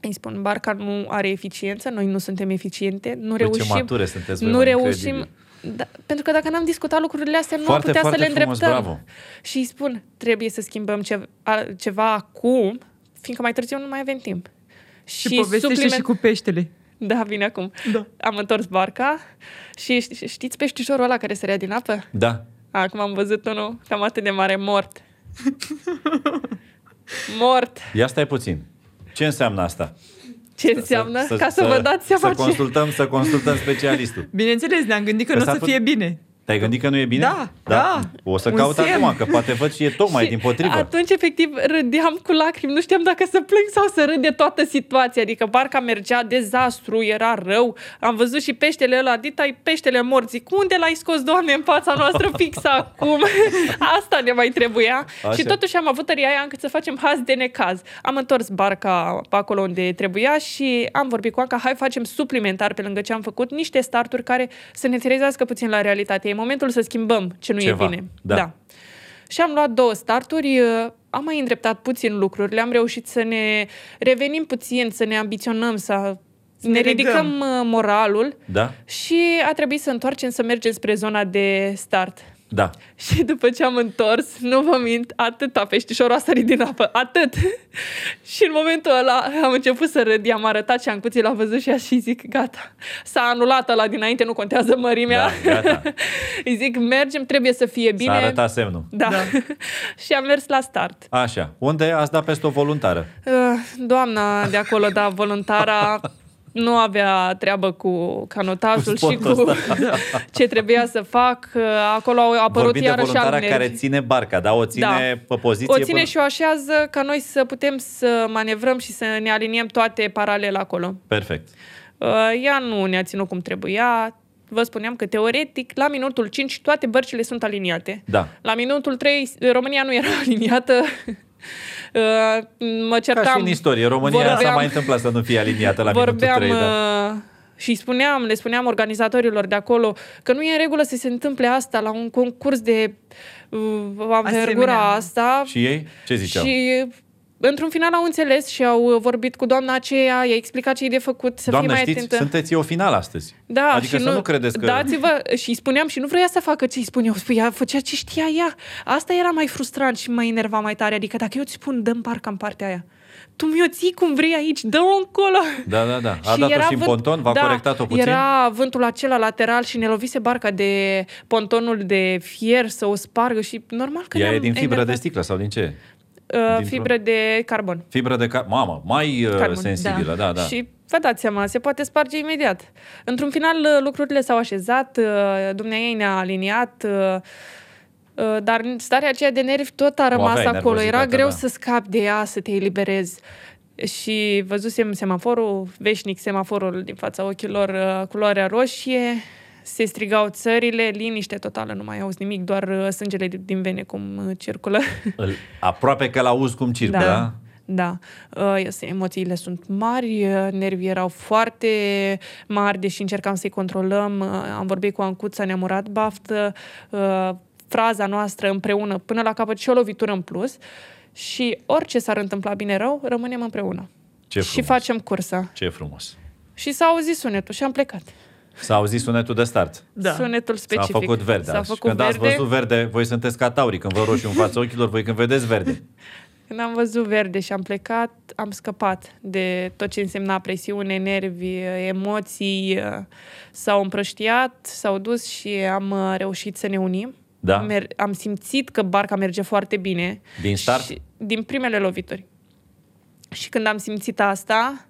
C: Îi spun, barca nu are eficiență, noi nu suntem eficiente,
A: Păi
C: nu
A: ce
C: reușim.
A: mature sunteți voi,
C: nu
A: mă,
C: reușim.
A: incredibil.
C: Da, pentru că dacă n-am discutat lucrurile astea, nu
A: Foarte,
C: am putea să
A: foarte
C: le
A: frumos,
C: îndreptăm.
A: bravo.
C: Și îi spun, trebuie să schimbăm ce, a, ceva acum, fiindcă mai târziu nu mai avem timp.
B: Și, și povestește
C: supliment-
B: și cu peștele.
C: da, vine acum.
B: Da.
C: Am întors barca și ș- știți peștișorul ăla care sărea din apă?
A: Da.
C: Acum am văzut unul cam atât de mare, mort. mort.
A: Ia stai puțin. Ce înseamnă asta?
C: Ce înseamnă? Ca să, vă dați
A: să
C: seama ce...
A: consultăm, să consultăm specialistul.
B: Bineînțeles, ne-am gândit că
A: Că
B: nu o
A: s-ar
B: să
A: Păi put-
B: fie bine.
A: Te-ai gândit că nu e bine?
B: Da, da.
A: O să
B: Un
A: caut
B: semn.
A: acum, că poate văd și e tocmai
C: Și
A: din potrivă.
C: Atunci, efectiv, râdeam cu lacrimi. Nu știam dacă să plâng sau să râd de toată situația. Adică barca mergea dezastru, era rău. Am văzut și peștele ăla, dita peștele mort. Zic, unde l-ai scos, Doamne, în fața noastră fix acum? Asta ne mai trebuia.
A: Așa.
C: Și totuși am avut tăria aia încât să facem haz de necaz. Am întors barca pe acolo unde trebuia și am vorbit cu Anca, hai facem suplimentar pe lângă ce am făcut, niște starturi care să ne trezească puțin la realitate. E momentul să schimbăm ce nu
A: Ceva.
C: e bine.
A: Da.
C: da. Și am luat două starturi, uh, am mai îndreptat puțin lucrurile, am reușit să ne revenim puțin, să ne ambiționăm, să
B: Să
C: ne
B: ne legăm.
C: ridicăm uh, moralul
A: Da?
C: și a trebuit să întoarcem să mergem spre zona de start.
A: Da.
C: Și după ce am întors, nu vă mint, atâta peștișorul a sărit din apă, atât. și în momentul ăla am început să râd, i-am arătat și am cuțit, l-a văzut și a și zic, gata, s-a anulat ăla dinainte, nu contează mărimea.
A: Da, gata.
C: Îi zic, mergem, trebuie să fie bine.
A: S-a arătat semnul.
C: Da.
B: Da.
C: da. și am mers la start.
A: Așa. Unde ați dat peste o voluntară?
C: Uh, Doamna de acolo, da, voluntara, nu avea treabă cu canotajul
A: Cu
C: și
A: sportul
C: cu ce trebuia să fac. Uh, Acolo au apărut
A: Vorbim de
C: iarăși
A: voluntara
C: al
A: care ține barca, da? O ține pe poziție.
C: o ține
A: până-
C: și o așează ca noi să putem să manevrăm și să ne aliniem toate paralel acolo.
A: Perfect.
C: Uh, Ea nu ne-a ținut cum trebuia. Vă spuneam că teoretic, la minutul 5, toate bărcile sunt aliniate.
A: Da.
C: La minutul 3, România nu era aliniată. Uh, Mă
A: Ca
C: certam.
A: și în istorie. România s-a
C: vorbeam-
A: mai întâmplat să nu fie aliniată la
C: vorbeam,
A: minutul 3, da.
C: uh, Și spuneam, le spuneam organizatorilor de acolo că nu e în regulă să se întâmple asta la un concurs de uh,
B: Asemenea.
C: anvergura asta.
A: Și ei? Ce ziceau?
C: Și într-un final au înțeles și au vorbit cu doamna aceea, i-a explicat ce e de făcut, să
A: Doamne,
C: fii mai
A: știți,
C: atentă.
A: sunteți eu final astăzi.
C: Da,
A: adică
C: și
A: să
C: nu,
A: nu, credeți că...
C: Dați-vă, și îi spuneam și nu vrea să facă ce îi spun eu. Spunea, făcea ce știa ea. Asta era mai frustrant și mă enerva mai tare. Adică dacă eu îți spun, dăm parca în partea aia. Tu mi-o ții cum vrei aici, dă-o încolo.
A: Da, da, da. A dat-o
C: era
A: și în
C: vânt-
A: ponton, v-a
C: da,
A: corectat-o puțin.
C: Era vântul acela lateral și ne lovise barca de pontonul de fier să o spargă și normal că
A: Ea
C: ne-am
A: e din fibră de
C: enervat.
A: sticlă sau din ce?
C: Uh,
A: dintr-o-
C: fibră de carbon.
A: Fibră de car... Mamă, mai uh,
C: Carbon,
A: sensibilă, da, da.
C: Și vă dați seama, se poate sparge imediat. Într-un final, uh, lucrurile s-au așezat, dumneai ne-a aliniat, uh, dar starea aceea de nervi tot a rămas
A: aveai
C: acolo. Era
A: nervozitatea,
C: greu
A: da.
C: să scapi de ea, să te eliberezi. Și văzusem semaforul, veșnic semaforul din fața ochilor, uh, culoarea roșie, se strigau țările, liniște totală, nu mai auzi nimic, doar uh, sângele din vene cum uh, circulă.
A: Îl- Aproape că l-auzi cum circulă, da. da?
C: Da. Uh, este- Emoțiile sunt mari, uh, nervii erau foarte mari, deși încercam să-i controlăm. Uh, Am vorbit cu Ancuța, ne-am urat baftă, uh, fraza noastră împreună până la capăt și o lovitură în plus. Și orice s-ar întâmpla bine rău, rămânem împreună.
A: Ce
C: și
A: frumos.
C: facem cursa.
A: Ce frumos.
C: Și s-a auzit sunetul și am plecat.
A: S-a auzit sunetul de start.
B: Da.
C: Sunetul
A: S-a
C: specific.
A: făcut verde.
C: S-a
A: azi. Și
C: făcut
A: când
C: verde.
A: ați văzut verde, voi sunteți ca taurii. Când vă roșu în fața ochilor, voi când vedeți verde.
C: Când am văzut verde și am plecat, am scăpat de tot ce însemna presiune, nervi, emoții. S-au împrăștiat, s-au dus și am uh, reușit să ne unim.
A: Da.
C: Mer- am simțit că barca merge foarte bine.
A: Din start?
C: Și din primele lovituri. Și când am simțit asta,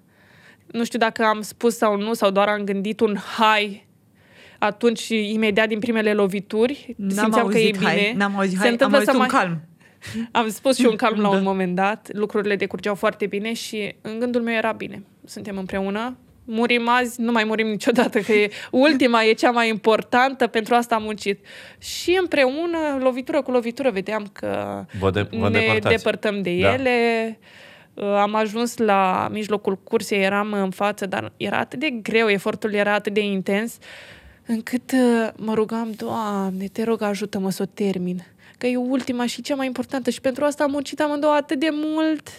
C: nu știu dacă am spus sau nu, sau doar am gândit un hai atunci, imediat din primele lovituri,
B: N-am
C: simțeam că e
B: auzit,
C: bine.
B: hai, n-am auzit,
C: Se
B: hai, am
C: întâmplă
B: auzit
C: să
B: un
C: mai-
B: calm.
C: am spus și eu în calm la
B: Da.
C: un moment dat, lucrurile decurgeau foarte bine și în gândul meu era bine. Suntem împreună, murim azi, nu mai murim niciodată, că e ultima, e cea mai importantă, pentru asta am muncit. Și împreună, lovitură cu lovitură, vedeam că
A: Vă de- vă
C: ne
A: depărtați.
C: depărtăm de
A: Da.
C: ele. Uh, Am ajuns la mijlocul cursei, eram în față, dar era atât de greu, efortul era atât de intens, încât uh, mă rugam, Doamne, te rog, ajută-mă să o termin. Că e ultima și cea mai importantă și pentru asta am muncit amândouă atât de mult,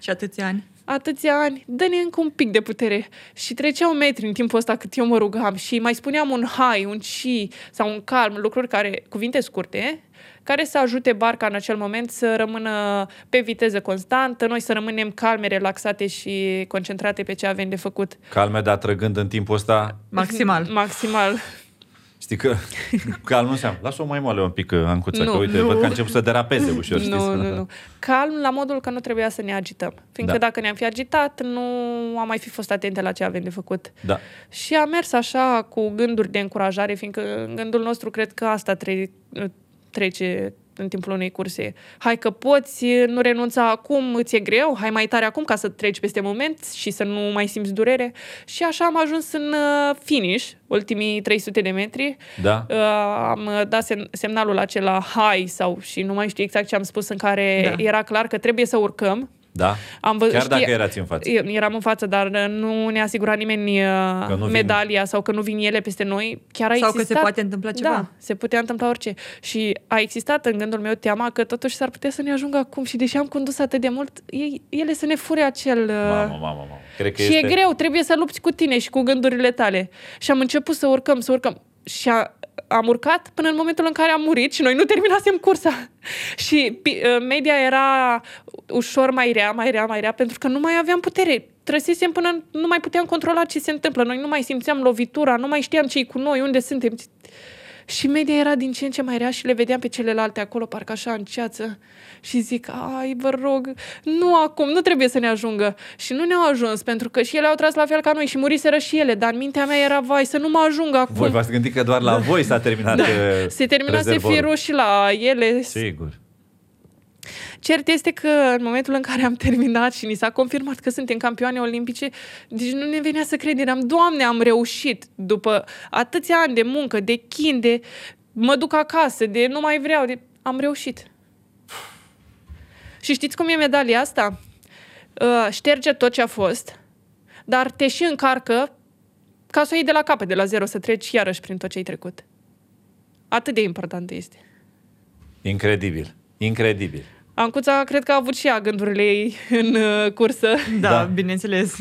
B: Și atâția ani.
C: atâția ani. Dă-ne încă un pic de putere. Și treceau metri în timpul ăsta cât eu mă rugam și mai spuneam un hai, un și sau un calm, lucruri care, cuvinte scurte, care să ajute barca în acel moment să rămână pe viteză constantă, noi să rămânem calme, relaxate și concentrate pe ce avem de făcut.
A: Calme, dar trăgând în timpul ăsta...
B: Maximal.
C: Maximal.
A: Știi că, calm nu înseamnă, lasă-o mai moale un pic, Ancuța,
C: Nu,
A: că uite,
C: nu.
A: văd că a început să derapeze ușor, știi?
C: Nu, nu, nu. Calm la modul că nu trebuia să ne agităm. Fiindcă
A: Da.
C: dacă ne-am fi agitat, nu am mai fi fost atente la ce avem de făcut.
A: Da.
C: Și a mers așa cu gânduri de încurajare, fiindcă în gândul nostru cred că asta tre- trece în timpul unei curse. Hai că poți, nu renunța acum, îți e greu, hai mai tare acum ca să treci peste moment și să nu mai simți durere. Și așa am ajuns în uh, finish, ultimii 300 de metri.
A: Da.
C: Uh, Am uh, dat sem- semnalul acela hai sau și nu mai știu exact ce am spus în care
B: Da.
C: era clar că trebuie să urcăm.
A: Da?
C: Am văzut,
A: Chiar dacă erați în față.
C: E- Eram în față, dar uh, nu ne asigura nimeni
A: Că nu
C: uh,
A: vin.
C: medalia sau că nu vin ele peste noi. Chiar a
B: Sau că
C: existat...
B: se poate întâmpla ceva.
C: Da, se putea întâmpla orice. Și a existat în gândul meu teama că totuși s-ar putea să ne ajungă acum și deși am condus atât de mult, ei, ele să ne fure acel... uh,
A: Mamă, mamă, mamă. Cred că
C: și
A: este...
C: e greu, trebuie să lupți cu tine și cu gândurile tale. Și am început să urcăm, să urcăm. Și a, am urcat până în momentul în care am murit și noi nu terminasem cursa. și pi- uh, media era ușor mai rea, mai rea, mai rea, pentru că nu mai aveam putere. Trăsesem până în- nu mai puteam controla ce se întâmplă. Noi nu mai simțeam lovitura, nu mai știam ce cu noi, unde suntem. Și media era din ce în ce mai rea și le vedeam pe celelalte acolo, parcă așa în ceață. Și zic, ai, vă rog, nu acum, nu trebuie să ne ajungă. Și nu ne-au ajuns, pentru că și ele au tras la fel ca noi și muriseră și ele. Dar în mintea mea era, vai, să nu mă ajungă acum.
A: Voi v-ați gândit că doar la voi s-a terminat da.
C: se terminase firul și la ele.
A: Sigur.
C: Cert este că în momentul în care am terminat și ni s-a confirmat că suntem campioane olimpice, deci nu ne venea să credem. Doamne, am reușit după atâția ani de muncă, de chin, de mă duc acasă, de nu mai vreau, de... am reușit. Și știți cum e medalia asta? Uh, șterge tot ce a fost, dar te și încarcă ca să o iei de la capăt, de la zero, să treci iarăși prin tot ce ai trecut. Atât de importantă este.
A: Incredibil. Incredibil.
C: Ancuța cred că a avut și ea gândurile ei în uh, cursă.
B: Da,
A: Da.
B: da. bineînțeles.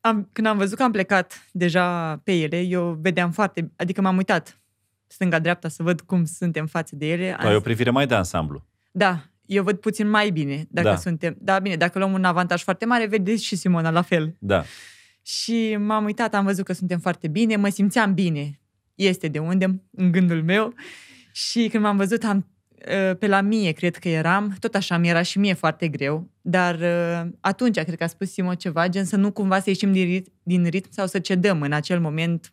B: Am, când am văzut că am plecat deja pe ele, eu vedeam foarte, adică m-am uitat stânga-dreapta să văd cum suntem față de ele. Am
A: Ai Păi, o
B: zis,
A: privire mai de ansamblu.
B: Da, eu văd puțin mai bine dacă
A: Da.
B: da. suntem. Da, bine, dacă luăm un avantaj foarte mare, vedeți și Simona la fel.
A: Da.
B: Și m-am uitat, am văzut că suntem foarte bine, mă simțeam bine. Este de unde, în gândul meu. Și când m-am văzut, am, uh, pe la mie, cred că eram, tot așa mi era și mie foarte greu, dar uh, atunci, cred că a spus Simo ceva, gen să nu cumva să ieșim din ritm, din ritm sau să cedăm în acel moment.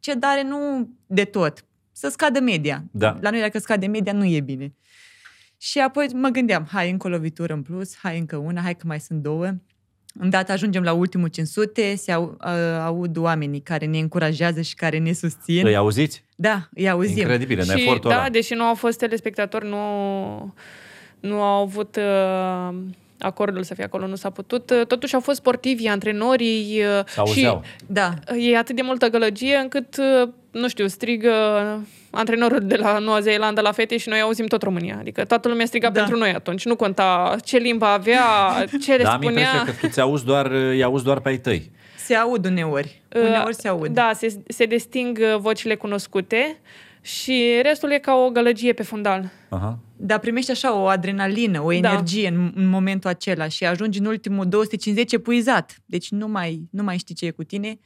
B: Cedare nu de tot, să scadă media.
A: Da.
B: La noi, dacă scade media, nu e bine. Și apoi mă gândeam, hai, încă o lovitură în plus, hai încă una, hai că mai sunt două. Îndată ajungem la ultimul 500, se au, uh, aud oamenii care ne încurajează și care ne susțin.
A: Îi auziți?
B: Da, îi auzim.
A: Incredibil, în
C: și,
A: efortul
C: da,
A: ăla.
C: deși nu au fost telespectatori, nu, nu au avut uh, acordul să fie acolo, nu s-a putut. Uh, Totuși au fost sportivi, antrenorii uh,
A: S-auzeau.
C: și
B: Da,
C: uh, e atât de multă gălăgie încât, uh, nu știu, strigă antrenorul de la Noua Zeelandă la fete și noi auzim tot România. Adică toată lumea striga
B: Da.
C: pentru noi atunci. Nu conta ce limba avea, ce le
A: Da, am impresia
C: spunea.
A: că tu ți auzi doar, îi auzi doar pe ai tăi.
B: se aud uneori. Uneori se aud.
C: Da, se, se desting uh, vocile cunoscute și restul e ca o gălăgie pe fundal.
A: Aha.
B: Dar primești așa o adrenalină, o energie în, în momentul acela și ajungi în ultimul 250 epuizat. Deci nu mai, nu mai știi ce e cu tine.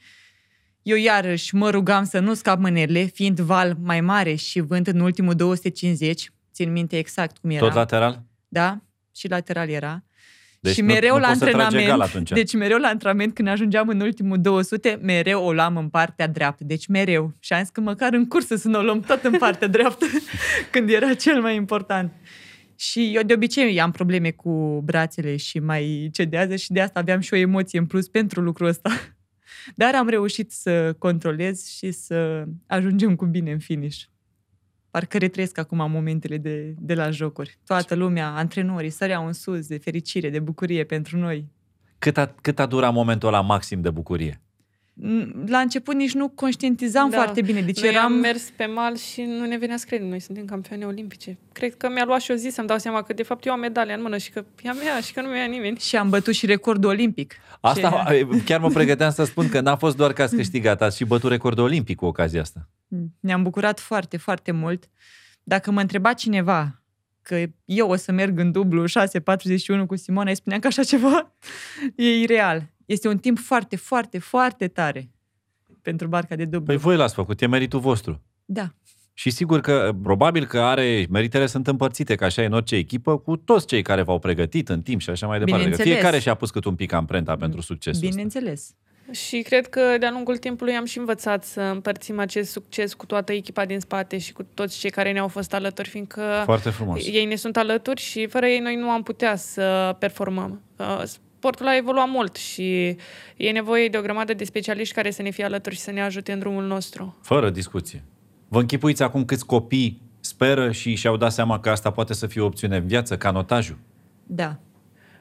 B: Eu iarăși mă rugam să nu scap mânerile, fiind val mai mare și vânt în ultimul 250. Țin minte exact cum era.
A: Tot lateral?
B: Da, și lateral era.
A: Deci
B: și
A: nu-
B: mereu
A: nu
B: la
A: poți să tragi
B: antrenament.
A: egal atunci.
B: Deci mereu la antrenament, când ajungeam în ultimul 200, mereu o luam în partea dreaptă. Deci mereu. Și am zis că măcar în cursă să ne o luăm tot în partea dreaptă, când era cel mai important. Și eu de obicei am probleme cu brațele și mai cedează și de asta aveam și o emoție în plus pentru lucrul ăsta. Dar am reușit să controlez și să ajungem cu bine în finish. Parcă retrăiesc acum momentele de, de la jocuri. Toată lumea, antrenorii, săreau în sus de fericire, de bucurie pentru noi.
A: Cât a, cât a durat momentul ăla maxim de bucurie?
B: N- La început nici nu conștientizam
C: Da.
B: foarte bine. Deci
C: Noi
B: eram...
C: am mers pe mal și nu ne venea să credem. Noi suntem campioane olimpice. Cred că mi-a luat și o zi să-mi dau seama că de fapt eu am medalia în mână și că e a mea și că nu mi-a ia nimeni.
B: Și am bătut și recordul olimpic.
A: Asta chiar mă pregăteam să spun că n-a fost doar că ați câștigat, ați și bătut recordul olimpic cu ocazia asta.
C: Mm.
B: Ne-am bucurat foarte, foarte mult. Dacă mă întreba cineva că eu o să merg în dublu 6.41 cu Simona, îi spuneam că așa ceva e ireal. Este un timp foarte, foarte, foarte tare. pentru barca de dublu.
A: Păi voi l-ați făcut, e meritul vostru.
B: Da.
A: Și sigur că, probabil că are, meritele sunt împărțite, ca așa e în orice echipă, cu toți cei care v-au pregătit în timp și așa mai departe. Că
B: Bineînțeles.
A: fiecare și-a pus cât un pic amprenta pentru succesul ăsta.
B: Bineînțeles.
C: Și cred că de-a lungul timpului am și învățat să împărțim acest succes cu toată echipa din spate și cu toți cei care ne-au fost alături, fiindcă
A: Foarte frumos.
C: ei ne sunt alături și fără ei noi nu am putea să performăm. Uh, Sportul a evoluat mult și e nevoie de o grămadă de specialiști care să ne fie alături și să ne ajute în drumul nostru.
A: Fără discuție. Vă închipuiți acum câți copii speră și și-au dat seama că asta poate să fie o opțiune în viață, ca notajul.
B: Da.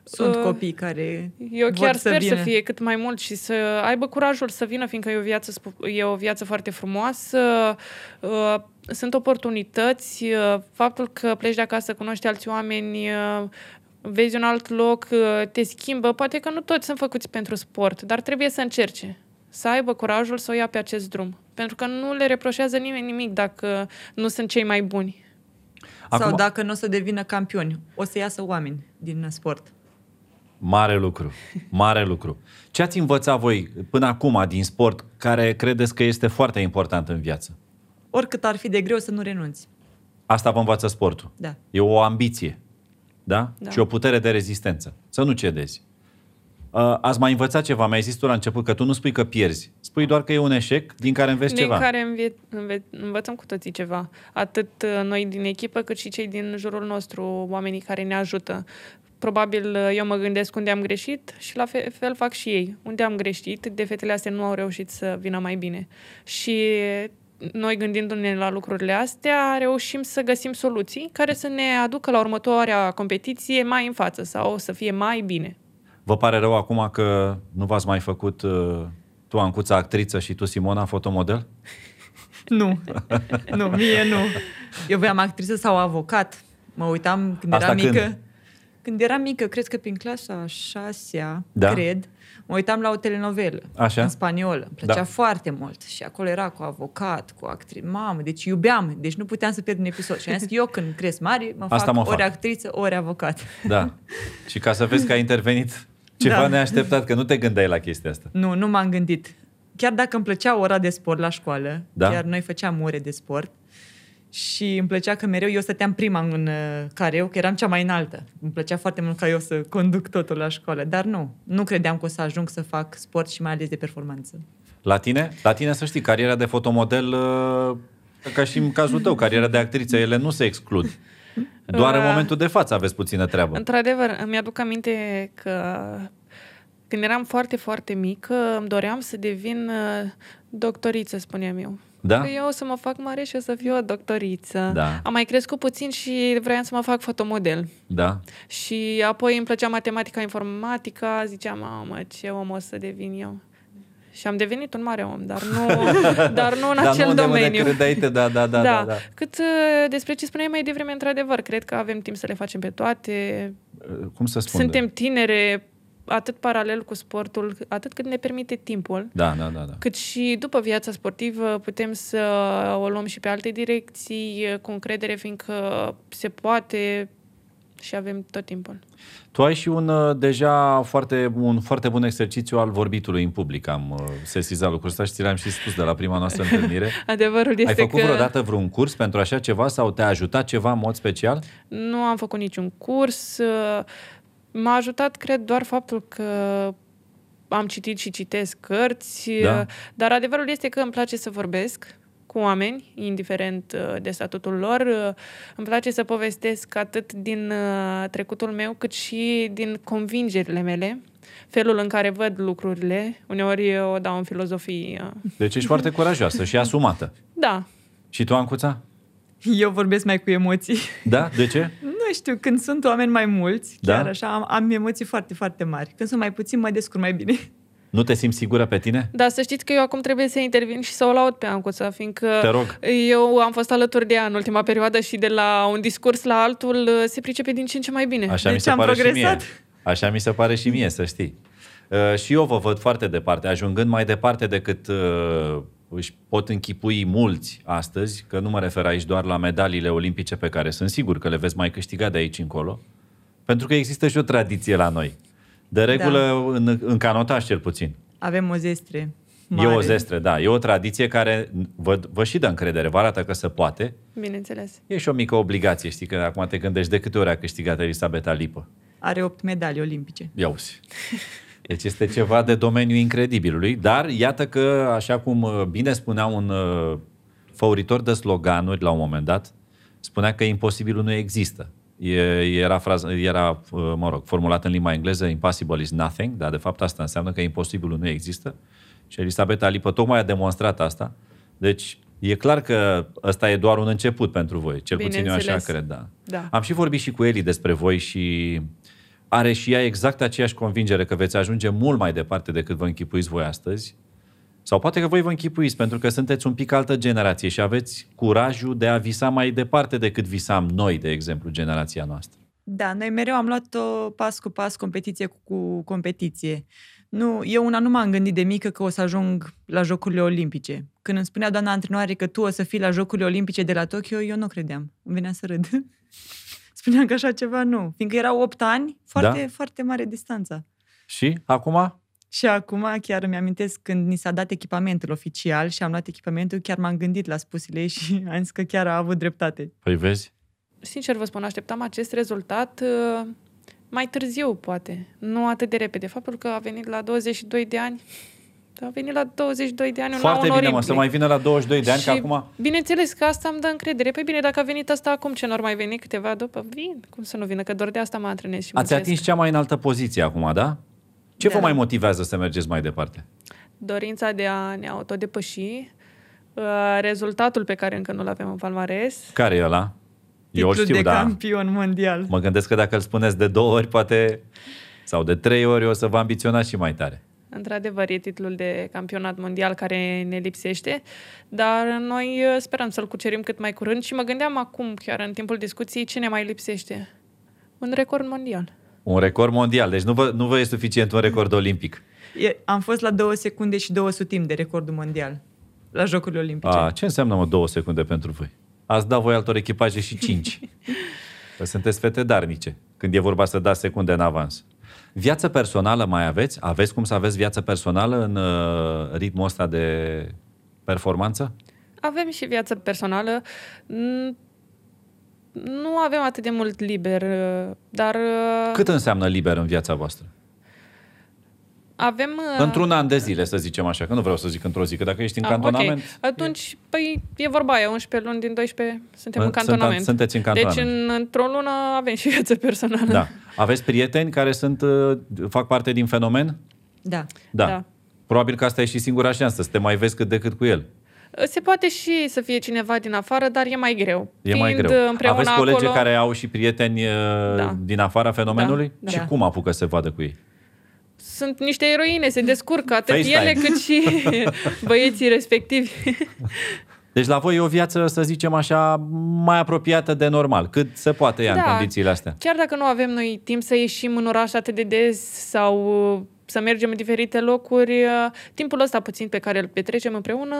B: Sunt
C: Uh,
B: copii care
C: Eu
B: vor
C: chiar
B: să
C: sper
B: vină.
C: să fie cât mai mult și să aibă curajul să vină, fiindcă e o viață, spu- e o viață foarte frumoasă. Uh, Sunt oportunități. uh, Faptul că pleci de acasă, cunoști alți oameni, uh, vezi un alt loc, uh, te schimbă. Poate că nu toți sunt făcuți pentru sport, dar trebuie să încerce. Să aibă curajul să o ia pe acest drum. Pentru că nu le reproșează nimeni nimic dacă nu sunt cei mai buni.
B: Acum...
A: Acum-
B: Sau dacă nu o să devină campioni, o să iasă oameni din sport.
A: Mare lucru, mare lucru. Ce ați învățat voi până acum din sport care credeți că este foarte important în viață?
B: Oricât ar fi de greu să nu renunți.
A: Asta vă învață sportul.
B: Da.
A: E o ambiție, da?
C: Da.
A: Și o putere de rezistență. Să nu cedezi. Uh, Ați mai învățat ceva, mi-ai zis tu la început că tu nu spui că pierzi, spui doar că e un eșec din care înveți
C: Din
A: ceva.
C: care înve- înve- învățăm cu toții ceva. Atât uh, noi din echipă, cât și cei din jurul nostru, oamenii care ne ajută. Probabil uh, eu mă gândesc unde am greșit și la fe- fel fac și ei. Unde am greșit, defetele astea nu au reușit să vină mai bine. Și noi gândindu-ne la lucrurile astea, reușim să găsim soluții care să ne aducă la următoarea competiție mai în față sau să fie mai bine.
A: Vă pare rău acum că nu v-ați mai făcut uh, tu, Ancuța, actriță și tu, Simona, fotomodel?
B: Nu. nu, mie nu. Eu voiam actriță sau avocat. Mă uitam când
A: Asta
B: eram mică.
A: când?
B: Când eram mică, cred că prin clasa a șasea,
A: Da.
B: cred, mă uitam la o telenovelă
A: Așa.
B: în spaniolă. Îmi plăcea
A: Da.
B: foarte mult și acolo era cu avocat, cu actriță. Mamă, deci iubeam, deci nu puteam să pierd un episod. Și am zis, eu când cresc mare, mă
A: Asta
B: fac
A: mă
B: ori
A: fac.
B: actriță, ori avocat.
A: Da. și ca să vezi că a intervenit ceva da.
B: Da.
A: neașteptat, că nu te gândeai la chestia asta.
B: Nu, nu m-am gândit. Chiar dacă îmi plăcea ora de sport la școală,
A: Da?
B: chiar noi făceam ore de sport și îmi plăcea că mereu eu stăteam prima în uh, careu, că eram cea mai înaltă. Îmi plăcea foarte mult ca eu să conduc totul la școală, dar nu. Nu credeam că o să ajung să fac sport și mai ales de performanță.
A: La tine? La tine să știi, cariera de fotomodel, uh, ca și în cazul tău, cariera de actriță, ele nu se exclud. Doar în
C: Uh.
A: momentul de față aveți puțină treabă.
C: Într-adevăr, îmi aduc aminte că când eram foarte, foarte mică, îmi doream să devin uh, doctoriță, spuneam eu.
A: Da?
C: Că eu o să mă fac mare și o să fiu o doctoriță.
A: Da.
C: Am mai crescut puțin și vroiam să mă fac fotomodel.
A: Da?
C: Și apoi îmi plăcea matematica, informatica, ziceam, mamă, ce om o să devin eu. Și am devenit un mare om, dar nu, dar nu în
A: Dar
C: acel
A: nu unde
C: domeniu.
A: Mă credeai, te- da, da, da, da, da, da.
C: Cât uh, despre ce spuneai mai devreme, într-adevăr, cred că avem timp să le facem pe toate.
A: Uh, Cum să spun?
C: Suntem tinere, atât paralel cu sportul, atât cât ne permite timpul,
A: Da, da, da, da.
C: cât și după viața sportivă putem să o luăm și pe alte direcții cu încredere, fiindcă se poate și avem tot timpul.
A: Tu ai și un uh, deja foarte, un foarte bun exercițiu al vorbitului în public. Am uh, sesizat lucrul ăsta și ți l-am și spus de la prima noastră întâlnire.
C: Adevărul este
A: Ai făcut
C: că
A: vreodată vreun curs pentru așa ceva sau te-a ajutat ceva în mod special?
C: nu am făcut niciun curs. uh, M-a ajutat, cred, doar faptul că am citit și citesc cărți,
A: Da.
C: uh, dar adevărul este că îmi place să vorbesc cu oameni, indiferent uh, de statutul lor. Uh, Îmi place să povestesc atât din uh, trecutul meu, cât și din convingerile mele, felul în care văd lucrurile. Uneori eu o dau în filozofie. uh.
A: Deci ești foarte curajoasă și asumată.
C: Da,
A: Și tu, Ancuța?
B: Eu vorbesc mai cu emoții.
A: Da? De ce?
B: Nu știu, când sunt oameni mai mulți,
A: Da?
B: chiar așa, am, am emoții foarte, foarte mari. Când sunt mai puțini, mă descurc mai bine.
A: Nu te simți sigură pe tine?
C: Dar să știți că eu acum trebuie să intervin și să o laud pe Ancuța, fiindcă
A: Te rog.
C: eu am fost alături de ea în ultima perioadă și de la un discurs la altul uh, se pricepe din ce în ce mai bine.
A: Așa
B: Deci
A: mi se
B: am
A: pare
B: progresat.
A: și mie. Așa mi se pare și mie, să știi. Uh, și eu vă văd foarte departe, ajungând mai departe decât uh, își pot închipui mulți astăzi, că nu mă refer aici doar la medaliile olimpice pe care sunt sigur că le veți mai câștiga de aici încolo, pentru că există și o tradiție la noi. De regulă, da. în, în canotaj cel puțin.
B: Avem o zestre
A: E
B: mare.
A: o zestre, da. E o tradiție care vă, vă și dă încredere, vă arată că se poate.
C: Bineînțeles.
A: E și o mică obligație, știi, că acum te gândești de câte ori a câștigat Elisabeta Lipă.
B: Are opt medalii olimpice.
A: Ia uzi. Deci este ceva de domeniul incredibilului, dar iată că, așa cum uh, bine spunea un uh, făuritor de sloganuri la un moment dat, spunea că imposibilul nu există. E, era, fraza, era, uh, mă rog, formulat în limba engleză, impossible is nothing, dar de fapt asta înseamnă că imposibilul nu există. Și Elisabeta Lipă tocmai a demonstrat asta. Deci e clar că ăsta e doar un început pentru voi, cel puțin eu așa
C: Bineînțeles.
A: cred, da.
C: Da.
A: Am și vorbit și cu Eli despre voi și are și ea exact aceeași convingere că veți ajunge mult mai departe decât vă închipuiți voi astăzi. Sau poate că voi vă închipuiți pentru că sunteți un pic altă generație și aveți curajul de a visa mai departe decât visam noi, de exemplu, generația noastră.
B: Da, noi mereu am luat-o pas cu pas, competiție cu, cu competiție. Nu, eu una nu m-am gândit de mică că o să ajung la Jocurile Olimpice. Când îmi spunea doamna antrenoare că tu o să fii la Jocurile Olimpice de la Tokyo, eu nu credeam. Îmi venea să râd. Spuneam că așa ceva nu. Fiindcă erau 8 ani, foarte,
A: Da.
B: da. foarte mare distanța.
A: Și acum?
B: Și acum chiar îmi amintesc când ni s-a dat echipamentul oficial și am luat echipamentul, chiar m-am gândit la spusele ei și am zis că chiar a avut dreptate.
A: Păi vezi?
C: Sincer vă spun, așteptam acest rezultat uh, mai târziu, poate. Nu atât de repede. Faptul că a venit la 22 de ani... A venit la 22 de ani
A: Foarte
C: la un
A: bine, mă, să mai vină la 22 de ani,
C: Și
A: că acum...
C: Bineînțeles că asta îmi dă încredere. Păi bine, dacă a venit asta acum, ce n-ar mai veni câteva după? Vin, cum să nu vină, că doar de asta mă antrenez și
A: Ați
C: muncesc.
A: atins cea mai înaltă poziție acum, da? Ce da.
C: Da.
A: vă mai motivează să mergeți mai departe?
C: dorința de a ne autodepăși, uh, rezultatul pe care încă nu-l avem în palmares.
A: Care e ăla? Eu îl
B: Titlul
A: știu,
B: de
A: da.
B: campion mondial.
A: Mă gândesc că dacă îl spuneți de două ori, poate, sau de trei ori, o să vă ambiționați și mai tare.
C: Într-adevăr, e titlul de campionat mondial care ne lipsește, dar noi uh, sperăm să-l cucerim cât mai curând și mă gândeam acum, chiar în timpul discuției, ce ne mai lipsește. Un record mondial.
A: Un record mondial, deci nu vă, nu vă e suficient un record olimpic.
B: E- Am fost la 2 secunde și 2 sutimi de recordul mondial la Jocurile Olimpice.
A: A, ce înseamnă, mă, două secunde pentru voi? Ați dat voi altor echipaje și cinci. Că sunteți fete darnice, când e vorba să dați secunde în avans. Viață personală mai aveți? Aveți cum să aveți viață personală în uh, ritmul ăsta de performanță?
C: Uh. Avem și viață personală. N- Nu avem atât de mult liber, uh, dar uh,
A: Cât înseamnă liber în viața voastră?
C: avem... uh,
A: Într-un an de zile, să zicem așa, că nu vreau să zic într-o zi, că dacă ești în
C: Ah,
A: cantonament...
C: ok. Atunci, e... păi, e vorba aia, 11 luni din 12 suntem în
A: Sunt-
C: cantonament.
A: sunteți în cantonament.
C: Deci, în, într-o lună avem și viață personală.
A: Da. Aveți prieteni care sunt, uh, fac parte din fenomen?
B: Da.
A: Da. da.
C: Da.
A: Probabil că asta e și singura șansă, să te mai vezi cât de cât cu el.
C: Se poate și să fie cineva din afară, dar e mai greu.
A: E mai
C: Fiind uh,
A: greu.
C: Împreună
A: Aveți colegi
C: acolo,
A: care au și prieteni da.
C: Da.
A: din afara fenomenului?
C: Da, da.
A: Și
B: Da.
A: cum apucă să se vadă cu ei?
C: Sunt niște eroine, se descurcă atât
A: FaceTime.
C: ele cât și băieții respectivi.
A: Deci la voi e o viață, să zicem așa, mai apropiată de normal, cât se poate ea da. în
C: Da.
A: condițiile astea.
C: Chiar dacă nu avem noi timp să ieșim în oraș atât de des sau uh, să mergem în diferite locuri, uh, timpul ăsta puțin pe care îl petrecem împreună,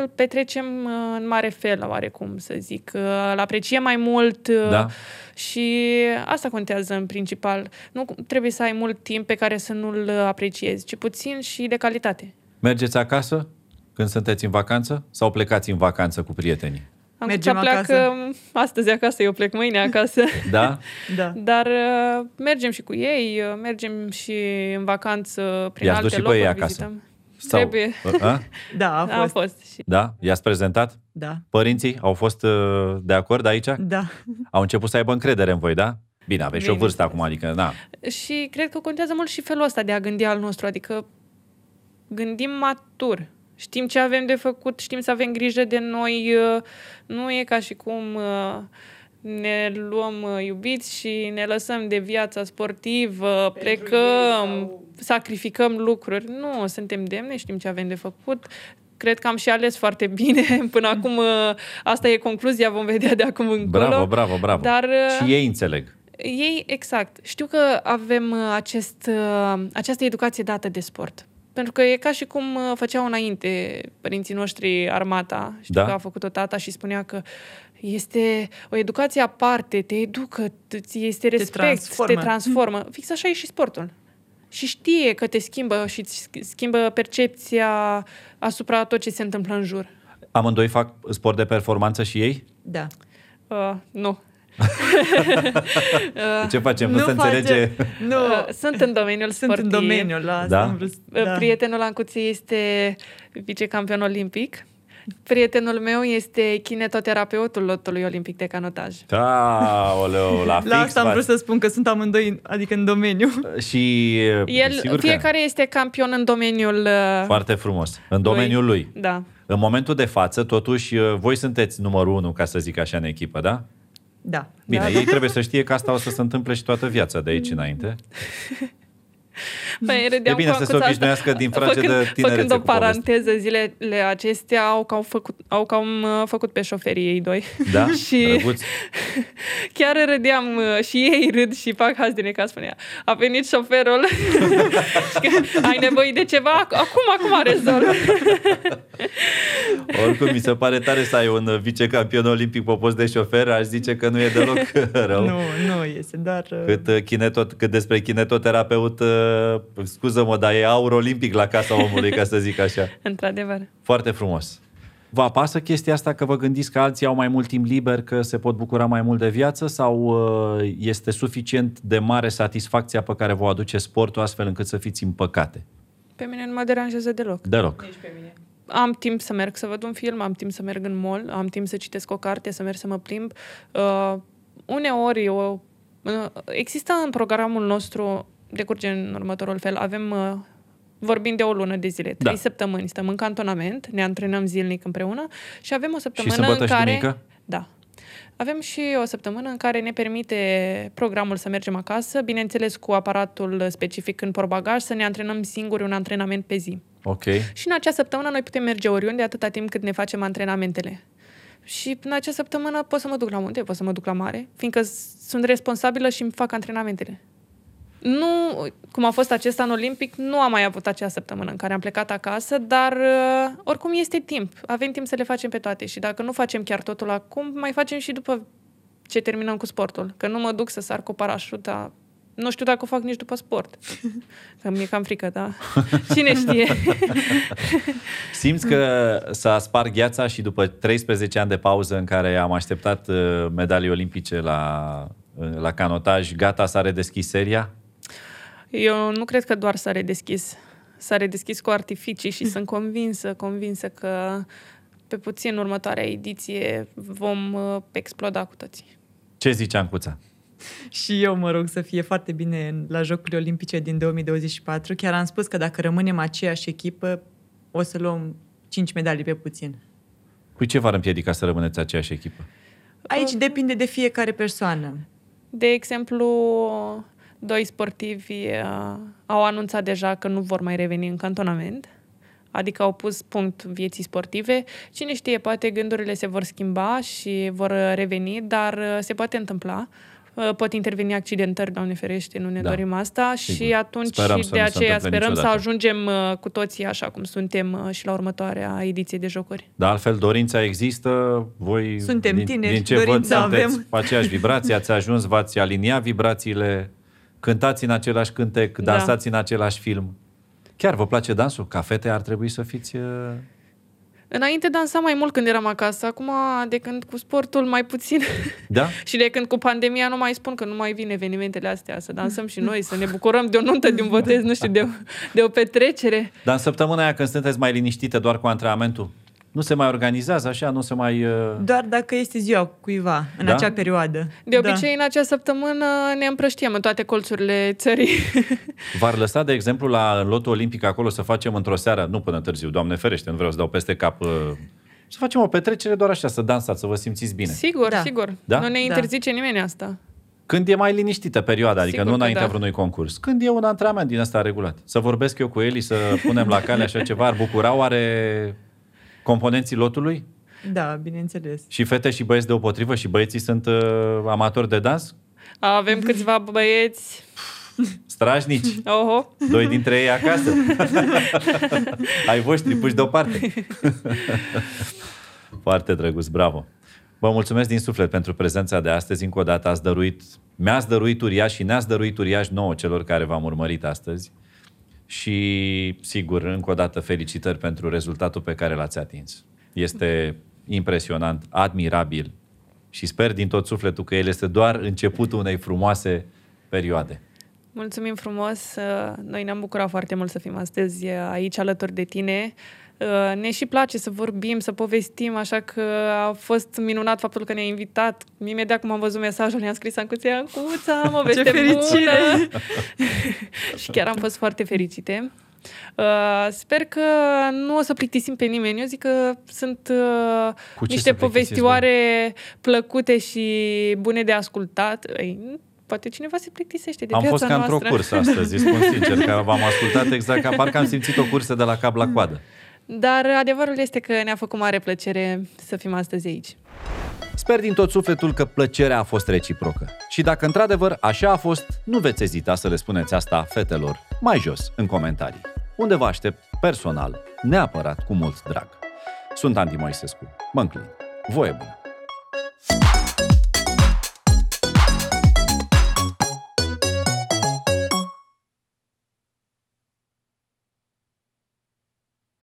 C: îl petrecem uh, în mare fel, oarecum să zic. Uh, Îl apreciem mai mult uh,
A: Da.
C: și asta contează în principal. Nu cu- trebuie să ai mult timp pe care să nu-l uh, apreciezi, ci puțin și de calitate.
A: Mergeți acasă când sunteți în vacanță sau plecați în vacanță cu prietenii?
C: Am
B: Mergem
C: Mergem pleacă
B: acasă.
C: astăzi acasă, eu plec mâine acasă.
A: Da?
B: Da.
C: Dar uh, mergem și cu ei, uh, mergem și în vacanță prin
A: I-ați
C: alte
A: dus și pe
C: locuri,
A: ei acasă?
C: vizităm.
A: Sau,
C: Trebuie.
A: A?
B: Da, a fost.
C: A fost. și-
A: Da? I-ați prezentat?
B: Da.
A: Părinții au fost uh, de acord aici?
B: Da.
A: Au început să aibă încredere în voi, da? Bine, aveți și o vârstă acum, adică, na,
C: Și cred că contează mult și felul ăsta de a gândi al nostru, adică gândim matur. Știm ce avem de făcut, știm să avem grijă de noi. uh, Nu e ca și cum uh, ne luăm uh, iubiți și ne lăsăm de viața sportivă, plecăm, sacrificăm lucruri. Nu, suntem demne, știm ce avem de făcut. Cred că am și ales foarte bine până acum. uh, Asta e concluzia, vom vedea de acum încolo.
A: Bravo, bravo, bravo.
C: Dar, uh,
A: Și ei înțeleg.
C: Ei, exact. Știu că avem uh, acest, uh, această educație dată de sport. Pentru că e ca și cum uh, făceau înainte părinții noștri armata. Știu
A: Da.
C: că a făcut-o tata și spunea că este o educație aparte, te educă, îți este respect, te transformă. Hm.
B: transformă.
C: Te transformă. Fix așa e și sportul. și știe că te schimbă și îți schimbă percepția asupra tot ce se întâmplă în jur.
A: Amândoi fac sport de performanță și ei?
B: Da.
C: Uh, nu. Da.
A: Ce facem? Nu, se înțelege...
B: Nu,
C: Uh, sunt în domeniul
B: sunt
C: sportiv.
B: în domeniul la asta.
A: Da?
B: Am vrut,
C: Uh,
B: da.
C: Prietenul Ancuții este vicecampion olimpic. Prietenul meu este kinetoterapeutul lotului olimpic de canotaj.
A: Aoleu, la fix.
B: La asta am
A: faci.
B: vrut să spun că sunt amândoi, în- adică în domeniu.
A: Și
C: El,
A: Deci sigur
C: fiecare este campion în domeniul
A: că
C: uh,
A: foarte frumos. În domeniul lui.
C: Da.
A: În momentul de față, totuși, uh, voi sunteți numărul unu, ca să zic așa, în echipă, da?
B: Da.
A: Bine,
C: Da.
A: ei trebuie să știe că asta o să se întâmple și toată viața de aici înainte.
C: Păi,
A: E
C: râdeam
A: bine
C: cu
A: să se
C: Ancuța
A: obișnuiască
C: asta,
A: din frage de
C: făcând,
A: tinerețe
C: Făcând
A: cu
C: o
A: poveste.
C: paranteză, zilele acestea au cam făcut, au cam uh, făcut pe șoferii ei doi.
A: Da?
C: și
A: Drăguț.
C: chiar râdeam uh, și ei râd și fac haz din ei, ca spunea. A venit șoferul și că, ai nevoie de ceva? Ac- Acum, acum rezolv.
A: Oricum, mi se pare tare să ai un vicecampion olimpic pe post de șofer, aș zice că nu e deloc rău.
B: Nu, nu este, dar... uh,
A: Cât, uh, kinetot, cât despre kinetoterapeut, uh, scuză-mă, dar e aur olimpic la casa omului, ca să zic așa.
C: Într-adevăr.
A: Foarte frumos. Vă apasă chestia asta că vă gândiți că alții au mai mult timp liber, că se pot bucura mai mult de viață sau uh, este suficient de mare satisfacția pe care vă o aduce sportul astfel încât să fiți împăcate?
C: Pe mine nu mă deranjează deloc.
A: Deloc.
C: Am timp să merg să văd un film, am timp să merg în mall, am timp să citesc o carte, să merg să mă plimb. Uh, uneori, eu, uh, există în programul nostru, decurge în următorul fel, avem, uh, vorbim de o lună de zile, trei
A: Da.
C: săptămâni, stăm în cantonament, ne antrenăm zilnic împreună și avem o săptămână
A: sâmbătă
C: în
A: și
C: care...
A: duminică?
C: Da. Avem și o săptămână în care ne permite programul să mergem acasă, bineînțeles cu aparatul specific în porbagaj, să ne antrenăm singuri un antrenament pe zi.
A: Ok.
C: Și în acea săptămână noi putem merge oriunde atâta timp cât ne facem antrenamentele. Și în acea săptămână pot să mă duc la munte, pot să mă duc la mare, fiindcă s- sunt responsabilă și îmi fac antrenamentele. Nu, cum a fost acest an olimpic, nu am mai avut acea săptămână în care am plecat acasă, dar uh, oricum este timp. Avem timp să le facem pe toate și dacă nu facem chiar totul acum, mai facem și după ce terminăm cu sportul. Că nu mă duc să sar cu parașuta. Nu știu dacă o fac nici după sport. Că mi-e cam frică, da? Cine știe?
A: Simți că s-a spart gheața și după 13 ani de pauză în care am așteptat uh, medalii olimpice la, uh, la canotaj, gata, s-a redeschis seria?
C: Eu nu cred că doar s-a redeschis. S-a redeschis cu artificii și sunt convinsă, convinsă că pe puțin următoarea ediție vom uh, exploda cu toții.
A: Ce zice Ancuța?
B: Și eu mă rog să fie foarte bine în- la Jocurile Olimpice din 2024. Chiar am spus că dacă rămânem aceeași echipă, o să luăm 5 medalii pe puțin.
A: Cu ce v-ar împiedica să rămâneți aceeași echipă?
B: Aici
C: Da.
B: depinde de fiecare persoană.
C: De exemplu, doi sportivi uh, au anunțat deja că nu vor mai reveni în cantonament, adică au pus punct vieții sportive. Cine știe, poate gândurile se vor schimba și vor uh, reveni, dar uh, se poate întâmpla. Uh, Pot interveni accidentări, Doamne ferește, nu ne
A: Da,
C: dorim asta și
A: sigur.
C: atunci
A: Sperăm
C: și
A: să
C: de
A: nu se
C: aceea
A: întâmple
C: sperăm să
A: niciodată.
C: ajungem uh, cu toții așa cum suntem uh, și la următoarea ediție de jocuri.
A: Dar altfel, dorința există, voi
B: Suntem
A: din,
B: tineri,
A: din ce văd,
B: dorința
A: sunteți
B: avem.
A: pe aceeași vibrație, ați ajuns, v-ați aliniat vibrațiile, cântați în același cântec,
C: Da.
A: dansați în același film. Chiar vă place dansul? Ca fete ar trebui să fiți... uh,
C: Înainte dansam mai mult când eram acasă, acum de când cu sportul mai puțin.
A: Da?
C: Și de când cu pandemia nu mai spun că nu mai vin evenimentele astea, să dansăm și noi, să ne bucurăm de o nuntă, de un botez, nu știu, de o, de o petrecere.
A: Dar în săptămâna aia când sunteți mai liniștite doar cu antrenamentul, nu se mai organizează așa, nu se mai... uh,
B: Doar dacă este ziua cuiva în
A: Da?
B: acea perioadă.
C: De
B: Da.
C: obicei, în acea săptămână ne împrăștiem în toate colțurile țării.
A: V-ar lăsa, de exemplu, la lotul olimpic acolo să facem într-o seară, nu până târziu, doamne ferește, nu vreau să dau peste cap, uh, să facem o petrecere doar așa, să dansați, să vă simțiți bine.
C: Sigur,
B: Da.
C: sigur.
A: Da?
C: Nu ne
B: Da.
C: interzice nimeni asta.
A: Când e mai liniștită perioada, adică
C: Sigur
A: nu
C: că
A: înaintea
C: da.
A: vreunui concurs. Când e un antrenament din ăsta regulat. Să vorbesc eu cu Eli, să punem la cale așa ceva, ar bucura oare componenții lotului?
B: Da, bineînțeles.
A: Și fete și băieți deopotrivă și băieții sunt uh, amatori de dans?
C: Avem câțiva băieți,
A: Strașnici,
C: oho,
A: doi dintre ei acasă. Ai voștri puși deoparte. Foarte drăguț, bravo. Vă mulțumesc din suflet pentru prezența de astăzi. Încă o dată ați dăruit, mi-ați dăruit uriaș și ne-ați dăruit uriaș nouă celor care v-am urmărit astăzi. Și, sigur, încă o dată felicitări pentru rezultatul pe care l-ați atins. Este impresionant, admirabil și sper din tot sufletul că el este doar începutul unei frumoase perioade.
C: Mulțumim frumos! uh, Noi ne-am bucurat foarte mult să fim astăzi uh, aici alături de tine. Uh, Ne și place să vorbim, să povestim, așa că a fost minunat faptul că ne-ai invitat. Imediat cum am văzut mesajul, ne-am scris Ancuția, Ancuța, am o veste
B: Ce fericire!
C: bună! și chiar am fost foarte fericite. Uh, Sper că nu o să plictisim pe nimeni. Eu zic că sunt uh,
A: Cu ce
C: niște
A: să plictisiți,
C: povestioare plăcute și bune de ascultat. Ei, Poate cineva se plictisește de
A: am
C: viața
A: fost ca
C: noastră.
A: într-o cursă astăzi, îi spun sincer, că v-am ascultat exact ca parcă am simțit o cursă de la cap la coadă.
C: Dar adevărul este că ne-a făcut mare plăcere să fim astăzi aici.
A: Sper din tot sufletul că plăcerea a fost reciprocă. Și dacă într-adevăr așa a fost, nu veți ezita să le spuneți asta fetelor mai jos în comentarii, unde vă aștept personal, neapărat cu mult drag. Sunt Andy Moisescu, mă înclin. Voie bună!